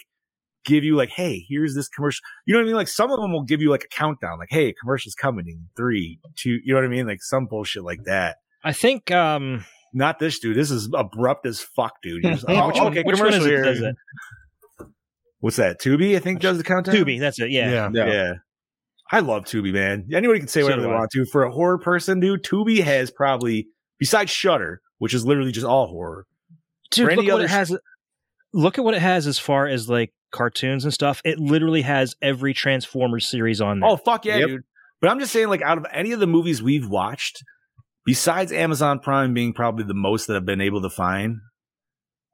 [SPEAKER 3] give you like, hey, here's this commercial. You know what I mean? Like some of them will give you like a countdown, like, hey, commercial's coming in three, two. You know what I mean? Like some bullshit like that.
[SPEAKER 6] I think. Um,
[SPEAKER 3] Not this dude. This is abrupt as fuck, dude. You're just, oh,
[SPEAKER 6] which one-
[SPEAKER 3] okay,
[SPEAKER 6] which one
[SPEAKER 3] commercial
[SPEAKER 6] is it?
[SPEAKER 3] here.
[SPEAKER 6] that Does it?
[SPEAKER 3] What's that? Tubi, I think does the countdown.
[SPEAKER 6] Tubi. That's it. Yeah.
[SPEAKER 5] Yeah.
[SPEAKER 3] Um, Yeah. I love Tubi, man. Anybody can say
[SPEAKER 6] So
[SPEAKER 3] whatever
[SPEAKER 6] do
[SPEAKER 3] they
[SPEAKER 6] I.
[SPEAKER 3] want to. For a horror person, dude, Tubi has probably, besides Shudder, which is literally just all horror.
[SPEAKER 6] Dude,
[SPEAKER 3] For
[SPEAKER 6] look
[SPEAKER 3] any
[SPEAKER 6] what
[SPEAKER 3] other
[SPEAKER 6] it has. Look at what it has as far as like cartoons and stuff. It literally has every Transformers series on there.
[SPEAKER 3] Oh, fuck yeah, dude. But I'm just saying, like, out of any of the movies we've watched, besides Amazon Prime being probably the most that I've been able to find,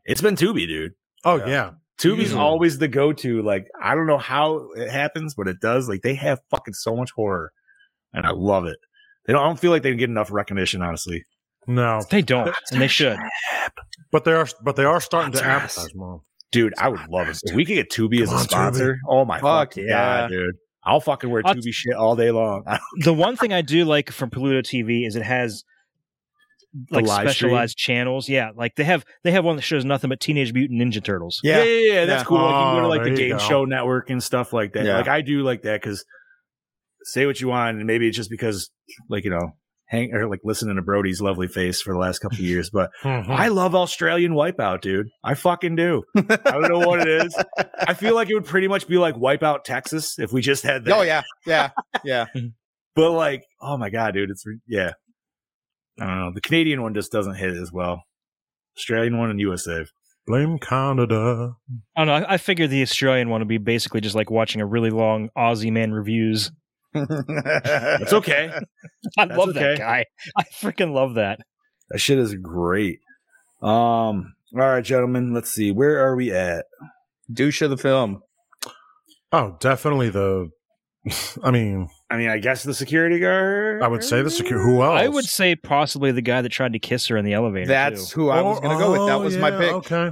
[SPEAKER 3] it's been Tubi, dude.
[SPEAKER 5] Oh
[SPEAKER 3] Yeah.
[SPEAKER 5] yeah.
[SPEAKER 3] Tubi's
[SPEAKER 5] Easily.
[SPEAKER 3] always the go to. Like, I don't know how it happens, but it does. Like, they have fucking so much horror, and I love it. They don't, I don't feel like they get enough recognition, honestly.
[SPEAKER 5] No,
[SPEAKER 6] They don't, and they should.
[SPEAKER 5] but they are, but they are starting to
[SPEAKER 3] Sponsor us.
[SPEAKER 5] advertise more.
[SPEAKER 3] Dude, I would love it. If we could get Tubi as
[SPEAKER 5] Come
[SPEAKER 3] a
[SPEAKER 5] on,
[SPEAKER 3] sponsor, oh my
[SPEAKER 4] Fuck
[SPEAKER 3] fuck, yeah, dude. I'll fucking wear
[SPEAKER 6] I'll-
[SPEAKER 3] Tubi shit all day long.
[SPEAKER 6] The one thing I do like from Pluto TV is it has like
[SPEAKER 3] live stream?
[SPEAKER 6] specialized channels. Yeah, like they have they have one that shows nothing but Teenage Mutant Ninja Turtles.
[SPEAKER 3] Yeah, yeah, yeah, yeah, that's
[SPEAKER 4] Yeah.
[SPEAKER 3] cool. Like, you can go to
[SPEAKER 5] Oh,
[SPEAKER 3] like the
[SPEAKER 5] there you
[SPEAKER 3] game
[SPEAKER 5] go.
[SPEAKER 3] show network and stuff like that.
[SPEAKER 4] Yeah.
[SPEAKER 3] Like I do like that because say what you want, and maybe it's just because like you know hang or like listening to Brody's lovely face for the last couple of years, but
[SPEAKER 5] Mhm.
[SPEAKER 3] I love Australian Wipeout, dude. I fucking do. I don't know what it is. I feel like it would pretty much be like Wipeout Texas if we just had that.
[SPEAKER 4] Oh yeah, yeah, yeah.
[SPEAKER 3] But like, oh my god, dude, it's re- yeah. I don't know. The Canadian one just doesn't hit as well. Australian one and USA.
[SPEAKER 5] Blame Canada.
[SPEAKER 6] I don't know. I, I figure the Australian one would be basically just like watching a really long Aussie man reviews.
[SPEAKER 3] It's okay.
[SPEAKER 6] I
[SPEAKER 3] That's
[SPEAKER 6] love that
[SPEAKER 3] okay.
[SPEAKER 6] guy. I freaking love that.
[SPEAKER 3] That shit is great. Um. All right, gentlemen. Let's see. Where are we at?
[SPEAKER 4] Douche of the film.
[SPEAKER 5] Oh, definitely the. I mean,
[SPEAKER 3] I mean, I guess the security guard.
[SPEAKER 5] I would say the secure. Who else?
[SPEAKER 6] I would say possibly the guy that tried to kiss her in the elevator.
[SPEAKER 4] That's
[SPEAKER 6] too.
[SPEAKER 4] who I was going to go with. That
[SPEAKER 5] Oh,
[SPEAKER 4] was my
[SPEAKER 5] yeah,
[SPEAKER 4] pick.
[SPEAKER 5] Okay.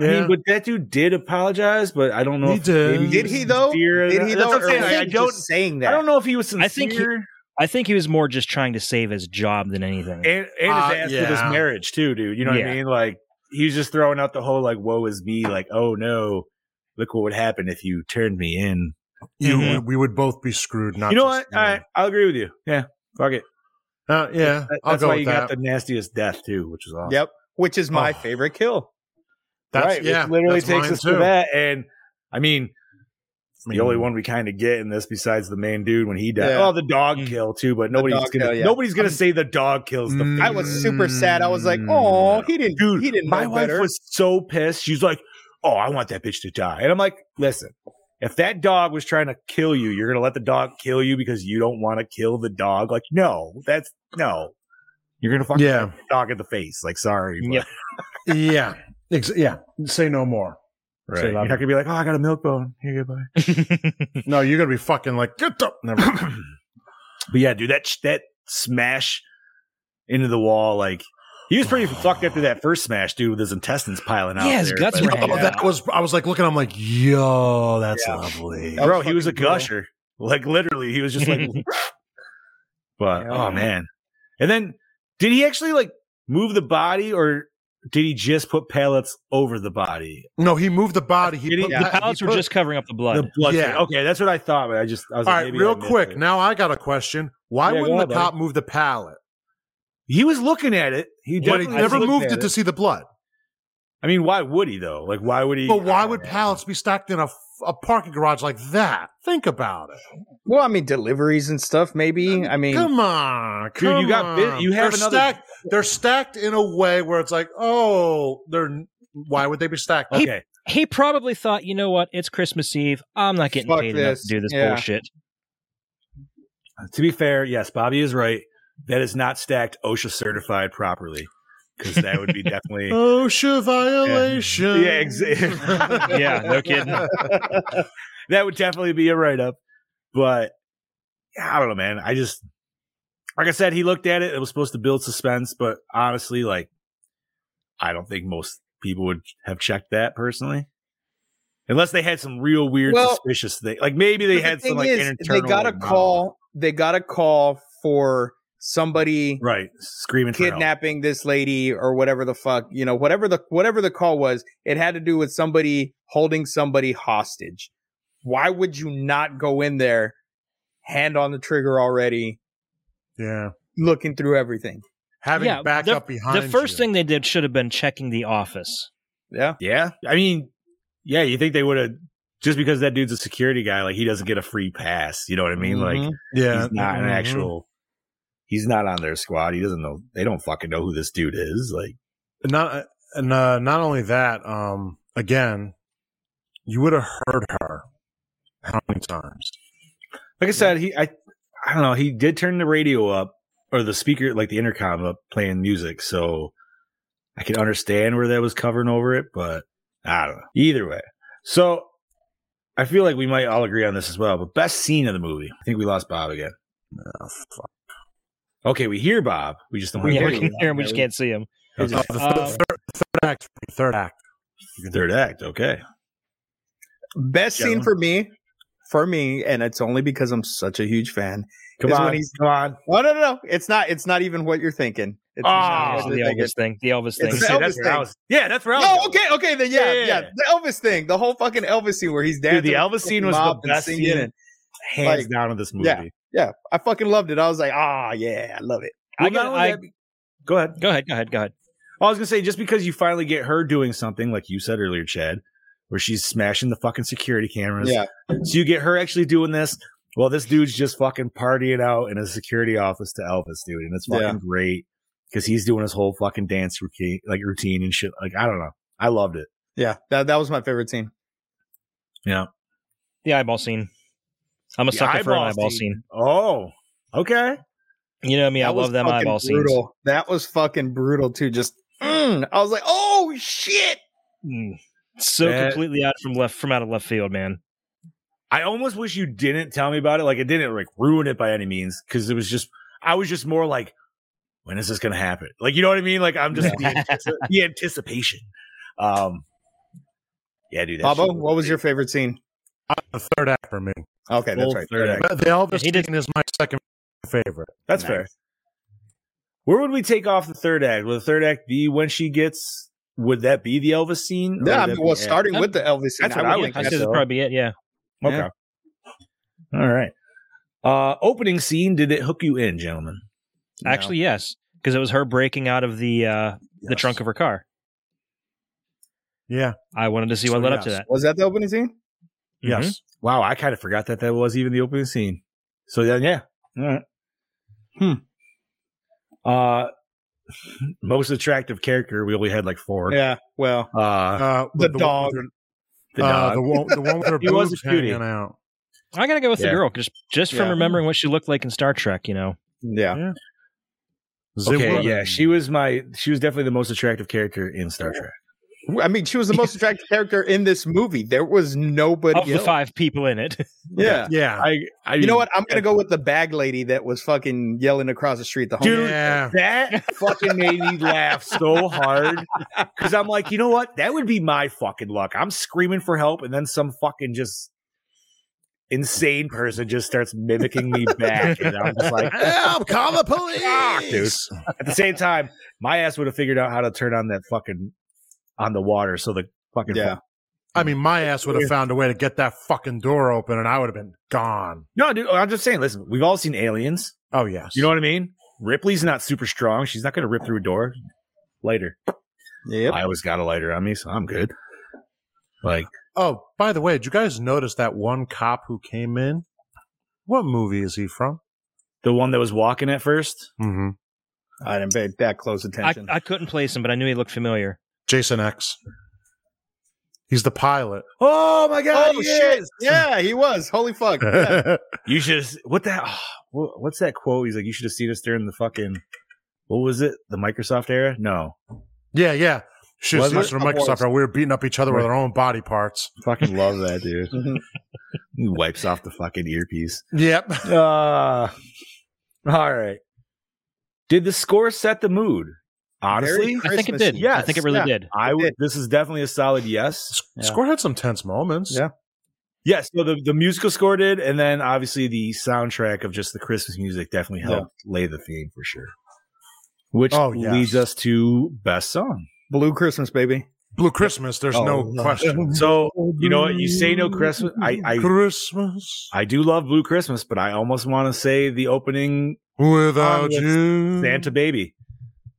[SPEAKER 3] I
[SPEAKER 5] Yeah.
[SPEAKER 3] mean, but that dude did apologize, but I don't know.
[SPEAKER 5] He
[SPEAKER 3] if
[SPEAKER 5] did.
[SPEAKER 3] maybe
[SPEAKER 4] Did
[SPEAKER 3] was
[SPEAKER 4] he, though?
[SPEAKER 3] sincere.
[SPEAKER 4] Did he
[SPEAKER 3] That's
[SPEAKER 4] though,
[SPEAKER 3] what I'm
[SPEAKER 4] or
[SPEAKER 3] saying.
[SPEAKER 4] was
[SPEAKER 3] I, I
[SPEAKER 4] he
[SPEAKER 3] don't.
[SPEAKER 4] just saying that.
[SPEAKER 3] I don't know if he was sincere.
[SPEAKER 6] I think he- I think he was more just trying to save his job than anything.
[SPEAKER 3] and and
[SPEAKER 5] Uh,
[SPEAKER 3] his ass with his
[SPEAKER 5] yeah.
[SPEAKER 3] marriage too, dude. You know what
[SPEAKER 6] Yeah.
[SPEAKER 3] I mean? Like he was just throwing out the whole like "woe is me," like "oh no, look what would happen if you turned me in."
[SPEAKER 5] you,
[SPEAKER 6] Mhm.
[SPEAKER 5] we would both be screwed. Not
[SPEAKER 3] you know what?
[SPEAKER 5] just
[SPEAKER 3] All right, I'll agree with you. Yeah, fuck it.
[SPEAKER 5] Uh, yeah,
[SPEAKER 3] That-
[SPEAKER 5] I'll
[SPEAKER 3] that's
[SPEAKER 5] go
[SPEAKER 3] why
[SPEAKER 5] with
[SPEAKER 3] you
[SPEAKER 5] that.
[SPEAKER 3] got the nastiest death too, which is awesome.
[SPEAKER 4] Yep, which is my
[SPEAKER 5] Oh.
[SPEAKER 4] favorite kill.
[SPEAKER 5] that's
[SPEAKER 3] right,
[SPEAKER 5] yeah.
[SPEAKER 3] which literally
[SPEAKER 5] that's
[SPEAKER 3] takes
[SPEAKER 5] mine
[SPEAKER 3] us
[SPEAKER 5] too.
[SPEAKER 3] to that. And I mean, it's
[SPEAKER 5] Mm.
[SPEAKER 3] the only one we kind of get in this besides the main dude when he died.
[SPEAKER 4] Yeah.
[SPEAKER 3] Oh, the dog
[SPEAKER 6] Mm.
[SPEAKER 3] kill too, but nobody's
[SPEAKER 4] dog
[SPEAKER 3] gonna
[SPEAKER 4] kill, yeah.
[SPEAKER 3] nobody's gonna say the dog kills the.
[SPEAKER 4] I was super sad. I was like, oh, he didn't.
[SPEAKER 3] Mm. dude,
[SPEAKER 4] he didn't.
[SPEAKER 3] my
[SPEAKER 4] know
[SPEAKER 3] wife
[SPEAKER 4] better.
[SPEAKER 3] was so pissed. She's like, "Oh, I want that bitch to die," and I'm like, "Listen, if that dog was trying to kill you, you're gonna let the dog kill you because you don't want to kill the dog. Like, no, that's no. You're gonna fucking
[SPEAKER 5] Yeah.
[SPEAKER 3] yeah. dog in the face. Like, sorry, but-
[SPEAKER 6] Yep.
[SPEAKER 5] Yeah. Ex- yeah. Say no more.
[SPEAKER 3] right.
[SPEAKER 5] Say
[SPEAKER 3] You're
[SPEAKER 5] love
[SPEAKER 3] not gonna be like, "Oh, I got a milk bone. Here you go, bye."
[SPEAKER 5] No, you're gonna be fucking like get up. Never. mind.
[SPEAKER 3] But yeah, dude, that that smash into the wall, like he was pretty fucked after that first smash, dude, with his intestines piling out.
[SPEAKER 6] Yeah, his
[SPEAKER 3] there,
[SPEAKER 6] guts
[SPEAKER 3] but-
[SPEAKER 6] were
[SPEAKER 5] oh,
[SPEAKER 6] hanging
[SPEAKER 5] that was. I was like looking. I'm like, yo, that's
[SPEAKER 3] Yeah.
[SPEAKER 5] lovely.
[SPEAKER 4] That was
[SPEAKER 3] bro. He was a
[SPEAKER 4] fucking cool.
[SPEAKER 3] gusher, like literally, he was just like. but
[SPEAKER 4] Yeah.
[SPEAKER 3] oh man, and then did he actually like move the body, or did he just put pellets over the body?
[SPEAKER 5] No, he moved the body. He
[SPEAKER 3] Did he-
[SPEAKER 5] put,
[SPEAKER 4] yeah.
[SPEAKER 6] the pallets
[SPEAKER 5] he
[SPEAKER 6] were
[SPEAKER 5] put-
[SPEAKER 6] just covering up the blood.
[SPEAKER 3] The blood.
[SPEAKER 5] Yeah.
[SPEAKER 3] Okay, that's what I thought. But I just I was
[SPEAKER 5] All
[SPEAKER 3] like,
[SPEAKER 5] right,
[SPEAKER 3] maybe I
[SPEAKER 5] real
[SPEAKER 3] missed
[SPEAKER 5] quick.
[SPEAKER 3] it.
[SPEAKER 5] Now I got a question. Why
[SPEAKER 3] Yeah, go
[SPEAKER 5] wouldn't
[SPEAKER 3] ahead,
[SPEAKER 5] the
[SPEAKER 3] buddy.
[SPEAKER 5] cop move the pallet?
[SPEAKER 3] he was looking at it. He
[SPEAKER 5] But he
[SPEAKER 3] definitely
[SPEAKER 5] never
[SPEAKER 3] looked
[SPEAKER 5] moved
[SPEAKER 3] at
[SPEAKER 5] it to see the blood.
[SPEAKER 3] I mean, why would he though? Like, why would he?
[SPEAKER 5] But why would pallets be stacked in a, a parking garage like that? Think about it.
[SPEAKER 4] Well, I mean, deliveries and stuff. Maybe. I mean,
[SPEAKER 5] Come on,
[SPEAKER 3] Dude,
[SPEAKER 5] come
[SPEAKER 3] you got bit-
[SPEAKER 5] on.
[SPEAKER 3] you have
[SPEAKER 5] they're
[SPEAKER 3] another-
[SPEAKER 5] Stacked, they're stacked in a way where it's like, oh, they're. Why would they be stacked?
[SPEAKER 6] He-
[SPEAKER 5] Okay.
[SPEAKER 3] Okay,
[SPEAKER 6] he probably thought, you know what? It's Christmas Eve. I'm not getting
[SPEAKER 4] Fuck
[SPEAKER 6] paid enough
[SPEAKER 4] this.
[SPEAKER 6] to do this
[SPEAKER 4] Yeah.
[SPEAKER 6] bullshit.
[SPEAKER 3] To be fair, yes, Bobby is right. That is not stacked OSHA certified properly because that would be definitely.
[SPEAKER 4] Oh,
[SPEAKER 5] OSHA Oh, violation.
[SPEAKER 3] Yeah, exa-
[SPEAKER 6] Yeah, no kidding.
[SPEAKER 3] that would definitely be a write up. But yeah, I don't know, man. I just, like I said, he looked at it. It was supposed to build suspense, but honestly, like, I don't think most people would have checked that personally. Unless they had some real weird,
[SPEAKER 4] Well,
[SPEAKER 3] suspicious thing. Like maybe they
[SPEAKER 4] But the
[SPEAKER 3] had some
[SPEAKER 4] thing
[SPEAKER 3] like
[SPEAKER 4] is,
[SPEAKER 3] internal.
[SPEAKER 4] They got a
[SPEAKER 3] like,
[SPEAKER 4] call. They got a call for somebody
[SPEAKER 3] Right. Screaming for help.
[SPEAKER 4] kidnapping this lady or whatever the fuck you know whatever the whatever the call was it had to do with somebody holding somebody hostage why would you not go in there hand on the trigger already
[SPEAKER 5] Yeah.
[SPEAKER 4] looking through everything
[SPEAKER 5] Having
[SPEAKER 6] Yeah,
[SPEAKER 5] backup behind
[SPEAKER 6] the first
[SPEAKER 5] you.
[SPEAKER 6] thing they did should have been checking the office.
[SPEAKER 4] yeah
[SPEAKER 3] Yeah. I mean, yeah, you think they would have just because that dude's a security guy, like he doesn't get a free pass. You know what I mean? Like
[SPEAKER 5] yeah,
[SPEAKER 3] he's not an
[SPEAKER 5] Mhm.
[SPEAKER 3] actual he's not on their squad. He doesn't know they don't fucking know who this dude is. Like
[SPEAKER 5] not and uh, not only that um again you would have heard her how many times
[SPEAKER 3] like I said, he I I don't know, he did turn the radio up or the speaker like the intercom up playing music, so I can understand where that was covering over it, but I don't know. Either way. So I feel like we might all agree on this as well, but best scene of the movie. I think we lost Bob again.
[SPEAKER 5] oh, fuck.
[SPEAKER 3] Okay, we hear Bob. We just don't
[SPEAKER 6] Yeah,
[SPEAKER 3] hear
[SPEAKER 6] we can hear him, we just can't see him.
[SPEAKER 3] Okay.
[SPEAKER 5] Oh, the third,
[SPEAKER 6] Um,
[SPEAKER 5] third, third act third act
[SPEAKER 3] Third act, okay.
[SPEAKER 4] best scene
[SPEAKER 3] Gentlemen.
[SPEAKER 4] for me for me and it's only because i'm such a huge fan
[SPEAKER 3] Come
[SPEAKER 4] Is when
[SPEAKER 3] on,
[SPEAKER 4] he's-
[SPEAKER 3] come on.
[SPEAKER 4] oh no no no it's not it's not even what you're thinking it's not
[SPEAKER 3] Oh,
[SPEAKER 4] what
[SPEAKER 6] the
[SPEAKER 4] you're thinking.
[SPEAKER 6] Elvis thing. The Elvis
[SPEAKER 4] It's
[SPEAKER 6] thing.
[SPEAKER 4] the
[SPEAKER 3] See,
[SPEAKER 4] Elvis
[SPEAKER 3] that's where I
[SPEAKER 4] thing.
[SPEAKER 3] was- yeah, that's where I was.
[SPEAKER 4] Oh, okay, okay, then yeah, yeah,
[SPEAKER 3] Yeah.
[SPEAKER 4] the Elvis thing, the whole fucking Elvis scene where he's dancing.
[SPEAKER 3] Dude, the
[SPEAKER 4] with
[SPEAKER 3] Elvis
[SPEAKER 4] fucking
[SPEAKER 3] scene was
[SPEAKER 4] mob
[SPEAKER 3] the
[SPEAKER 4] and
[SPEAKER 3] best
[SPEAKER 4] singing
[SPEAKER 3] scene,
[SPEAKER 4] and-
[SPEAKER 3] hands
[SPEAKER 4] like,
[SPEAKER 3] down of this movie.
[SPEAKER 4] yeah. yeah, I fucking loved it. I was like, ah, yeah, I love it.
[SPEAKER 6] I
[SPEAKER 3] Well, not
[SPEAKER 6] got-
[SPEAKER 3] only
[SPEAKER 6] I-
[SPEAKER 3] that- go ahead.
[SPEAKER 6] Go ahead, go ahead, go ahead.
[SPEAKER 3] I was gonna say just because you finally get her doing something like you said earlier, Chad, where she's smashing the fucking security cameras.
[SPEAKER 4] Yeah,
[SPEAKER 3] So you get her actually doing this. Well, this dude's just fucking partying out in a security office to Elvis, dude, and it's fucking
[SPEAKER 4] Yeah.
[SPEAKER 3] great because he's doing his whole fucking dance routine, like routine and shit. Like I don't know, I loved it.
[SPEAKER 4] yeah, that that was my favorite scene.
[SPEAKER 6] The eyeball scene. I'm a
[SPEAKER 3] The
[SPEAKER 6] sucker for an
[SPEAKER 3] eyeball
[SPEAKER 6] eyeball
[SPEAKER 3] scene.
[SPEAKER 6] scene.
[SPEAKER 3] Oh, okay.
[SPEAKER 6] You know me, I
[SPEAKER 4] That was
[SPEAKER 6] love them
[SPEAKER 4] fucking
[SPEAKER 6] eyeball scenes.
[SPEAKER 4] brutal. That was fucking brutal too. Just, mm, I was like, oh shit.
[SPEAKER 6] Mm. So
[SPEAKER 3] That-
[SPEAKER 6] completely out from left from out of left field, man.
[SPEAKER 3] I almost wish you didn't tell me about it. Like it didn't like ruin it by any means because it was just I was just more like, when is this gonna happen? Like you know what I mean? Like I'm just the, antici- the anticipation. Um, yeah, dude. that
[SPEAKER 4] Bobo,
[SPEAKER 3] shit
[SPEAKER 4] what was your favorite scene?
[SPEAKER 5] Uh, the third act for me
[SPEAKER 4] Okay, that's
[SPEAKER 3] full
[SPEAKER 4] right.
[SPEAKER 3] third act.
[SPEAKER 5] But the elvis
[SPEAKER 6] He did-
[SPEAKER 5] scene is my second favorite
[SPEAKER 3] That's fair. Where would we take off the third act? Would the third act be when she gets? Would that be the Elvis scene?
[SPEAKER 4] Yeah, I
[SPEAKER 3] was
[SPEAKER 4] mean, well, starting with the Elvis scene,
[SPEAKER 3] That's what I
[SPEAKER 4] would
[SPEAKER 3] would
[SPEAKER 4] think
[SPEAKER 6] I
[SPEAKER 3] guess
[SPEAKER 6] said
[SPEAKER 4] so.
[SPEAKER 6] that's probably it, yeah.
[SPEAKER 3] Okay. All right. Uh, opening scene. Did it hook you in, gentlemen?
[SPEAKER 6] Actually, yes. Because it was her breaking out of the uh the
[SPEAKER 5] Yes.
[SPEAKER 6] trunk of her car.
[SPEAKER 5] yeah
[SPEAKER 6] I wanted to see what
[SPEAKER 5] So
[SPEAKER 6] led up to
[SPEAKER 5] yes.
[SPEAKER 6] that.
[SPEAKER 4] Was that the opening scene?
[SPEAKER 6] Mhm.
[SPEAKER 5] yes
[SPEAKER 3] Wow, I kind of forgot that that was even the opening scene. So then, yeah, all right. Hmm. Uh, most attractive character. We only had like four.
[SPEAKER 4] Yeah. Well,
[SPEAKER 3] Uh,
[SPEAKER 5] uh,
[SPEAKER 4] the
[SPEAKER 5] with one
[SPEAKER 4] dog.
[SPEAKER 5] with her-
[SPEAKER 3] the
[SPEAKER 5] uh,
[SPEAKER 3] dog.
[SPEAKER 5] the, one, the one with her
[SPEAKER 3] He was a
[SPEAKER 5] boobs
[SPEAKER 3] cutie.
[SPEAKER 5] hanging out
[SPEAKER 6] I gotta go with
[SPEAKER 3] Yeah.
[SPEAKER 6] the girl just just from
[SPEAKER 4] Yeah.
[SPEAKER 6] remembering what she looked like in Star Trek, you know.
[SPEAKER 4] yeah.
[SPEAKER 5] Ze
[SPEAKER 3] okay,
[SPEAKER 5] woman.
[SPEAKER 3] yeah, she was my. She was definitely the most attractive character in Star Trek.
[SPEAKER 4] I mean, she was the most attractive character in this movie. There was nobody
[SPEAKER 6] Of the
[SPEAKER 4] else.
[SPEAKER 6] five people in it.
[SPEAKER 4] Yeah.
[SPEAKER 5] yeah
[SPEAKER 3] I, I
[SPEAKER 4] You know what? I'm gonna go with the bag lady that was fucking yelling across the street. The homie.
[SPEAKER 3] Dude.
[SPEAKER 5] yeah
[SPEAKER 3] That fucking made me laugh so hard because I'm like, you know what? That would be my fucking luck. I'm screaming for help, and then some fucking just insane person just starts mimicking me back, and I'm just like,
[SPEAKER 5] Help, call the police
[SPEAKER 3] Ah, At the same time, my ass would have figured out how to turn on that fucking on the water, so the fucking
[SPEAKER 4] Yeah.
[SPEAKER 5] i mean my ass would have found a way to get that fucking door open and i would have been gone
[SPEAKER 3] No, dude, I'm just saying. Listen, we've all seen aliens.
[SPEAKER 5] oh yes
[SPEAKER 3] You know what I mean? Ripley's not super strong. She's not going to rip through a door. Later,
[SPEAKER 4] Yep.
[SPEAKER 3] I always got a lighter on me, so I'm good. Like,
[SPEAKER 5] Oh, by the way, did you guys notice that one cop who came in? What movie is he from?
[SPEAKER 3] the one that was walking at first.
[SPEAKER 5] Mm-hmm.
[SPEAKER 4] I didn't pay that close
[SPEAKER 6] I,
[SPEAKER 4] attention.
[SPEAKER 6] I couldn't place him, but I knew he looked familiar.
[SPEAKER 5] Jason X. He's the pilot.
[SPEAKER 3] Oh my god!
[SPEAKER 4] oh shit! Yeah, he was. Holy fuck! Yeah.
[SPEAKER 3] You should. What that? what- what's that quote? He's like, you should have seen us during the fucking. What was it? The Microsoft era? No,
[SPEAKER 5] yeah, yeah. Shit,
[SPEAKER 3] Was
[SPEAKER 5] see,
[SPEAKER 3] it?
[SPEAKER 5] us from Microsoft. We were beating up each other with our own body parts.
[SPEAKER 3] fucking love that dude.
[SPEAKER 4] Mhm.
[SPEAKER 3] he wipes off the fucking earpiece.
[SPEAKER 5] Yep.
[SPEAKER 3] Uh, all right. Did the score set the mood? Honestly,
[SPEAKER 4] Very
[SPEAKER 6] I think it
[SPEAKER 4] Christmas
[SPEAKER 6] did.
[SPEAKER 4] Eve.
[SPEAKER 6] I think it really
[SPEAKER 4] Yes,
[SPEAKER 6] did.
[SPEAKER 3] I would. This is definitely a solid yes.
[SPEAKER 5] S- Score had some tense moments.
[SPEAKER 4] Yeah.
[SPEAKER 3] Yes, so the, the musical score did, and then obviously the soundtrack of just the Christmas music definitely
[SPEAKER 4] Yeah.
[SPEAKER 3] helped lay the theme for sure. Which
[SPEAKER 5] Oh,
[SPEAKER 3] leads
[SPEAKER 5] yes.
[SPEAKER 3] us to best song.
[SPEAKER 4] Blue Christmas, baby.
[SPEAKER 5] Blue Christmas. There's no question.
[SPEAKER 3] So you know what you say no Christmas. I I,
[SPEAKER 5] Christmas
[SPEAKER 3] I do love Blue Christmas, but I almost want to say the opening
[SPEAKER 5] without
[SPEAKER 3] with
[SPEAKER 5] you.
[SPEAKER 3] Santa Baby.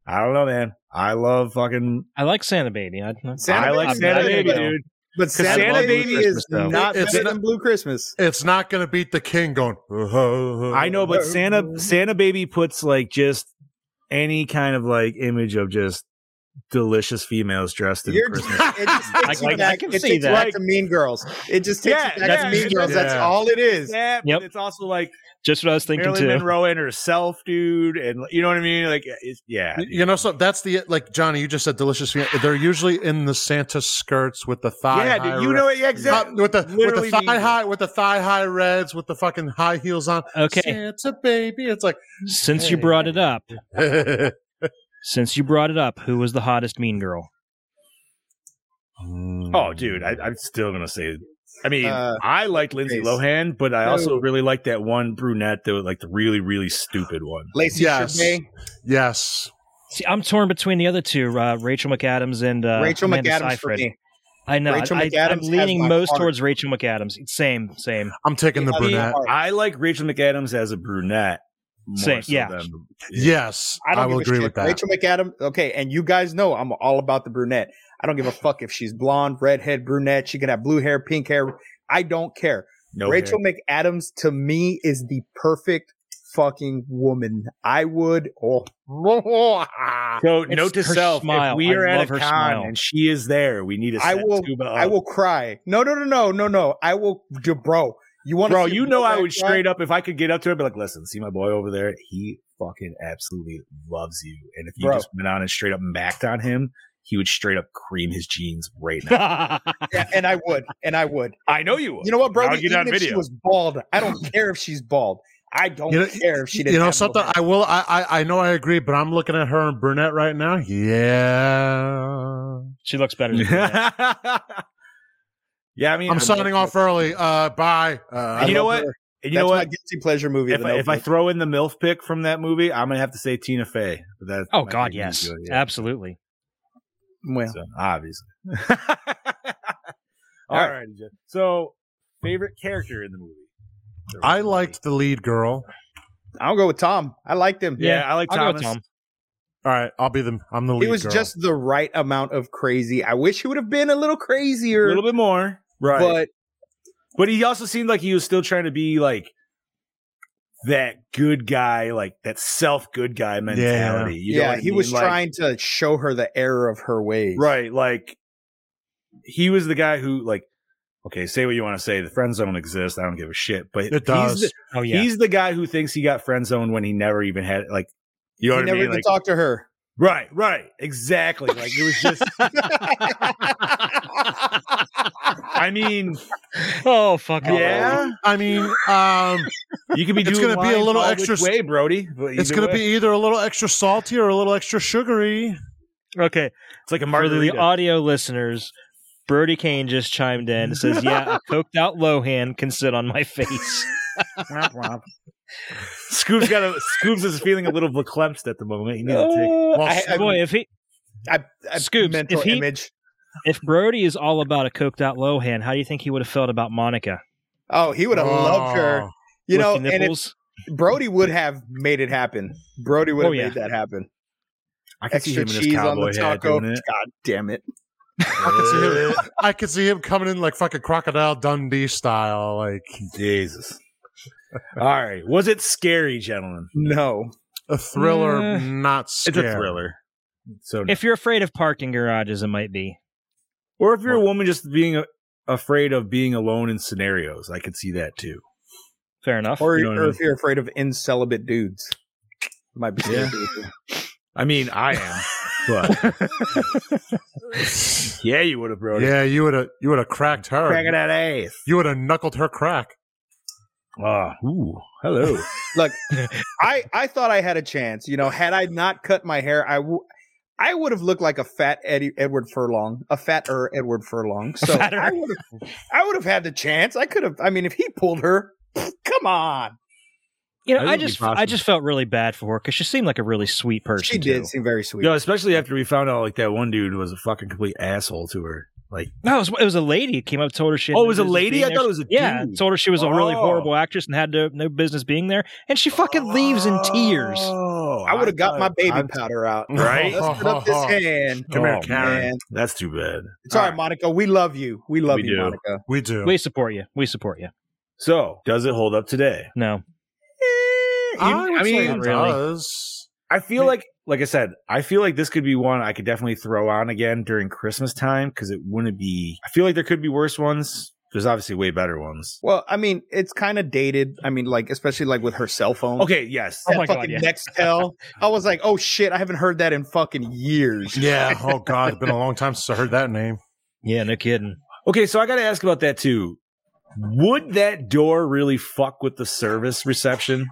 [SPEAKER 3] I don't know, man. I love fucking.
[SPEAKER 6] I like Santa Baby. I, I-
[SPEAKER 4] Santa
[SPEAKER 3] I
[SPEAKER 4] Baby-
[SPEAKER 3] like
[SPEAKER 4] I'm
[SPEAKER 3] Santa
[SPEAKER 4] not
[SPEAKER 3] Baby,
[SPEAKER 4] into it.
[SPEAKER 3] dude.
[SPEAKER 4] But Santa,
[SPEAKER 3] Santa
[SPEAKER 4] Baby
[SPEAKER 3] Christmas,
[SPEAKER 4] is
[SPEAKER 3] though.
[SPEAKER 4] not
[SPEAKER 5] It's
[SPEAKER 4] better
[SPEAKER 5] not-
[SPEAKER 4] than Blue Christmas.
[SPEAKER 5] It's not going to beat the king going. "Uh-huh,
[SPEAKER 3] I know, but Santa Santa Baby puts like just any kind of like image of just delicious females dressed in
[SPEAKER 4] You're
[SPEAKER 3] Christmas.
[SPEAKER 4] it just takes
[SPEAKER 6] I
[SPEAKER 4] you back.
[SPEAKER 6] can
[SPEAKER 4] it
[SPEAKER 6] see
[SPEAKER 4] takes you
[SPEAKER 6] that.
[SPEAKER 4] back to Mean Girls. It just takes
[SPEAKER 3] Yeah,
[SPEAKER 4] you back
[SPEAKER 3] yeah,
[SPEAKER 4] to Mean
[SPEAKER 3] it
[SPEAKER 4] Girls.
[SPEAKER 5] does.
[SPEAKER 4] That's all it is.
[SPEAKER 3] Yeah, but
[SPEAKER 6] Yep.
[SPEAKER 3] it's also like
[SPEAKER 6] just what I was thinking
[SPEAKER 3] Marilyn
[SPEAKER 6] too.
[SPEAKER 3] Monroe and herself, dude, and you know what I mean. Like, uh, it's, yeah,
[SPEAKER 5] You know, so that's the like Johnny. You just said delicious. fe- They're udually in the Santa skirts with the thigh.
[SPEAKER 3] yeah,
[SPEAKER 5] high
[SPEAKER 3] dude, you know it yeah,
[SPEAKER 5] red-
[SPEAKER 3] exactly.
[SPEAKER 5] uh, with the with
[SPEAKER 3] literally
[SPEAKER 5] the thigh
[SPEAKER 3] means it.
[SPEAKER 5] high with the thigh high reds with the fucking high heels on.
[SPEAKER 6] Okay,
[SPEAKER 5] Santa baby. It's like
[SPEAKER 6] since you brought it up,
[SPEAKER 5] Mm,
[SPEAKER 6] since you brought it up, who was the hottest mean girl?
[SPEAKER 3] Oh, dude, I, I'm still gonna say. I mean,
[SPEAKER 4] Uh,
[SPEAKER 3] I like Lindsay
[SPEAKER 4] face.
[SPEAKER 3] Lohan, but I
[SPEAKER 4] No.
[SPEAKER 3] also really like that one brunette, though, like the really, really stupid one.
[SPEAKER 4] Lacey
[SPEAKER 5] Yes.
[SPEAKER 4] Chabert,
[SPEAKER 5] yes.
[SPEAKER 6] See, I'm torn between the other two, uh, Rachel McAdams and uh,
[SPEAKER 4] Rachel
[SPEAKER 6] Amanda
[SPEAKER 4] McAdams for
[SPEAKER 6] Seyfried.
[SPEAKER 4] me.
[SPEAKER 6] I know.
[SPEAKER 4] Rachel
[SPEAKER 6] I,
[SPEAKER 4] McAdams
[SPEAKER 6] am
[SPEAKER 4] has
[SPEAKER 6] leaning
[SPEAKER 4] my
[SPEAKER 6] most
[SPEAKER 4] heart.
[SPEAKER 6] towards Rachel McAdams. Same, same.
[SPEAKER 5] I'm taking the
[SPEAKER 4] Yeah,
[SPEAKER 5] brunette.
[SPEAKER 4] All right.
[SPEAKER 3] I like Rachel McAdams as a brunette. More
[SPEAKER 6] Same, yeah.
[SPEAKER 3] than-
[SPEAKER 5] Yes, I,
[SPEAKER 4] give
[SPEAKER 5] will
[SPEAKER 4] a
[SPEAKER 5] agree
[SPEAKER 4] shit.
[SPEAKER 5] with that.
[SPEAKER 4] Rachel McAdams. Okay, and you guys know I'm all about the brunette. I don't give a fuck if she's blonde, redhead, brunette. She could have blue hair, pink hair. I don't care.
[SPEAKER 3] no
[SPEAKER 4] Rachel McAdams to me is the perfect fucking woman. I would. Oh,
[SPEAKER 3] hair. So,
[SPEAKER 6] It's
[SPEAKER 3] note to
[SPEAKER 6] her
[SPEAKER 3] self:
[SPEAKER 6] smile.
[SPEAKER 3] if we
[SPEAKER 6] I
[SPEAKER 3] are at a
[SPEAKER 6] love her
[SPEAKER 3] con
[SPEAKER 6] smile.
[SPEAKER 3] and she is there, we need to.
[SPEAKER 4] I
[SPEAKER 3] set
[SPEAKER 4] will-
[SPEAKER 3] Scuba up.
[SPEAKER 4] I will cry. No, no, no, no, no, no. I will, d- bro. You want,
[SPEAKER 3] Bro, you know I would straight up if I could get up to her, be like, "Listen, see my boy over there? He fucking absolutely loves you, and if you
[SPEAKER 4] Bro.
[SPEAKER 3] just went on and straight up backed on him, he would straight up cream his jeans right now."
[SPEAKER 6] That's
[SPEAKER 4] Yeah, and I would, and I would.
[SPEAKER 3] I know you would.
[SPEAKER 4] You know what, bro?
[SPEAKER 3] I'll get
[SPEAKER 4] Even
[SPEAKER 3] on
[SPEAKER 4] if she
[SPEAKER 3] video.
[SPEAKER 4] was bald, I don't care if she's bald. I don't
[SPEAKER 5] You know-
[SPEAKER 4] care if she didn't.
[SPEAKER 5] you know
[SPEAKER 4] have no
[SPEAKER 5] something
[SPEAKER 4] hair.
[SPEAKER 5] i will I, I i know i agree but i'm looking at her and brunette right now yeah
[SPEAKER 6] she looks better. Than Brunette.
[SPEAKER 3] yeah, I mean,
[SPEAKER 5] i'm signing off early uh bye uh,
[SPEAKER 3] And you know what? And you know
[SPEAKER 4] That's my
[SPEAKER 3] what?
[SPEAKER 4] guilty pleasure movie.
[SPEAKER 3] If
[SPEAKER 4] The
[SPEAKER 3] I, if I
[SPEAKER 4] Notebook.
[SPEAKER 3] throw in the milf pick from that movie, I'm gonna have to say Tina Fey. But That,
[SPEAKER 6] Oh
[SPEAKER 3] I
[SPEAKER 6] God,
[SPEAKER 3] think you
[SPEAKER 6] yes,
[SPEAKER 3] do it, yeah.
[SPEAKER 6] absolutely.
[SPEAKER 4] well,
[SPEAKER 3] So, obviously. All right, Jeff. so favorite character in the movie.
[SPEAKER 5] i liked the lead girl
[SPEAKER 4] I'll go with Tom. I liked him.
[SPEAKER 3] Yeah, I like
[SPEAKER 6] I'll go
[SPEAKER 3] Thomas.
[SPEAKER 6] with Tom.
[SPEAKER 5] all right i'll be the i'm the lead
[SPEAKER 4] He was
[SPEAKER 5] girl.
[SPEAKER 4] just the right amount of crazy. I wish he would have been a little
[SPEAKER 3] A
[SPEAKER 4] crazier,
[SPEAKER 3] little bit more, right? But,
[SPEAKER 4] but
[SPEAKER 3] he also seemed like he was still trying to be like that good guy, like that self good guy mentality. You know
[SPEAKER 4] yeah,
[SPEAKER 3] what I
[SPEAKER 4] he was
[SPEAKER 3] mean? Like-
[SPEAKER 4] trying to show her the error of her ways.
[SPEAKER 3] Right. Like he was the guy who like okay, say what you want to say. The friend zone exists. I don't give a shit. But
[SPEAKER 5] it does
[SPEAKER 3] he's the,
[SPEAKER 6] Oh yeah.
[SPEAKER 3] he's the guy who thinks he got friend zoned when he never even had like you know
[SPEAKER 4] He
[SPEAKER 3] what I
[SPEAKER 4] never
[SPEAKER 3] mean?
[SPEAKER 4] even
[SPEAKER 3] Like,
[SPEAKER 4] talked to her.
[SPEAKER 3] right, right. Exactly. Like it was just I mean,
[SPEAKER 6] oh fuck. off.
[SPEAKER 3] yeah,
[SPEAKER 5] i mean um
[SPEAKER 3] you could be
[SPEAKER 5] It's
[SPEAKER 3] doing
[SPEAKER 5] gonna be a
[SPEAKER 3] lines
[SPEAKER 5] little
[SPEAKER 3] all
[SPEAKER 5] extra
[SPEAKER 3] which
[SPEAKER 5] s-
[SPEAKER 3] way, Brody. but
[SPEAKER 5] it's
[SPEAKER 3] either
[SPEAKER 5] gonna be
[SPEAKER 3] way.
[SPEAKER 5] either a little extra salty or a little extra sugary
[SPEAKER 6] Okay.
[SPEAKER 3] it's like a
[SPEAKER 6] For the
[SPEAKER 3] margarita.
[SPEAKER 6] audio listeners, Brody Kane just chimed in and says, "Yeah, a coked out Lohan can sit on my face."
[SPEAKER 3] Scoob's got a Scoob's is feeling a little verklempt at the moment. He needs to take
[SPEAKER 6] Oh,
[SPEAKER 5] Well,
[SPEAKER 4] I, I,
[SPEAKER 6] Boy, if he
[SPEAKER 4] I, I,
[SPEAKER 6] Scoops,
[SPEAKER 4] mental
[SPEAKER 6] if he-
[SPEAKER 4] image.
[SPEAKER 6] if Brody is all about a coked out Lohan, how do you think he would have felt about Monica?
[SPEAKER 4] Oh, he would have loved her.
[SPEAKER 5] Oh.
[SPEAKER 4] You
[SPEAKER 6] With
[SPEAKER 4] know,
[SPEAKER 6] the
[SPEAKER 4] and if
[SPEAKER 6] nipples.
[SPEAKER 4] Brody would have made it happen. Brody would have
[SPEAKER 6] Oh, yeah.
[SPEAKER 4] made that happen.
[SPEAKER 3] I can see
[SPEAKER 4] Extra
[SPEAKER 3] him in his
[SPEAKER 4] cheese on the
[SPEAKER 3] cowboy hat
[SPEAKER 4] taco.
[SPEAKER 3] doing
[SPEAKER 4] God
[SPEAKER 3] it.
[SPEAKER 4] damn it.
[SPEAKER 5] I could see him. I could see him coming in like fucking crocodile Dundee style. Like
[SPEAKER 3] Jesus. All right. Was it scary, gentlemen?
[SPEAKER 4] No.
[SPEAKER 5] a thriller,
[SPEAKER 6] Yeah.
[SPEAKER 5] not
[SPEAKER 3] It's
[SPEAKER 5] scary.
[SPEAKER 3] a thriller. So,
[SPEAKER 6] If you're afraid of parking garages, it might be.
[SPEAKER 3] or if you're a woman just being a, afraid of being alone in scenarios, I could see that too.
[SPEAKER 6] Fair enough.
[SPEAKER 4] Or,
[SPEAKER 3] You know what I
[SPEAKER 4] or
[SPEAKER 3] mean?
[SPEAKER 4] if you're afraid of incelibate dudes. Might be
[SPEAKER 3] Yeah. I mean, I am, but yeah, you would have brought it.
[SPEAKER 5] Yeah, you would have you would have cracked her.
[SPEAKER 3] Cracking that ass.
[SPEAKER 5] You would have knuckled her crack.
[SPEAKER 3] Ah, ooh, hello.
[SPEAKER 4] I, I thought I had a chance. You know, had I not cut my hair, I, w- I would have looked like a fat Eddie, Edward Furlong, a fatter Edward Furlong. So
[SPEAKER 6] Fatter.
[SPEAKER 4] I would have, I would have had the chance. I could have. I mean, if he pulled her, come on.
[SPEAKER 6] You know,
[SPEAKER 3] I think
[SPEAKER 6] I,
[SPEAKER 3] it'd be
[SPEAKER 6] just I
[SPEAKER 3] possible.
[SPEAKER 6] just felt really bad for her because she seemed like a really sweet person.
[SPEAKER 4] She did
[SPEAKER 6] too.
[SPEAKER 4] seem very sweet.
[SPEAKER 3] No, especially after we found out like that one dude was a fucking complete asshole to her. Like,
[SPEAKER 6] No, it was, it was a lady. who Came up, told her she. had
[SPEAKER 3] Oh,
[SPEAKER 6] no
[SPEAKER 3] it was a
[SPEAKER 6] business
[SPEAKER 3] lady?
[SPEAKER 6] being
[SPEAKER 3] I
[SPEAKER 6] there.
[SPEAKER 3] thought it was a
[SPEAKER 6] Yeah,
[SPEAKER 3] dude.
[SPEAKER 6] told her she was a really
[SPEAKER 3] Oh.
[SPEAKER 6] horrible actress and had no, no business being there, and she fucking leaves in tears.
[SPEAKER 3] Oh,
[SPEAKER 4] I would have got
[SPEAKER 3] thought-
[SPEAKER 4] my baby
[SPEAKER 3] I'm-
[SPEAKER 4] powder out.
[SPEAKER 3] Right?
[SPEAKER 4] Let's put up this hand.
[SPEAKER 5] Come here,
[SPEAKER 3] Oh,
[SPEAKER 5] Karen.
[SPEAKER 4] man.
[SPEAKER 3] That's too bad.
[SPEAKER 4] It's all right, Monica. We love you. We love
[SPEAKER 3] We
[SPEAKER 4] you,
[SPEAKER 3] do.
[SPEAKER 4] Monica.
[SPEAKER 5] We do.
[SPEAKER 6] We support you. We support you.
[SPEAKER 3] So, does it hold up today?
[SPEAKER 6] No,
[SPEAKER 5] I, would
[SPEAKER 3] I
[SPEAKER 5] say
[SPEAKER 3] mean,
[SPEAKER 5] it
[SPEAKER 6] really.
[SPEAKER 5] does.
[SPEAKER 3] I feel like, like I said, I feel like this could be one I could definitely throw on again during Christmas time because it wouldn't be. I feel like there could be worse ones. There's obviously way better ones.
[SPEAKER 4] Well, I mean, it's kind of dated. I mean, like especially like with her cell phone.
[SPEAKER 3] Okay, yes.
[SPEAKER 6] Oh
[SPEAKER 4] That
[SPEAKER 6] my God,
[SPEAKER 4] fucking
[SPEAKER 6] yeah.
[SPEAKER 4] Nextel. I was like, oh shit, I haven't heard that in fucking years.
[SPEAKER 5] Yeah. Oh God, it's been a long time since I heard that name.
[SPEAKER 6] yeah, no kidding.
[SPEAKER 3] Okay, so I got to ask about that too. Would that door really fuck with the service reception?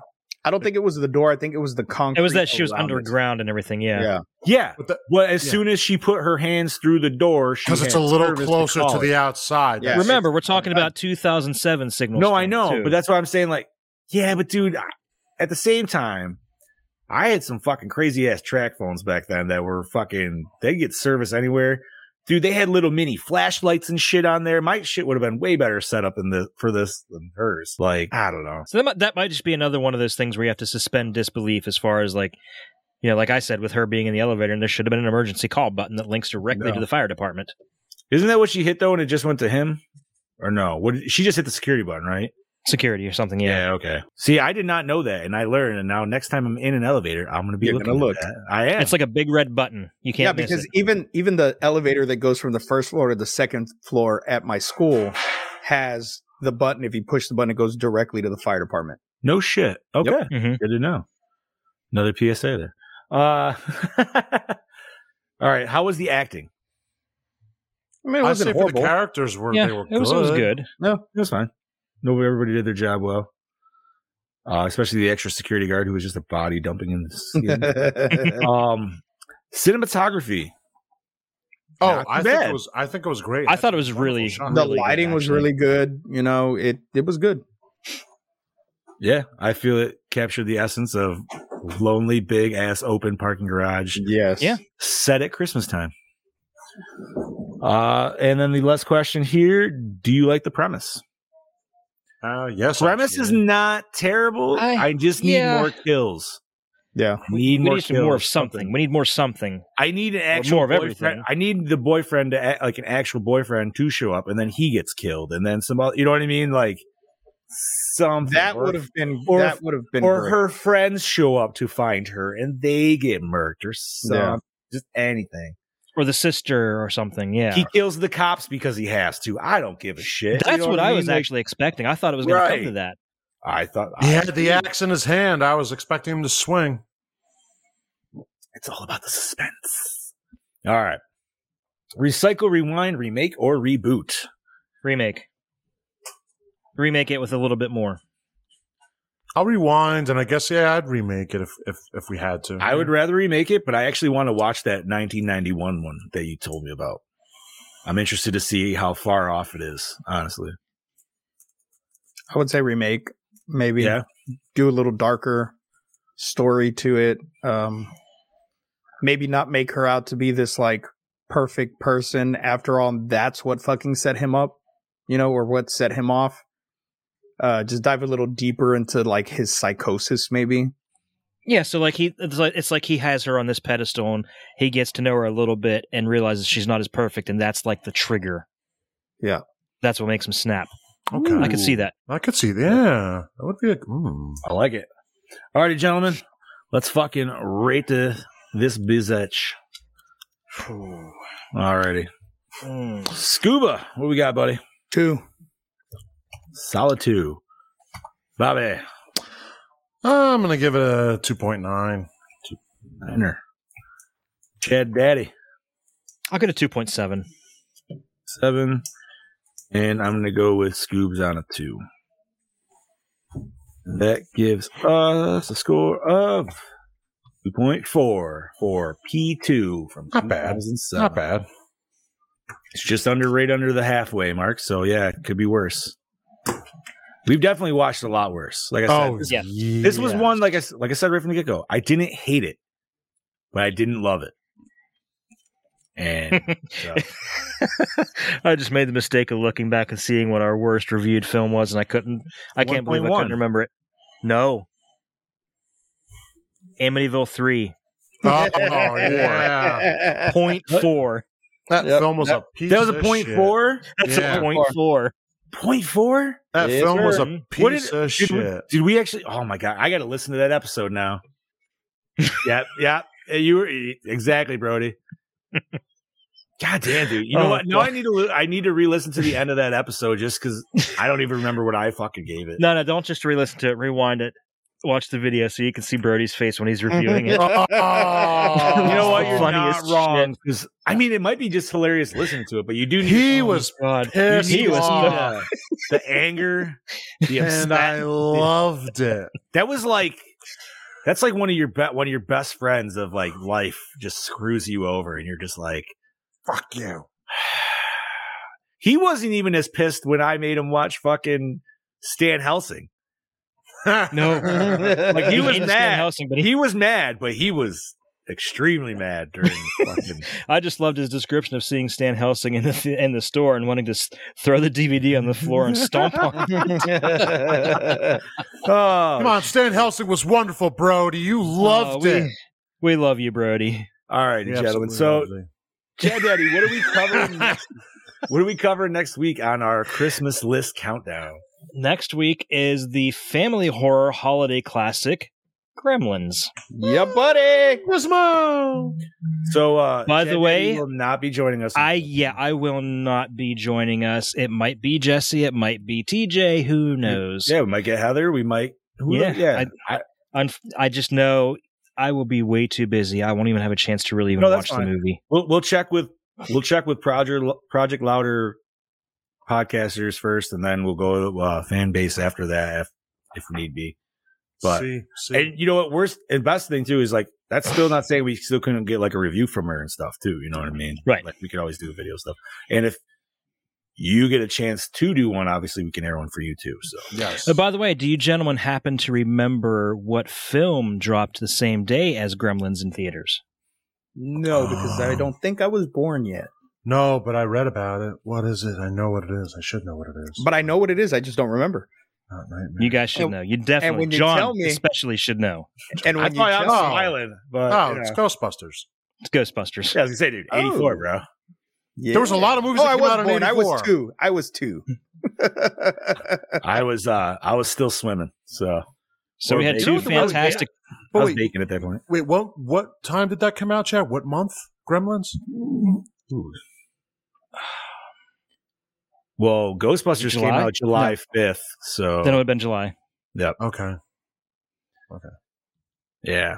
[SPEAKER 4] I don't think it was the door. I think it was the concrete.
[SPEAKER 6] It was that she was
[SPEAKER 4] around it.
[SPEAKER 6] underground and everything.
[SPEAKER 4] Yeah.
[SPEAKER 6] Yeah.
[SPEAKER 3] Yeah.
[SPEAKER 5] But the-
[SPEAKER 3] well, as
[SPEAKER 5] yeah.
[SPEAKER 3] soon as she put her hands through the door, she
[SPEAKER 5] Because it's a
[SPEAKER 3] had
[SPEAKER 5] little
[SPEAKER 3] service
[SPEAKER 5] closer to
[SPEAKER 3] call
[SPEAKER 5] the
[SPEAKER 3] it.
[SPEAKER 5] outside.
[SPEAKER 4] Yeah.
[SPEAKER 5] That's-
[SPEAKER 6] Remember, we're talking about 2007 signals.
[SPEAKER 3] No, I
[SPEAKER 6] still,
[SPEAKER 3] know,
[SPEAKER 6] too.
[SPEAKER 3] but that's what I'm saying. Like, yeah, but dude, I- at the same time, I had some fucking crazy ass track phones back then that were fucking. They get service anywhere, dude. They had little mini flashlights and shit on there. My shit would have been way better set up in the for this than hers. Like, I don't know.
[SPEAKER 6] So that might, that might just be another one of those things where you have to suspend disbelief as far as like, you know, like I said with her being in the elevator, and there should have been an emergency call button that links directly
[SPEAKER 3] No.
[SPEAKER 6] to the fire department.
[SPEAKER 3] Isn't that what she hit though, and it just went to him? Or no? What she just hit the security button, right?
[SPEAKER 6] Security or something, yeah.
[SPEAKER 3] okay. See, I did not know that, and I learned. And now next time I'm in an elevator, I'm gonna be
[SPEAKER 4] You're
[SPEAKER 3] looking
[SPEAKER 4] gonna
[SPEAKER 3] at
[SPEAKER 4] look.
[SPEAKER 3] that. I am.
[SPEAKER 6] It's like a big red button. You can't
[SPEAKER 4] yeah,
[SPEAKER 6] miss
[SPEAKER 4] because
[SPEAKER 6] it.
[SPEAKER 4] even even the elevator that goes from the first floor to the second floor at my school has the button. If you push the button, it goes directly to the fire department.
[SPEAKER 3] no shit. Okay.
[SPEAKER 5] Mm-hmm.
[SPEAKER 6] Mhm.
[SPEAKER 3] Good to know. Another PSA there. Uh, all right. How was the acting?
[SPEAKER 4] I mean, it
[SPEAKER 5] I
[SPEAKER 4] wasn't
[SPEAKER 5] say for the
[SPEAKER 4] horrible.
[SPEAKER 5] characters were
[SPEAKER 6] Yeah,
[SPEAKER 5] they were
[SPEAKER 6] it was, it was good.
[SPEAKER 3] No, it was fine. No, everybody did their job well. Uh, especially the extra security guard who was just a body dumping in the ceiling. um, cinematography.
[SPEAKER 5] Oh,
[SPEAKER 3] Not
[SPEAKER 5] I
[SPEAKER 3] too
[SPEAKER 5] think
[SPEAKER 3] bad.
[SPEAKER 5] it was. I think it was great.
[SPEAKER 6] I thought it was
[SPEAKER 5] Wonderful
[SPEAKER 6] really-
[SPEAKER 5] shot.
[SPEAKER 4] the
[SPEAKER 6] really good,
[SPEAKER 4] lighting was
[SPEAKER 6] actually.
[SPEAKER 4] really good. You know, it it was good.
[SPEAKER 3] Yeah, I feel it captured the essence of lonely, big ass open parking garage
[SPEAKER 4] Yes.
[SPEAKER 6] Yeah.
[SPEAKER 3] set at Christmas time. Uh, and then the last question here: Do you like the premise?
[SPEAKER 5] Uh, yes,
[SPEAKER 3] premise
[SPEAKER 5] actually.
[SPEAKER 3] is not terrible.
[SPEAKER 6] I-
[SPEAKER 3] I, just need
[SPEAKER 6] yeah.
[SPEAKER 3] more kills.
[SPEAKER 4] Yeah.
[SPEAKER 3] We need
[SPEAKER 6] We
[SPEAKER 3] more
[SPEAKER 6] need some more of
[SPEAKER 3] kills,
[SPEAKER 6] something. We need more something.
[SPEAKER 3] I need an actual
[SPEAKER 6] more of
[SPEAKER 3] boyfriend.
[SPEAKER 6] everything.
[SPEAKER 3] I need the boyfriend to act, like an actual boyfriend to show up, and then he gets killed, and then some. oth- You know what I mean? Like something
[SPEAKER 4] That
[SPEAKER 3] Or-
[SPEAKER 4] would have been
[SPEAKER 3] or-
[SPEAKER 4] that would have been
[SPEAKER 3] or
[SPEAKER 4] great.
[SPEAKER 3] her friends show up to find her, and they get murked or something.
[SPEAKER 4] Yeah.
[SPEAKER 3] Just anything.
[SPEAKER 6] Or the sister or something, yeah.
[SPEAKER 3] He kills the cops because he has to. I don't give a shit. You
[SPEAKER 6] that's
[SPEAKER 3] know
[SPEAKER 6] what I
[SPEAKER 3] mean?
[SPEAKER 6] was
[SPEAKER 3] Like,
[SPEAKER 6] actually expecting. I thought it was going to come to
[SPEAKER 3] Right.
[SPEAKER 6] that.
[SPEAKER 3] I thought.
[SPEAKER 5] He
[SPEAKER 3] I-
[SPEAKER 5] had the axe in his hand. I was expecting him to swing.
[SPEAKER 3] "Ah, It's all about the suspense. All right. Recycle, rewind, remake, or reboot.
[SPEAKER 6] Remake. Remake it with a little bit more.
[SPEAKER 5] I'll rewind, and I guess yeah, I'd remake it if if, if we had to.
[SPEAKER 3] I would rather remake it, but I actually want to watch that 1991 one that you told me about. I'm interested to see how far off it is, honestly.
[SPEAKER 4] I would say remake. Maybe
[SPEAKER 3] Yeah.
[SPEAKER 4] do a little darker story to it. Um, maybe not make her out to be this like perfect person. After all, that's what fucking set him up, you know, or what set him off. Uh, just dive a little deeper into like his psychosis, maybe.
[SPEAKER 6] Yeah, so like he, it's like, it's like he has her on this pedestal, and he gets to know her a little bit and realizes she's not as perfect, and that's like the trigger.
[SPEAKER 4] Yeah.
[SPEAKER 6] that's what makes him snap.
[SPEAKER 5] Okay,
[SPEAKER 6] I could see that.
[SPEAKER 5] I could see. Yeah, that would be a. Mm.
[SPEAKER 3] I like it. All righty, gentlemen, let's fucking rate the, this bizetch. All righty.
[SPEAKER 6] Hmm.
[SPEAKER 3] Scuba, what we got, buddy?
[SPEAKER 4] Two.
[SPEAKER 3] Solid two. Bobby,
[SPEAKER 5] I'm gonna give it a two point nine.
[SPEAKER 3] Niner. Chad Daddy,
[SPEAKER 6] I'll get a two point seven.
[SPEAKER 3] seven. And I'm going to go with Scoobs on a two. That gives us a score of 2.4 for P2 from
[SPEAKER 5] Not bad.
[SPEAKER 3] 2007.
[SPEAKER 5] Not bad.
[SPEAKER 3] It's just under right under the halfway mark. So yeah, it could be worse. We've definitely watched a lot worse. Like I said,
[SPEAKER 5] Oh,
[SPEAKER 3] this,
[SPEAKER 6] yeah.
[SPEAKER 3] this was one like I s- like I said right from the get go. I didn't hate it, but I didn't love it. And so,
[SPEAKER 6] I just made the mistake of looking back and seeing what our worst reviewed film was, and I couldn't. I can't believe I
[SPEAKER 3] 1.1.
[SPEAKER 6] couldn't remember it. No, Amityville three
[SPEAKER 5] Oh, yeah.
[SPEAKER 6] point four.
[SPEAKER 5] That
[SPEAKER 4] Yep.
[SPEAKER 5] film was a piece
[SPEAKER 3] that was a
[SPEAKER 5] of
[SPEAKER 3] point
[SPEAKER 5] shit.
[SPEAKER 3] four.
[SPEAKER 6] That's
[SPEAKER 5] Yeah.
[SPEAKER 6] a point four.
[SPEAKER 3] Point four.
[SPEAKER 5] That
[SPEAKER 9] Yes,
[SPEAKER 5] film was
[SPEAKER 6] sir.
[SPEAKER 5] a
[SPEAKER 3] What did-
[SPEAKER 5] piece of
[SPEAKER 3] Did
[SPEAKER 5] shit.
[SPEAKER 3] we, did we actually? Oh my god, I got to listen to that episode now. yep, yep. eh, You were exactly, Brody. God damn, dude. You know
[SPEAKER 6] Oh,
[SPEAKER 3] what? No,
[SPEAKER 6] fuck.
[SPEAKER 3] I need to. li- I need to re-listen to the end of that episode just because I don't even remember what I fucking gave it.
[SPEAKER 6] No, no, don't just re-listen to it. Rewind it. Watch the video so you can see Brody's face when he's reviewing it.
[SPEAKER 5] Oh.
[SPEAKER 3] You know what?
[SPEAKER 6] Oh,
[SPEAKER 3] You're
[SPEAKER 6] funniest
[SPEAKER 3] not wrong. 'cause- I mean, it might be just hilarious listening to it, but you do. Need
[SPEAKER 5] He was
[SPEAKER 6] God,
[SPEAKER 5] pissed
[SPEAKER 6] he was
[SPEAKER 5] off.
[SPEAKER 3] the, the anger, the
[SPEAKER 5] and
[SPEAKER 3] upset,
[SPEAKER 5] I loved it.
[SPEAKER 3] that was like that's like one of your be- one of your best friends of like life just screws you over and you're just like
[SPEAKER 5] Fuck you.
[SPEAKER 3] he wasn't even as pissed when I made him watch fucking Stan Helsing.
[SPEAKER 5] no.
[SPEAKER 3] Like he was
[SPEAKER 6] hated Stan
[SPEAKER 3] mad.
[SPEAKER 6] Helsing, but he-
[SPEAKER 3] He was mad, but he was extremely mad during fucking
[SPEAKER 6] I just loved his description of seeing Stan Helsing in the th- in the store and wanting to s- throw the DVD on the floor and stomp on. it.
[SPEAKER 3] Oh,
[SPEAKER 5] Come on, Stan Helsing was wonderful, Brody. You
[SPEAKER 6] Oh,
[SPEAKER 5] loved
[SPEAKER 6] we-
[SPEAKER 5] it.
[SPEAKER 6] We love you, Brody.
[SPEAKER 3] all right,
[SPEAKER 5] You
[SPEAKER 3] gentlemen.
[SPEAKER 5] absolutely
[SPEAKER 3] So
[SPEAKER 5] loved it.
[SPEAKER 3] Chad Daddy, what are we covering next? What do we cover next week on our Christmas list countdown?
[SPEAKER 6] Next week is the family horror holiday classic, Gremlins.
[SPEAKER 4] yeah, buddy.
[SPEAKER 3] So uh
[SPEAKER 6] By the
[SPEAKER 3] Daddy
[SPEAKER 6] way,
[SPEAKER 3] will not be joining us.
[SPEAKER 6] I yeah, I will not be joining us. It might be Jesse. It might be TJ. Who knows?
[SPEAKER 3] Yeah, we might get Heather. We might. Who
[SPEAKER 6] Yeah,
[SPEAKER 3] yeah, yeah. I,
[SPEAKER 6] Unf- I just know I will be way too busy. I won't even have a chance to really even
[SPEAKER 3] No,
[SPEAKER 6] watch
[SPEAKER 3] that's
[SPEAKER 6] the
[SPEAKER 3] fine.
[SPEAKER 6] movie.
[SPEAKER 3] we'll we'll check with we'll check with Project Project Louder podcasters first, and then we'll go to uh, fan base after that if if need be. But
[SPEAKER 5] See, see.
[SPEAKER 3] and you know what? Worst and best thing too is like that's still not saying we still couldn't get like a review from her and stuff too. You know what I mean?
[SPEAKER 6] Right.
[SPEAKER 3] Like we could always do video stuff, and if you get a chance to do one, obviously we can air one for you too. So
[SPEAKER 5] yes.
[SPEAKER 6] Uh, by the way, do you gentlemen happen to remember what film dropped the same day as Gremlins in theaters?
[SPEAKER 4] No, because I don't think I was born yet.
[SPEAKER 5] no, but I read about it. What is it? I know what it is. I should know what it is.
[SPEAKER 4] But I know what it is. I just don't remember.
[SPEAKER 5] Not Nightmare.
[SPEAKER 6] You guys should
[SPEAKER 4] And-
[SPEAKER 6] know. You definitely,
[SPEAKER 4] when you
[SPEAKER 6] John
[SPEAKER 4] tell me-
[SPEAKER 6] especially should know.
[SPEAKER 4] And
[SPEAKER 3] I
[SPEAKER 4] when you
[SPEAKER 3] thought I'm
[SPEAKER 4] tell-
[SPEAKER 3] smiling, but
[SPEAKER 5] oh,
[SPEAKER 3] you
[SPEAKER 5] it's
[SPEAKER 3] know.
[SPEAKER 5] Ghostbusters.
[SPEAKER 6] It's Ghostbusters.
[SPEAKER 3] yeah, I was gonna say, dude, eighty four,
[SPEAKER 4] Oh.
[SPEAKER 3] bro.
[SPEAKER 4] Yeah.
[SPEAKER 5] There was a lot of movies
[SPEAKER 4] Oh,
[SPEAKER 5] that
[SPEAKER 4] I
[SPEAKER 5] came out
[SPEAKER 4] was
[SPEAKER 5] in
[SPEAKER 4] born. I
[SPEAKER 5] 84.
[SPEAKER 4] was two. I was two.
[SPEAKER 3] I was uh I was still swimming, so
[SPEAKER 6] So
[SPEAKER 3] Or
[SPEAKER 6] we had
[SPEAKER 3] maybe- Oh,
[SPEAKER 6] two
[SPEAKER 3] You know what the most-
[SPEAKER 6] fantastic.
[SPEAKER 3] I
[SPEAKER 5] But
[SPEAKER 3] was
[SPEAKER 5] wait,
[SPEAKER 3] baking at that point.
[SPEAKER 5] wait what, what time did that come out, Chad? What month? Gremlins?
[SPEAKER 3] Well, Ghostbusters came
[SPEAKER 6] July?
[SPEAKER 3] out July fifth, so
[SPEAKER 6] Then it would have been July.
[SPEAKER 5] Okay.
[SPEAKER 3] yeah,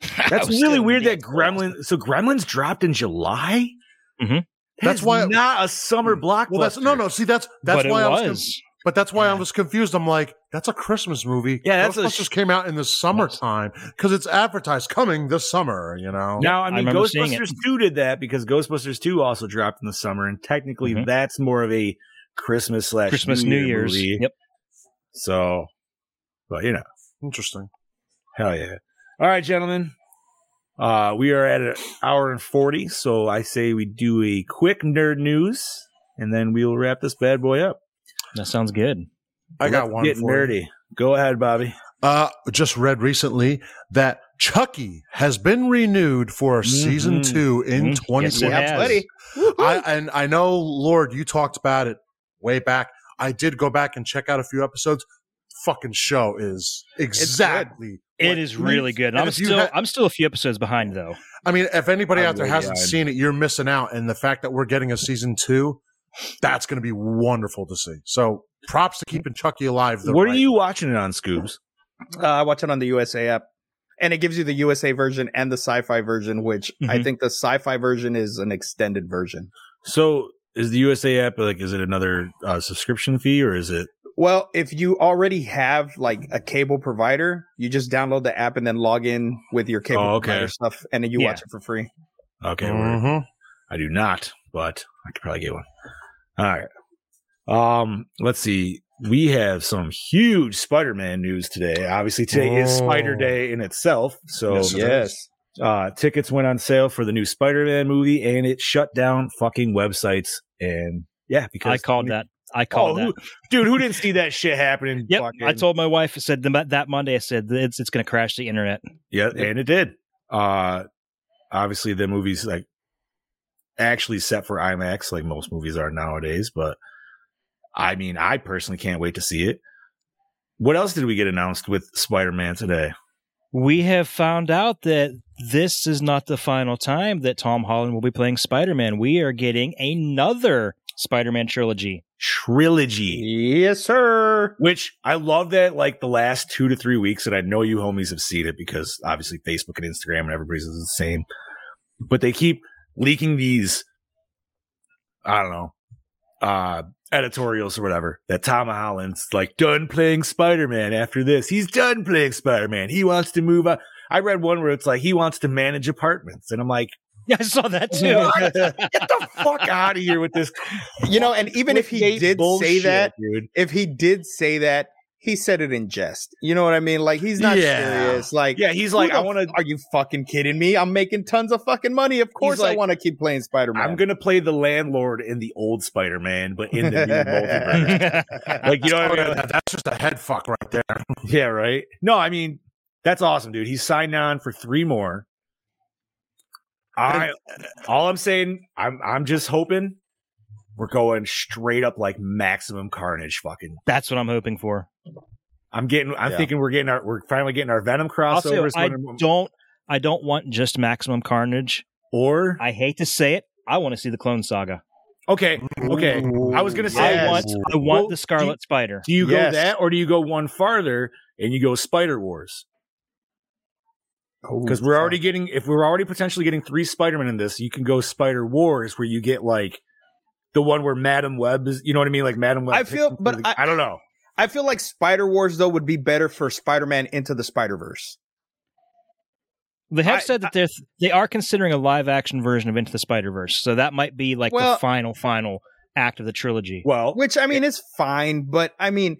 [SPEAKER 6] I
[SPEAKER 3] that's
[SPEAKER 6] was
[SPEAKER 3] really
[SPEAKER 6] still
[SPEAKER 3] weird. That
[SPEAKER 6] mad.
[SPEAKER 3] Gremlin, so Gremlins dropped in July.
[SPEAKER 6] Mhm.
[SPEAKER 5] That's
[SPEAKER 3] that's
[SPEAKER 5] why-
[SPEAKER 3] why not a summer
[SPEAKER 6] Mm.
[SPEAKER 3] blockbuster.
[SPEAKER 5] Well, that's no, no. See, that's that's
[SPEAKER 6] but
[SPEAKER 5] why
[SPEAKER 6] it
[SPEAKER 5] I was,
[SPEAKER 6] was.
[SPEAKER 5] conf- but that's why I was confused. I'm like, that's a Christmas movie.
[SPEAKER 3] Yeah, that's a
[SPEAKER 5] Ghostbusters
[SPEAKER 3] sh-
[SPEAKER 5] came out in the summertime because it's advertised coming this summer. You know,
[SPEAKER 3] Now,
[SPEAKER 6] I
[SPEAKER 3] I mean,
[SPEAKER 6] remember seeing it.
[SPEAKER 3] Ghostbusters two did that because Ghostbusters two also dropped in the summer, and technically,
[SPEAKER 6] Mhm.
[SPEAKER 3] that's more of a Christmas slash
[SPEAKER 6] Christmas, New, Year's.
[SPEAKER 3] movie.
[SPEAKER 6] Yep.
[SPEAKER 3] So, but you know,
[SPEAKER 5] interesting.
[SPEAKER 3] hell yeah! All right, gentlemen, uh, we are at an hour and forty, so I say we do a quick nerd news, and then we will wrap this bad boy up.
[SPEAKER 6] That sounds good.
[SPEAKER 5] I got
[SPEAKER 3] Let's
[SPEAKER 5] one.
[SPEAKER 3] Get
[SPEAKER 5] for you.
[SPEAKER 3] nerdy. Go ahead, Bobby.
[SPEAKER 5] Uh, just read recently that Chucky has been renewed for season
[SPEAKER 3] Mhm.
[SPEAKER 5] two in
[SPEAKER 6] Mhm. Yes, it
[SPEAKER 5] 2020.
[SPEAKER 6] has.
[SPEAKER 4] buddy.
[SPEAKER 5] I, and I know, Lord, you talked about it way back. I did go back and check out a few episodes. Fucking show is exactly.
[SPEAKER 6] It
[SPEAKER 5] what
[SPEAKER 6] is
[SPEAKER 5] you
[SPEAKER 6] really
[SPEAKER 5] need.
[SPEAKER 6] good. And
[SPEAKER 5] And
[SPEAKER 6] I'm
[SPEAKER 5] if you
[SPEAKER 6] still
[SPEAKER 5] ha-
[SPEAKER 6] I'm still a few episodes behind though.
[SPEAKER 5] I mean, if anybody
[SPEAKER 3] I'm
[SPEAKER 5] out there
[SPEAKER 3] way
[SPEAKER 5] hasn't
[SPEAKER 3] behind.
[SPEAKER 5] seen it, you're missing out. And the fact that we're getting a season two, that's going to be wonderful to see. So props to keeping Chucky alive. The
[SPEAKER 3] What are
[SPEAKER 5] right-
[SPEAKER 3] you watching it on, Scoobs?
[SPEAKER 4] Uh, I watch it on the USA app, and it gives you the USA version and the sci-fi version, which I
[SPEAKER 6] Mhm.
[SPEAKER 4] think the sci-fi version is an extended version.
[SPEAKER 3] So is the USA app like? Is it another uh, subscription fee or is it?
[SPEAKER 4] Well, if you already have like a cable provider, you just download the app and then log in with your cable
[SPEAKER 3] Oh, okay.
[SPEAKER 4] provider stuff, and then you
[SPEAKER 6] Yeah.
[SPEAKER 4] watch it for free.
[SPEAKER 3] Okay, word.
[SPEAKER 5] Mhm.
[SPEAKER 3] I do not, but I could probably get one. All right. Um, let's see. We have some huge Spider-Man news today. Obviously, today is
[SPEAKER 5] Oh.
[SPEAKER 3] Spider Day in itself. So
[SPEAKER 5] Yes, it
[SPEAKER 4] Yes.
[SPEAKER 3] uh, tickets went on sale for the new Spider-Man movie, and it shut down fucking websites. And yeah, because
[SPEAKER 6] I called that. I
[SPEAKER 3] Oh,
[SPEAKER 6] called that.
[SPEAKER 3] who, dude, who didn't see that shit happening?
[SPEAKER 6] Yep, I
[SPEAKER 3] Fucking-
[SPEAKER 6] told my wife. I said the- that Monday. I said it's it's going to crash the internet.
[SPEAKER 3] Yeah, and it did. Uh obviously the movie's like actually set for IMAX like most movies are nowadays, but I mean, I personally can't wait to see it. What else did we get announced with Spider-Man today?
[SPEAKER 6] We have found out that this is not the final time that Tom Holland will be playing Spider Man. We are getting another Spider Man trilogy.
[SPEAKER 3] Trilogy,
[SPEAKER 4] Yes, sir.
[SPEAKER 3] which I love that like the last 2 to 3 weeks and I know you homies have seen it because obviously Facebook and Instagram and everybody's is the same. But they keep leaking these I don't know, uh, editorials or whatever that Tom Holland's like done playing Spider Man after this. He's done playing Spider Man. He wants to move on. I read one where it's like he wants to manage apartments, and I'm like,
[SPEAKER 6] Yeah, I saw that
[SPEAKER 3] dude,
[SPEAKER 6] too.
[SPEAKER 3] get the fuck out of here with this.
[SPEAKER 4] You know, and even if he
[SPEAKER 3] clickbait
[SPEAKER 4] did say
[SPEAKER 3] bullshit,
[SPEAKER 4] that,
[SPEAKER 3] dude,
[SPEAKER 4] if he did say that, he said it in jest. You know what I mean? Like he's not
[SPEAKER 3] Yeah.
[SPEAKER 4] serious. Like
[SPEAKER 3] yeah, he's like, I want to.
[SPEAKER 4] to. Are you fucking kidding me? I'm making tons of fucking money. Of course, I
[SPEAKER 3] like,
[SPEAKER 4] want to keep playing Spider Man.
[SPEAKER 3] I'm gonna play the landlord in the old Spider Man, but in the new multiverse. Like you know what I
[SPEAKER 5] Oh,
[SPEAKER 3] mean?
[SPEAKER 5] yeah, that- that's just a head fuck right there.
[SPEAKER 3] Yeah, right. No, I mean that's awesome, dude. He's signed on for three more. I all I'm saying, I'm I'm just hoping we're going straight up like maximum carnage. Fucking,
[SPEAKER 6] That's what I'm hoping for.
[SPEAKER 3] I'm getting. I'm
[SPEAKER 4] Yeah.
[SPEAKER 3] thinking we're getgetting our. We're finally getting our Venom
[SPEAKER 6] Also,
[SPEAKER 3] crossovers.
[SPEAKER 6] I
[SPEAKER 3] Wonder-
[SPEAKER 6] don't. I don't want just maximum carnage.
[SPEAKER 3] or
[SPEAKER 6] I hate to say it. I want to see the Clone Saga.
[SPEAKER 3] okay, okay. I was gonna say,
[SPEAKER 6] I
[SPEAKER 4] Yes.
[SPEAKER 6] want. I want
[SPEAKER 3] Well,
[SPEAKER 6] the Scarlet Spider.
[SPEAKER 3] do you
[SPEAKER 4] Yes.
[SPEAKER 3] go that, or do you go one farther and you go Spider Wars? Oh, because we're already getting if we're already potentially getting three Spider-Man in this, you can go Spider Wars where you get like the one where Madam Web is, you know what I mean? Like Madam Web.
[SPEAKER 4] I
[SPEAKER 3] picks
[SPEAKER 4] feel-
[SPEAKER 3] them
[SPEAKER 4] but
[SPEAKER 3] through the-
[SPEAKER 4] I-
[SPEAKER 3] I, don't know.
[SPEAKER 4] I feel like Spider Wars though would be better for Spider Man into the Spider Verse.
[SPEAKER 6] They have
[SPEAKER 3] I-
[SPEAKER 6] said that they're they are considering a live action version of Into the Spider Verse, so that might be like
[SPEAKER 4] Well-
[SPEAKER 6] the final final act of the trilogy.
[SPEAKER 3] Well,
[SPEAKER 4] Which I mean is fine, but I mean,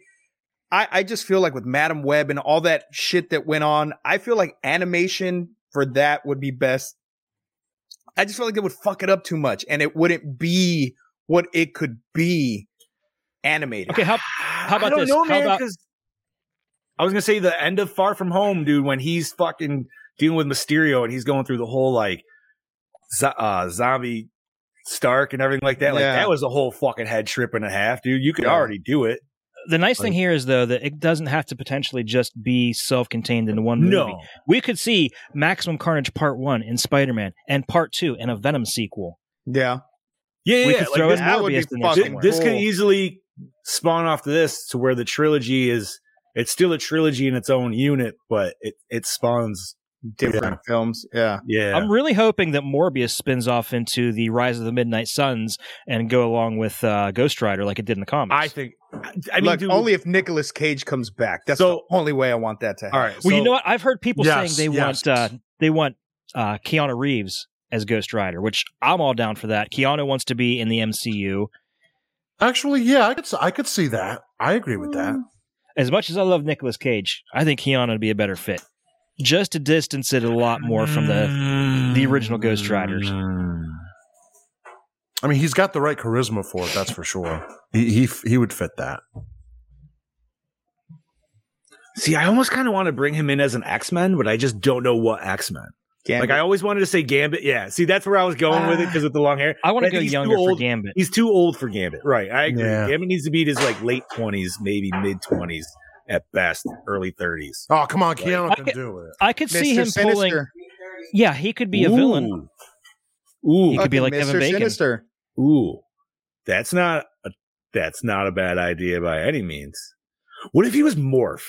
[SPEAKER 4] I I just feel like with Madam Web and all that shit that went on, I feel like animation for that would be best. I just feel like it would fuck it up too much, and it wouldn't be what it could be animated.
[SPEAKER 6] Okay, how
[SPEAKER 3] how
[SPEAKER 6] about
[SPEAKER 3] I don't
[SPEAKER 6] this?
[SPEAKER 3] know,
[SPEAKER 6] How
[SPEAKER 3] man,
[SPEAKER 6] about-
[SPEAKER 3] 'cause I was gonna say the end of Far From Home, dude, when he's fucking dealing with Mysterio and he's going through the whole like zo- uh, zombie Stark and everything like that. Like
[SPEAKER 4] Yeah.
[SPEAKER 3] that was a whole fucking head trip and a half, dude. You could
[SPEAKER 4] Yeah.
[SPEAKER 3] already do it.
[SPEAKER 6] the nice thing here is though that it doesn't have to potentially just be self-contained into one movie.
[SPEAKER 3] No,
[SPEAKER 6] We could see Maximum Carnage Part 1 in Spider-Man and Part 2 in a Venom sequel.
[SPEAKER 4] Yeah,
[SPEAKER 3] yeah, yeah.
[SPEAKER 6] we could
[SPEAKER 3] like,
[SPEAKER 6] throw
[SPEAKER 3] this-
[SPEAKER 6] in
[SPEAKER 4] that would be
[SPEAKER 6] Morbius in there
[SPEAKER 4] fucking
[SPEAKER 3] Th-
[SPEAKER 6] somewhere.
[SPEAKER 3] this could
[SPEAKER 4] Cool.
[SPEAKER 3] easily spawn off to this to where the trilogy is it's still a trilogy in its own unit but it it spawns
[SPEAKER 4] different films. Yeah,
[SPEAKER 3] yeah
[SPEAKER 6] I'm really hoping that Morbius spins off into the Rise of the Midnight Suns and go along with uh, Ghost Rider like it did in the comics.
[SPEAKER 3] i think i I mean
[SPEAKER 4] Look,
[SPEAKER 3] dude,
[SPEAKER 4] only if Nicolas Cage comes back. That's
[SPEAKER 3] So-
[SPEAKER 4] the only way I want that to happen.
[SPEAKER 3] all right
[SPEAKER 6] Well, you
[SPEAKER 3] so-
[SPEAKER 6] know what? I've heard people
[SPEAKER 5] Yes,
[SPEAKER 6] saying they
[SPEAKER 5] yes.
[SPEAKER 6] want uh, they want uh, Keanu Reeves as Ghost Rider, which I'm all down for that. Keanu wants to be in the MCU.
[SPEAKER 5] Actually, yeah, I could s- I could see that. I agree with that.
[SPEAKER 6] As much as I love Nicolas Cage, I think Keanu would be a better fit. Just to distance it a lot more from
[SPEAKER 3] Mm.
[SPEAKER 6] the the original Ghost Riders.
[SPEAKER 5] I mean, he's got the right charisma for it. That's for sure. He he, f- he would fit that.
[SPEAKER 3] see i almost kind of want to bring him in as an x-men but i just don't know what x-men like i always wanted to say gambit yeah see that's where i was going with it because with the long hair
[SPEAKER 6] I want
[SPEAKER 3] But
[SPEAKER 6] to go
[SPEAKER 3] think he's too
[SPEAKER 6] younger for
[SPEAKER 3] old-
[SPEAKER 6] Gambit.
[SPEAKER 3] He's too old for Gambit. Right. I agree.
[SPEAKER 5] Yeah.
[SPEAKER 3] Gambit needs to be in his like late twenties, maybe mid twenties at best, early thirties.
[SPEAKER 5] Oh come on, Keanu
[SPEAKER 6] I
[SPEAKER 5] can
[SPEAKER 6] could-
[SPEAKER 5] do it.
[SPEAKER 6] I could see him pulling. Yeah, he could be a villain.
[SPEAKER 3] Ooh.
[SPEAKER 6] He could be like
[SPEAKER 4] Mr.
[SPEAKER 6] Kevin Bacon.
[SPEAKER 4] Sinister.
[SPEAKER 3] Ooh, that's not a, that's not a bad idea by any means. What if he was Morph?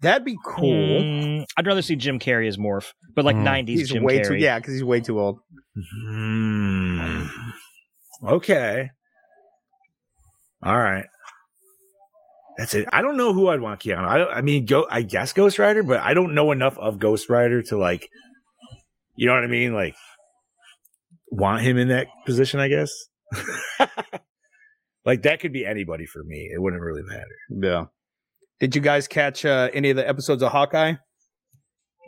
[SPEAKER 4] That'd
[SPEAKER 6] Hmm,
[SPEAKER 4] be cool.
[SPEAKER 6] Mm, I'd rather see Jim Carrey as Morph, but like
[SPEAKER 5] Mm.
[SPEAKER 6] 90s
[SPEAKER 4] He's
[SPEAKER 6] Jim
[SPEAKER 4] way
[SPEAKER 6] Carrey.
[SPEAKER 4] too yeah, because he's way too old.
[SPEAKER 3] Hmm. Okay. All right. That's it. I don't know who I'd want Keanu. I, don't- I mean, go. I guess Ghost Rider, but I don't know enough of Ghost Rider to like, you know what I mean? Like, want him in that position? I guess. like that could be anybody for me. It wouldn't really matter.
[SPEAKER 4] Yeah. Did you guys catch uh, any of the episodes of Hawkeye?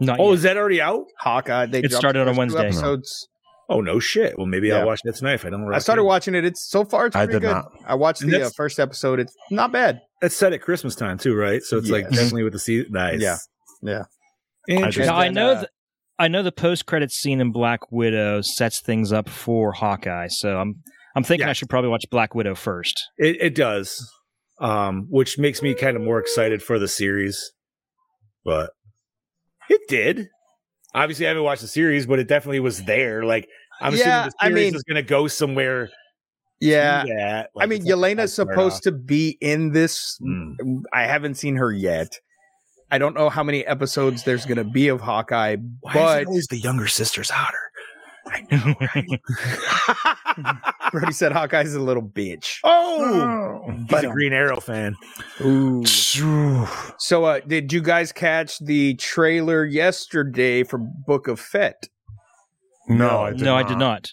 [SPEAKER 6] Not
[SPEAKER 3] Oh,
[SPEAKER 6] yet.
[SPEAKER 3] is that already out?
[SPEAKER 4] Hawkeye. They
[SPEAKER 6] It
[SPEAKER 4] dropped
[SPEAKER 6] started
[SPEAKER 4] the first
[SPEAKER 6] on
[SPEAKER 4] two
[SPEAKER 6] Wednesday.
[SPEAKER 4] Episodes.
[SPEAKER 3] Oh no, shit. Well, maybe
[SPEAKER 4] Yeah.
[SPEAKER 3] I'll watch that tonight if I don't.
[SPEAKER 4] I started watching it. It's so far. It's
[SPEAKER 5] I
[SPEAKER 4] pretty
[SPEAKER 5] did
[SPEAKER 4] good.
[SPEAKER 5] not.
[SPEAKER 4] I watched
[SPEAKER 3] And
[SPEAKER 4] the uh,
[SPEAKER 3] that's-
[SPEAKER 4] first episode. It's not bad.
[SPEAKER 3] That's set at Christmas time too, right? So it's like
[SPEAKER 4] Yes.
[SPEAKER 3] definitely with the season. Nice.
[SPEAKER 4] Yeah. Yeah.
[SPEAKER 3] Interesting.
[SPEAKER 6] Now, I
[SPEAKER 4] then,
[SPEAKER 6] know
[SPEAKER 4] uh,
[SPEAKER 6] that I know the post credit scene in Black Widow sets things up for Hawkeye, so I'm I'm thinking
[SPEAKER 3] Yeah.
[SPEAKER 6] I should probably watch Black Widow first.
[SPEAKER 3] It, it does, um, which makes me kind of more excited for the series. But it did. Obviously, I haven't watched the series, but it definitely was there. Like I'm
[SPEAKER 4] Yeah,
[SPEAKER 3] assuming the
[SPEAKER 4] I
[SPEAKER 3] series
[SPEAKER 4] mean-
[SPEAKER 3] is going to go somewhere.
[SPEAKER 4] Yeah.
[SPEAKER 3] through that.
[SPEAKER 4] I
[SPEAKER 3] Like,
[SPEAKER 4] mean,
[SPEAKER 3] it's not
[SPEAKER 4] Yelena's
[SPEAKER 3] gonna start
[SPEAKER 4] supposed
[SPEAKER 3] off-
[SPEAKER 4] to be in this.
[SPEAKER 3] Mm.
[SPEAKER 4] I haven't seen her yet. I don't know how many episodes there's going to be of Hawkeye,
[SPEAKER 3] Why is
[SPEAKER 4] but
[SPEAKER 3] it always the younger sister's hotter?
[SPEAKER 4] Brody said Hawkeye's a little bitch.
[SPEAKER 3] Oh, he's a
[SPEAKER 4] But-
[SPEAKER 3] Green Arrow fan.
[SPEAKER 4] Ooh. So, uh, did you guys catch the trailer yesterday for Book of Fett?
[SPEAKER 5] No, I did
[SPEAKER 6] no,
[SPEAKER 5] not.
[SPEAKER 6] I did not.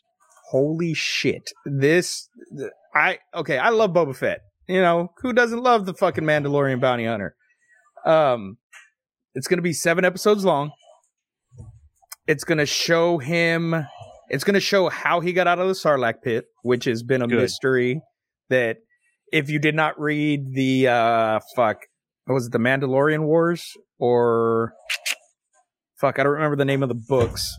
[SPEAKER 4] Holy shit! This, th- I okay. I love Boba Fett. You know who doesn't love the fucking Mandalorian bounty hunter? Um, it's gonna be seven episodes long. It's gonna show him. It's gonna show how he got out of the Sarlacc pit, which has been a
[SPEAKER 6] Good.
[SPEAKER 4] mystery. That if you did not read the uh fuck, what was it the Mandalorian Wars or fuck? I don't remember the name of the books.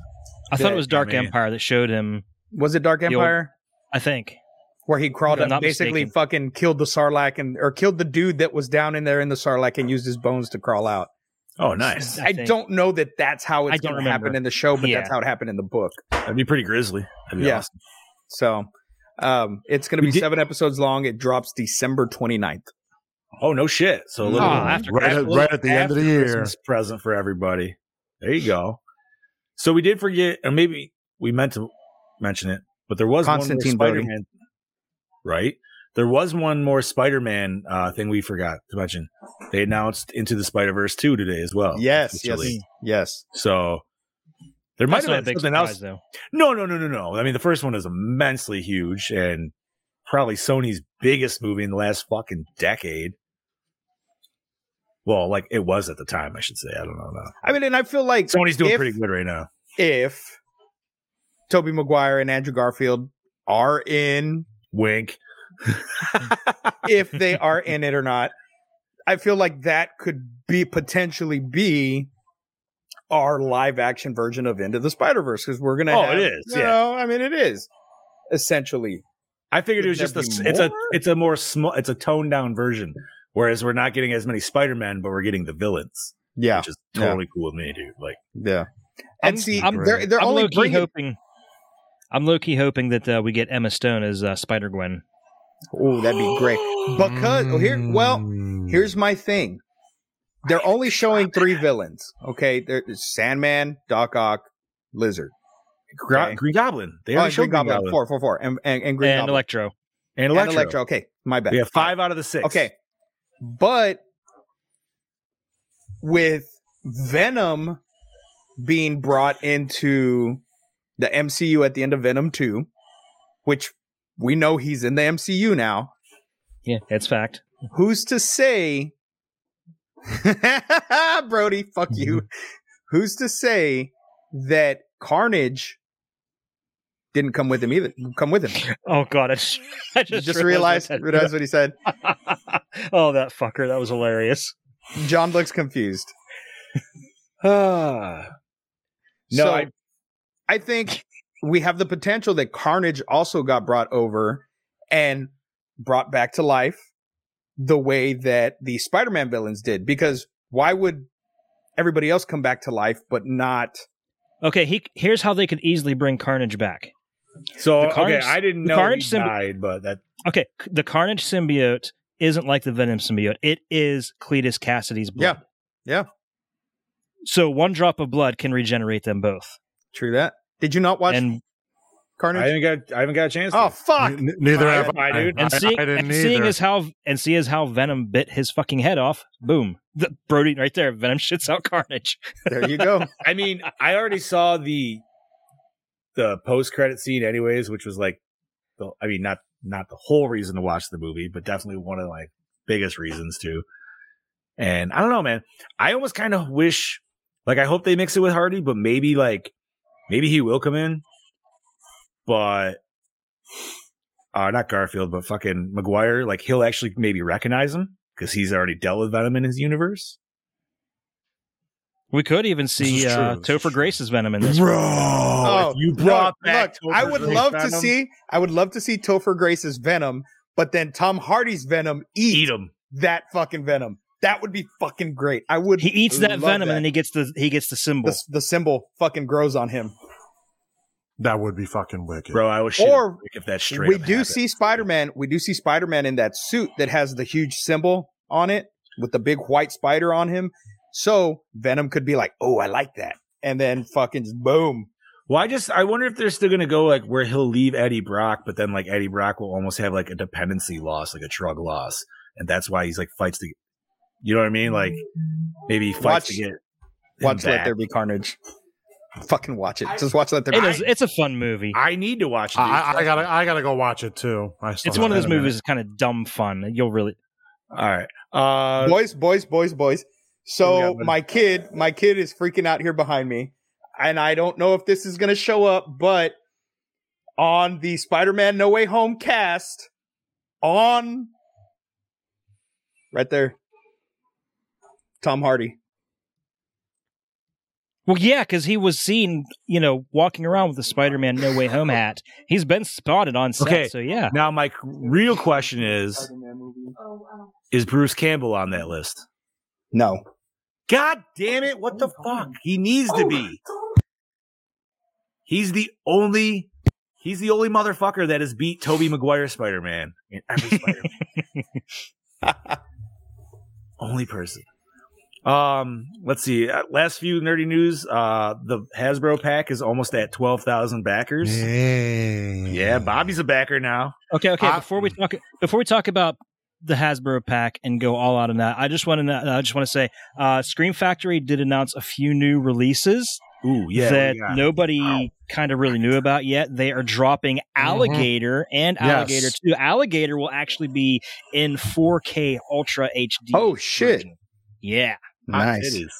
[SPEAKER 6] I thought
[SPEAKER 4] Yeah,
[SPEAKER 6] it was Dark
[SPEAKER 3] I mean-
[SPEAKER 6] Empire that showed him.
[SPEAKER 4] Was it Dark
[SPEAKER 6] The old-
[SPEAKER 4] Empire?
[SPEAKER 6] I think.
[SPEAKER 4] where he crawled
[SPEAKER 6] If I'm
[SPEAKER 4] up,
[SPEAKER 6] not
[SPEAKER 4] basically
[SPEAKER 6] mistaken.
[SPEAKER 4] fucking killed the sarlacc and or killed the dude that was down in there in the sarlacc and used his bones to crawl out.
[SPEAKER 3] Oh, nice.
[SPEAKER 4] I,
[SPEAKER 6] think.
[SPEAKER 4] don't know that that's how
[SPEAKER 6] I
[SPEAKER 4] it's
[SPEAKER 6] don't
[SPEAKER 4] going to happen
[SPEAKER 6] remember.
[SPEAKER 4] in the show, but
[SPEAKER 6] Yeah.
[SPEAKER 4] that's how it happened in the book.
[SPEAKER 3] That'd be pretty grisly. That'd be
[SPEAKER 4] Yeah.
[SPEAKER 3] awesome.
[SPEAKER 4] So um, it's going to
[SPEAKER 3] We
[SPEAKER 4] be
[SPEAKER 3] did-
[SPEAKER 4] seven episodes long. It drops December 29th.
[SPEAKER 3] Oh no, shit. So a little
[SPEAKER 6] Aw, after
[SPEAKER 5] right, at, right at the end of the year.
[SPEAKER 3] Christmas present for everybody. There you go. So we did forget, or maybe we meant to mention it, but there was
[SPEAKER 4] Constantine
[SPEAKER 3] one more
[SPEAKER 4] Brody.
[SPEAKER 3] Spider-Man, right? There was one more Spider-Man uh, thing we forgot to mention. They announced Into the Spider-Verse two today as well. officially.
[SPEAKER 4] yes.
[SPEAKER 3] So there might
[SPEAKER 6] That's
[SPEAKER 3] have
[SPEAKER 6] not a
[SPEAKER 3] been
[SPEAKER 6] big
[SPEAKER 3] something
[SPEAKER 6] surprise,
[SPEAKER 3] else.
[SPEAKER 6] though.
[SPEAKER 3] No, no, no, no, no. I mean, the first one is immensely huge and probably Sony's biggest movie in the last fucking decade. Well, like it was at the time, I should say. I don't know now.
[SPEAKER 4] I mean, and I feel like
[SPEAKER 3] Sony's doing
[SPEAKER 4] if-
[SPEAKER 3] pretty good right now.
[SPEAKER 4] if Toby Maguire and Andrew Garfield are in,
[SPEAKER 3] Wink.
[SPEAKER 4] if they are in it or not, I feel like that could be potentially be our live action version of Into the Spider Verse because we're gonna.
[SPEAKER 3] Oh,
[SPEAKER 4] have-
[SPEAKER 3] it is,
[SPEAKER 4] You
[SPEAKER 3] yeah.
[SPEAKER 4] know, I mean, it is essentially.
[SPEAKER 3] I figured it
[SPEAKER 4] Would
[SPEAKER 3] was just a,
[SPEAKER 4] there
[SPEAKER 3] s-
[SPEAKER 4] be
[SPEAKER 3] it's a
[SPEAKER 4] more?
[SPEAKER 3] it's a more small it's a toned down version. Whereas we're not getting as many Spider Men, but we're getting the villains,
[SPEAKER 4] Yeah,
[SPEAKER 3] which is
[SPEAKER 4] Yeah.
[SPEAKER 3] totally cool with me, dude. Like,
[SPEAKER 4] yeah.
[SPEAKER 6] I'm-
[SPEAKER 4] And see,
[SPEAKER 6] I'm-
[SPEAKER 4] they're they're
[SPEAKER 6] I'm
[SPEAKER 4] only
[SPEAKER 6] low key
[SPEAKER 4] bringing.
[SPEAKER 6] hoping. I'm low key hoping that uh, we get Emma Stone as uh, Spider Gwen.
[SPEAKER 4] Oh, that'd be great. Because oh, here, well,
[SPEAKER 5] Mm.
[SPEAKER 4] here's my thing. They're only showing three villains. Okay, there's Sandman, Doc Ock, Lizard.
[SPEAKER 3] Gro-
[SPEAKER 4] Okay.
[SPEAKER 3] Green Goblin, they
[SPEAKER 4] Oh,
[SPEAKER 3] already
[SPEAKER 4] and
[SPEAKER 3] showed
[SPEAKER 4] Green Goblin, four, four, four, and and, and Green
[SPEAKER 6] and
[SPEAKER 4] Goblin,
[SPEAKER 6] Electro.
[SPEAKER 3] and
[SPEAKER 4] And
[SPEAKER 3] Electro.
[SPEAKER 4] Electro. Okay, my bad.
[SPEAKER 3] We have five out of the six.
[SPEAKER 4] Okay. But with Venom being brought into the MCU at the end of Venom 2, which we know he's in the MCU now,
[SPEAKER 6] Yeah, that's fact.
[SPEAKER 4] who's to say Brody, fuck you. Who's to say that Carnage didn't come with him either? Come with him.
[SPEAKER 6] Oh god, I just, I
[SPEAKER 4] You
[SPEAKER 6] just,
[SPEAKER 4] just realized,
[SPEAKER 6] what
[SPEAKER 4] realized what he said.
[SPEAKER 6] that- oh, that fucker! That was hilarious.
[SPEAKER 4] John looks confused.
[SPEAKER 3] Ah. No,
[SPEAKER 4] so, I,
[SPEAKER 3] I-
[SPEAKER 4] think we have the potential that Carnage also got brought over and brought back to life the way that the Spider-Man villains did. Because why would everybody else come back to life but not?
[SPEAKER 6] Okay, he here's how they could easily bring Carnage back.
[SPEAKER 3] So
[SPEAKER 6] The Carnage-
[SPEAKER 3] okay, I didn't
[SPEAKER 6] the
[SPEAKER 3] know
[SPEAKER 6] Carnage
[SPEAKER 3] he
[SPEAKER 6] symbi-
[SPEAKER 3] died, but that
[SPEAKER 6] Okay, c- the Carnage symbiote isn't like the Venom symbiote. It is Cletus Cassidy's blood.
[SPEAKER 4] Yeah. Yeah.
[SPEAKER 6] So one drop of blood can regenerate them both.
[SPEAKER 4] True that. Did you not watch
[SPEAKER 6] and
[SPEAKER 3] I
[SPEAKER 4] Carnage?
[SPEAKER 3] haven't got I haven't got a chance.
[SPEAKER 4] Oh fuck!
[SPEAKER 5] N- neither have
[SPEAKER 3] my
[SPEAKER 5] I,
[SPEAKER 3] dude.
[SPEAKER 5] I,
[SPEAKER 6] and seeing,
[SPEAKER 5] I didn't
[SPEAKER 6] and seeing
[SPEAKER 5] either.
[SPEAKER 6] as how and see as how Venom bit his fucking head off, boom, the Brody right there. Venom shits out Carnage.
[SPEAKER 4] There you go.
[SPEAKER 3] I mean, I already saw the the post credit scene, anyways, which was like, the, I mean, not not the whole reason to watch the movie, but definitely one of like biggest reasons to. And I don't know, man. I almost kind of wish, like, I hope they mix it with Hardy, but maybe like, maybe he will come in, but. Uh, not Garfield, but fucking McGuire. Like he'll actually maybe recognize him because he's already dealt with Venom in his universe.
[SPEAKER 6] We could even
[SPEAKER 5] is
[SPEAKER 6] see
[SPEAKER 5] true.
[SPEAKER 6] uh,
[SPEAKER 5] This is
[SPEAKER 6] Topher
[SPEAKER 5] true.
[SPEAKER 6] Grace's Venom in this.
[SPEAKER 5] Bro,
[SPEAKER 4] Oh,
[SPEAKER 5] if you
[SPEAKER 4] no,
[SPEAKER 5] brought back.
[SPEAKER 4] look, I
[SPEAKER 5] Topher
[SPEAKER 4] would
[SPEAKER 5] Grace
[SPEAKER 4] love to
[SPEAKER 5] Venom,
[SPEAKER 4] see. I would love to see Topher Grace's Venom, but then Tom Hardy's Venom eat,
[SPEAKER 3] Eat him.
[SPEAKER 4] that fucking Venom. That would be fucking great. I would.
[SPEAKER 6] He eats that
[SPEAKER 4] love
[SPEAKER 6] Venom and then he gets the he gets the symbol.
[SPEAKER 4] the, the symbol fucking grows on him.
[SPEAKER 5] That would be fucking wicked.
[SPEAKER 3] Bro, I was
[SPEAKER 4] Or
[SPEAKER 3] sure if that's straight.
[SPEAKER 4] we
[SPEAKER 3] up
[SPEAKER 4] do
[SPEAKER 3] happened.
[SPEAKER 4] see Spider-Man. We do see Spider-Man in that suit that has the huge symbol on it with the big white spider on him. So Venom could be like, "Oh, I like that," and then fucking just boom.
[SPEAKER 3] Well, I just I wonder if they're still gonna go like where he'll leave Eddie Brock, but then like Eddie Brock will almost have like a dependency loss, like a drug loss, and that's why he's like fights to, you know what I mean? Like maybe he fights to
[SPEAKER 4] Watch-
[SPEAKER 3] get. him
[SPEAKER 4] Watch Let
[SPEAKER 3] back.
[SPEAKER 4] There Be Carnage. Fucking watch it. Just watch Let There Be.
[SPEAKER 6] it is, it's a fun movie.
[SPEAKER 3] I need to watch. it, dude.
[SPEAKER 5] I, I gotta, I gotta go watch it too. I still
[SPEAKER 6] it's one of those
[SPEAKER 5] haven't.
[SPEAKER 6] movies that's kind of dumb fun. You'll really
[SPEAKER 3] All right. Uh,
[SPEAKER 4] boys, boys, boys, boys. So
[SPEAKER 3] Yeah, but-
[SPEAKER 4] my kid, my kid is freaking out here behind me, and I don't know if this is going to show up, but on the Spider-Man No Way Home cast, on right there, Tom Hardy.
[SPEAKER 6] well, yeah, because he was seen, you know, walking around with the Spider-Man No Way Home hat. He's been spotted on set,
[SPEAKER 3] Okay.
[SPEAKER 6] so yeah.
[SPEAKER 3] now my real question is: Is Bruce Campbell on that list?
[SPEAKER 4] No,
[SPEAKER 3] God damn it! What the fuck? He needs to be. He's the only. He's the only motherfucker that has beat Toby Maguire Spider Man in every Spider Man. only person. Um, let's see. Uh, last few nerdy news. Uh, the Hasbro pack is almost at twelve thousand backers. Yeah.
[SPEAKER 5] Yeah.
[SPEAKER 3] Bobby's a backer now.
[SPEAKER 6] Okay, okay.
[SPEAKER 5] I-
[SPEAKER 6] before we talk, before we talk about the Hasbro pack and go all out on that, I just want to, I just want to say, uh, Scream Factory did announce a few new releases
[SPEAKER 3] Ooh,
[SPEAKER 4] oh,
[SPEAKER 3] yeah.
[SPEAKER 6] that
[SPEAKER 3] we got-
[SPEAKER 6] nobody
[SPEAKER 3] Wow.
[SPEAKER 6] kind of really knew about yet. They are dropping
[SPEAKER 4] Mm-hmm.
[SPEAKER 6] Alligator and
[SPEAKER 5] Yes.
[SPEAKER 6] Alligator Two. Alligator will actually be in 4K Ultra HD.
[SPEAKER 4] Oh, shit.
[SPEAKER 6] version. Yeah,
[SPEAKER 3] Hot titties.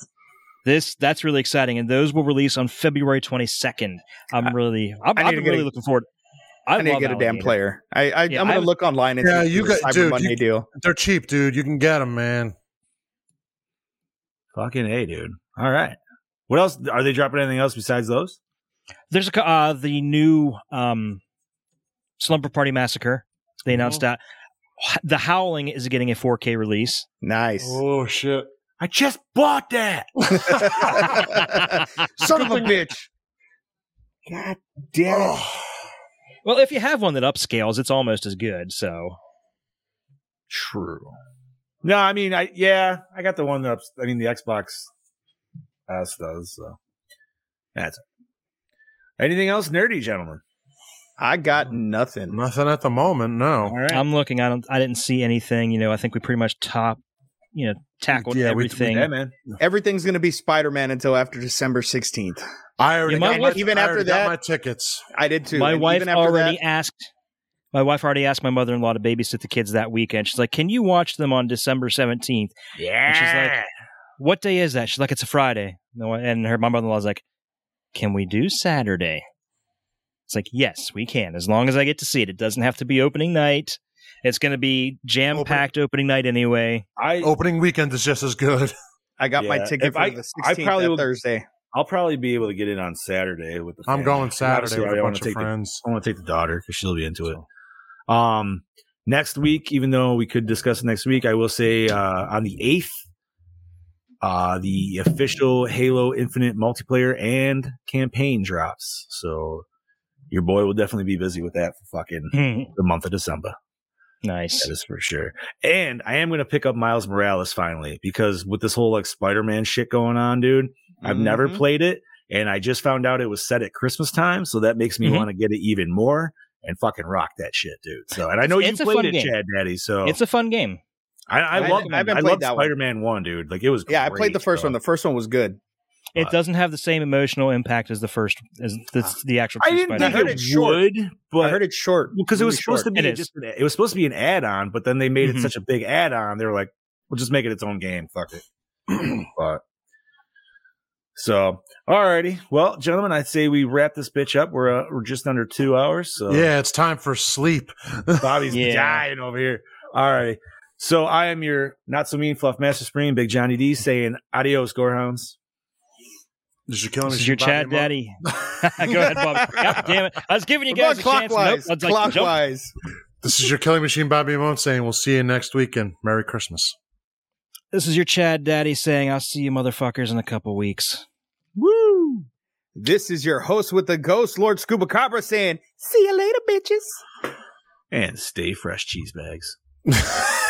[SPEAKER 6] this that's really exciting, and those will release on February 22nd. I'm really, I'm,
[SPEAKER 4] I need
[SPEAKER 6] I'm
[SPEAKER 4] to get
[SPEAKER 6] really
[SPEAKER 4] a-
[SPEAKER 6] looking forward. I,
[SPEAKER 4] I, need to
[SPEAKER 6] love
[SPEAKER 4] get a damn
[SPEAKER 6] Alligator.
[SPEAKER 4] player. I, I
[SPEAKER 6] Yeah,
[SPEAKER 4] I'm going to
[SPEAKER 6] I-
[SPEAKER 4] look online and
[SPEAKER 5] Yeah,
[SPEAKER 4] see if
[SPEAKER 5] you
[SPEAKER 4] it's
[SPEAKER 5] got-
[SPEAKER 4] Cyber
[SPEAKER 5] dude,
[SPEAKER 4] Monday
[SPEAKER 5] you-
[SPEAKER 4] deal.
[SPEAKER 5] They're cheap, dude. You can get them, man.
[SPEAKER 3] Fucking a, dude. All right. What else are they dropping? Anything else besides those?
[SPEAKER 6] There's a co- uh, the new um, Slumber Party Massacre.
[SPEAKER 4] Oh.
[SPEAKER 6] They announced that the Howling is getting a 4K release.
[SPEAKER 4] Nice.
[SPEAKER 5] Oh shit.
[SPEAKER 3] I just bought that.
[SPEAKER 4] Son of a bitch. God damn it.
[SPEAKER 6] Well, if you have one that upscales, it's almost as good. So
[SPEAKER 3] True. No, I mean, I yeah, I got the one that I mean the Xbox S does. So that's it. Anything else, nerdy gentlemen?
[SPEAKER 4] I got
[SPEAKER 6] Mm.
[SPEAKER 4] nothing.
[SPEAKER 5] Nothing at the moment. No.
[SPEAKER 3] right.
[SPEAKER 6] I'm looking. I don't. I didn't see anything. You know, I think we pretty much top. You know, tackled
[SPEAKER 5] Yeah, we- we
[SPEAKER 6] everything.
[SPEAKER 3] yeah, man.
[SPEAKER 4] Everything's going to be Spider Man until after December 16th.
[SPEAKER 5] I already
[SPEAKER 6] Yeah, my
[SPEAKER 5] got
[SPEAKER 6] wife-
[SPEAKER 5] my,
[SPEAKER 4] even
[SPEAKER 5] I
[SPEAKER 4] after
[SPEAKER 5] already
[SPEAKER 4] that-
[SPEAKER 5] got my tickets.
[SPEAKER 4] I did too.
[SPEAKER 6] my
[SPEAKER 4] And
[SPEAKER 6] wife
[SPEAKER 4] even after
[SPEAKER 6] already
[SPEAKER 4] that-
[SPEAKER 6] asked. My wife already asked my mother-in-law to babysit the kids that weekend. She's like, "Can you watch them on December 17th?" And she's
[SPEAKER 3] Yeah.
[SPEAKER 6] like, "What day is that?" She's like, "It's a Friday." No, and her my mother-in-law's like, "Can we do Saturday?" It's like, "Yes, we can, as long as I get to see it. It doesn't have to be opening night. It's going to be jam-packed opening night anyway."
[SPEAKER 3] I
[SPEAKER 5] Opening weekend is just as good.
[SPEAKER 4] I got my
[SPEAKER 3] Yeah,
[SPEAKER 4] ticket
[SPEAKER 3] if
[SPEAKER 4] for
[SPEAKER 3] I-
[SPEAKER 4] the 16th
[SPEAKER 3] I probably
[SPEAKER 4] that
[SPEAKER 3] will-
[SPEAKER 4] Thursday.
[SPEAKER 3] I'll probably be able to get in on Saturday with the.
[SPEAKER 5] I'm
[SPEAKER 3] family.
[SPEAKER 5] going
[SPEAKER 3] Obviously,
[SPEAKER 5] Saturday with
[SPEAKER 3] I
[SPEAKER 5] a
[SPEAKER 3] wanna
[SPEAKER 5] bunch of
[SPEAKER 3] take the-
[SPEAKER 5] friends.
[SPEAKER 3] I want to take the daughter because she'll be into it. Um, next week, even though we could discuss it next week, I will say uh, on the eighth, uh, the official Halo Infinite multiplayer and campaign drops. So your boy will definitely be busy with that for fucking
[SPEAKER 6] Hmm,
[SPEAKER 3] the month of December.
[SPEAKER 6] nice.
[SPEAKER 3] That is for sure. And I am going to pick up Miles Morales finally because with this whole like Spider Man shit going on, dude, I've never
[SPEAKER 4] Mhm.
[SPEAKER 3] played it. And I just found out it was set at Christmas time, so that makes me
[SPEAKER 4] Mm-hmm.
[SPEAKER 6] Mhm.
[SPEAKER 3] want to get it even more and fucking rock that shit, dude. So, and I know
[SPEAKER 6] It's a
[SPEAKER 3] you
[SPEAKER 6] fun
[SPEAKER 3] played it,
[SPEAKER 6] game.
[SPEAKER 3] Chad Daddy. So
[SPEAKER 6] It's a fun game.
[SPEAKER 3] I, I
[SPEAKER 4] I
[SPEAKER 3] love
[SPEAKER 4] haven't- I
[SPEAKER 3] I,
[SPEAKER 4] haven't played
[SPEAKER 3] love
[SPEAKER 4] that one.
[SPEAKER 3] Spider Man One, dude. Like it was.
[SPEAKER 4] Yeah, I played the
[SPEAKER 3] great,
[SPEAKER 4] first
[SPEAKER 3] so.
[SPEAKER 4] one. The first one was good.
[SPEAKER 6] It
[SPEAKER 3] But-
[SPEAKER 6] doesn't have the same emotional impact as the first as the, the actual.
[SPEAKER 3] I
[SPEAKER 6] two
[SPEAKER 3] didn't
[SPEAKER 6] Spider-Man
[SPEAKER 3] think it
[SPEAKER 6] games.
[SPEAKER 3] would, but
[SPEAKER 4] I heard it's short
[SPEAKER 3] because it was
[SPEAKER 4] really
[SPEAKER 3] supposed
[SPEAKER 4] short. Mm-hmm.
[SPEAKER 3] to be
[SPEAKER 6] It is.
[SPEAKER 3] just an, it was supposed to be an add-on, but then they made
[SPEAKER 6] Mhm.
[SPEAKER 3] it such a big add-on. They were like, "We'll just make it its own game. Fuck it." but so, alrighty, well, gentlemen, I'd say we wrap this bitch up. We're uh, we're just under two hours, so
[SPEAKER 5] Yeah, it's time for sleep.
[SPEAKER 3] Bobby's
[SPEAKER 6] Yeah.
[SPEAKER 3] dying over here. Alrighty, so I am your not so mean fluff master spring, Big Johnny D, saying adios, gorehounds.
[SPEAKER 5] Did you kill me?
[SPEAKER 6] This is your Chad Daddy. Ah, Go ahead, Bob. God damn it! I was giving you
[SPEAKER 4] We're going
[SPEAKER 6] guys a chance. Nope. I
[SPEAKER 4] clockwise.
[SPEAKER 6] was like, jump.
[SPEAKER 4] clockwise.
[SPEAKER 5] This is your killing machine, Bobby Moan, saying we'll see you next week and Merry Christmas.
[SPEAKER 6] This is your Chad Daddy saying, "I'll see you motherfuckers in a couple weeks."
[SPEAKER 4] Woo! This is your host with the ghost, Lord Scuba Cobra, saying, "See you later, bitches."
[SPEAKER 3] And stay fresh, cheese bags.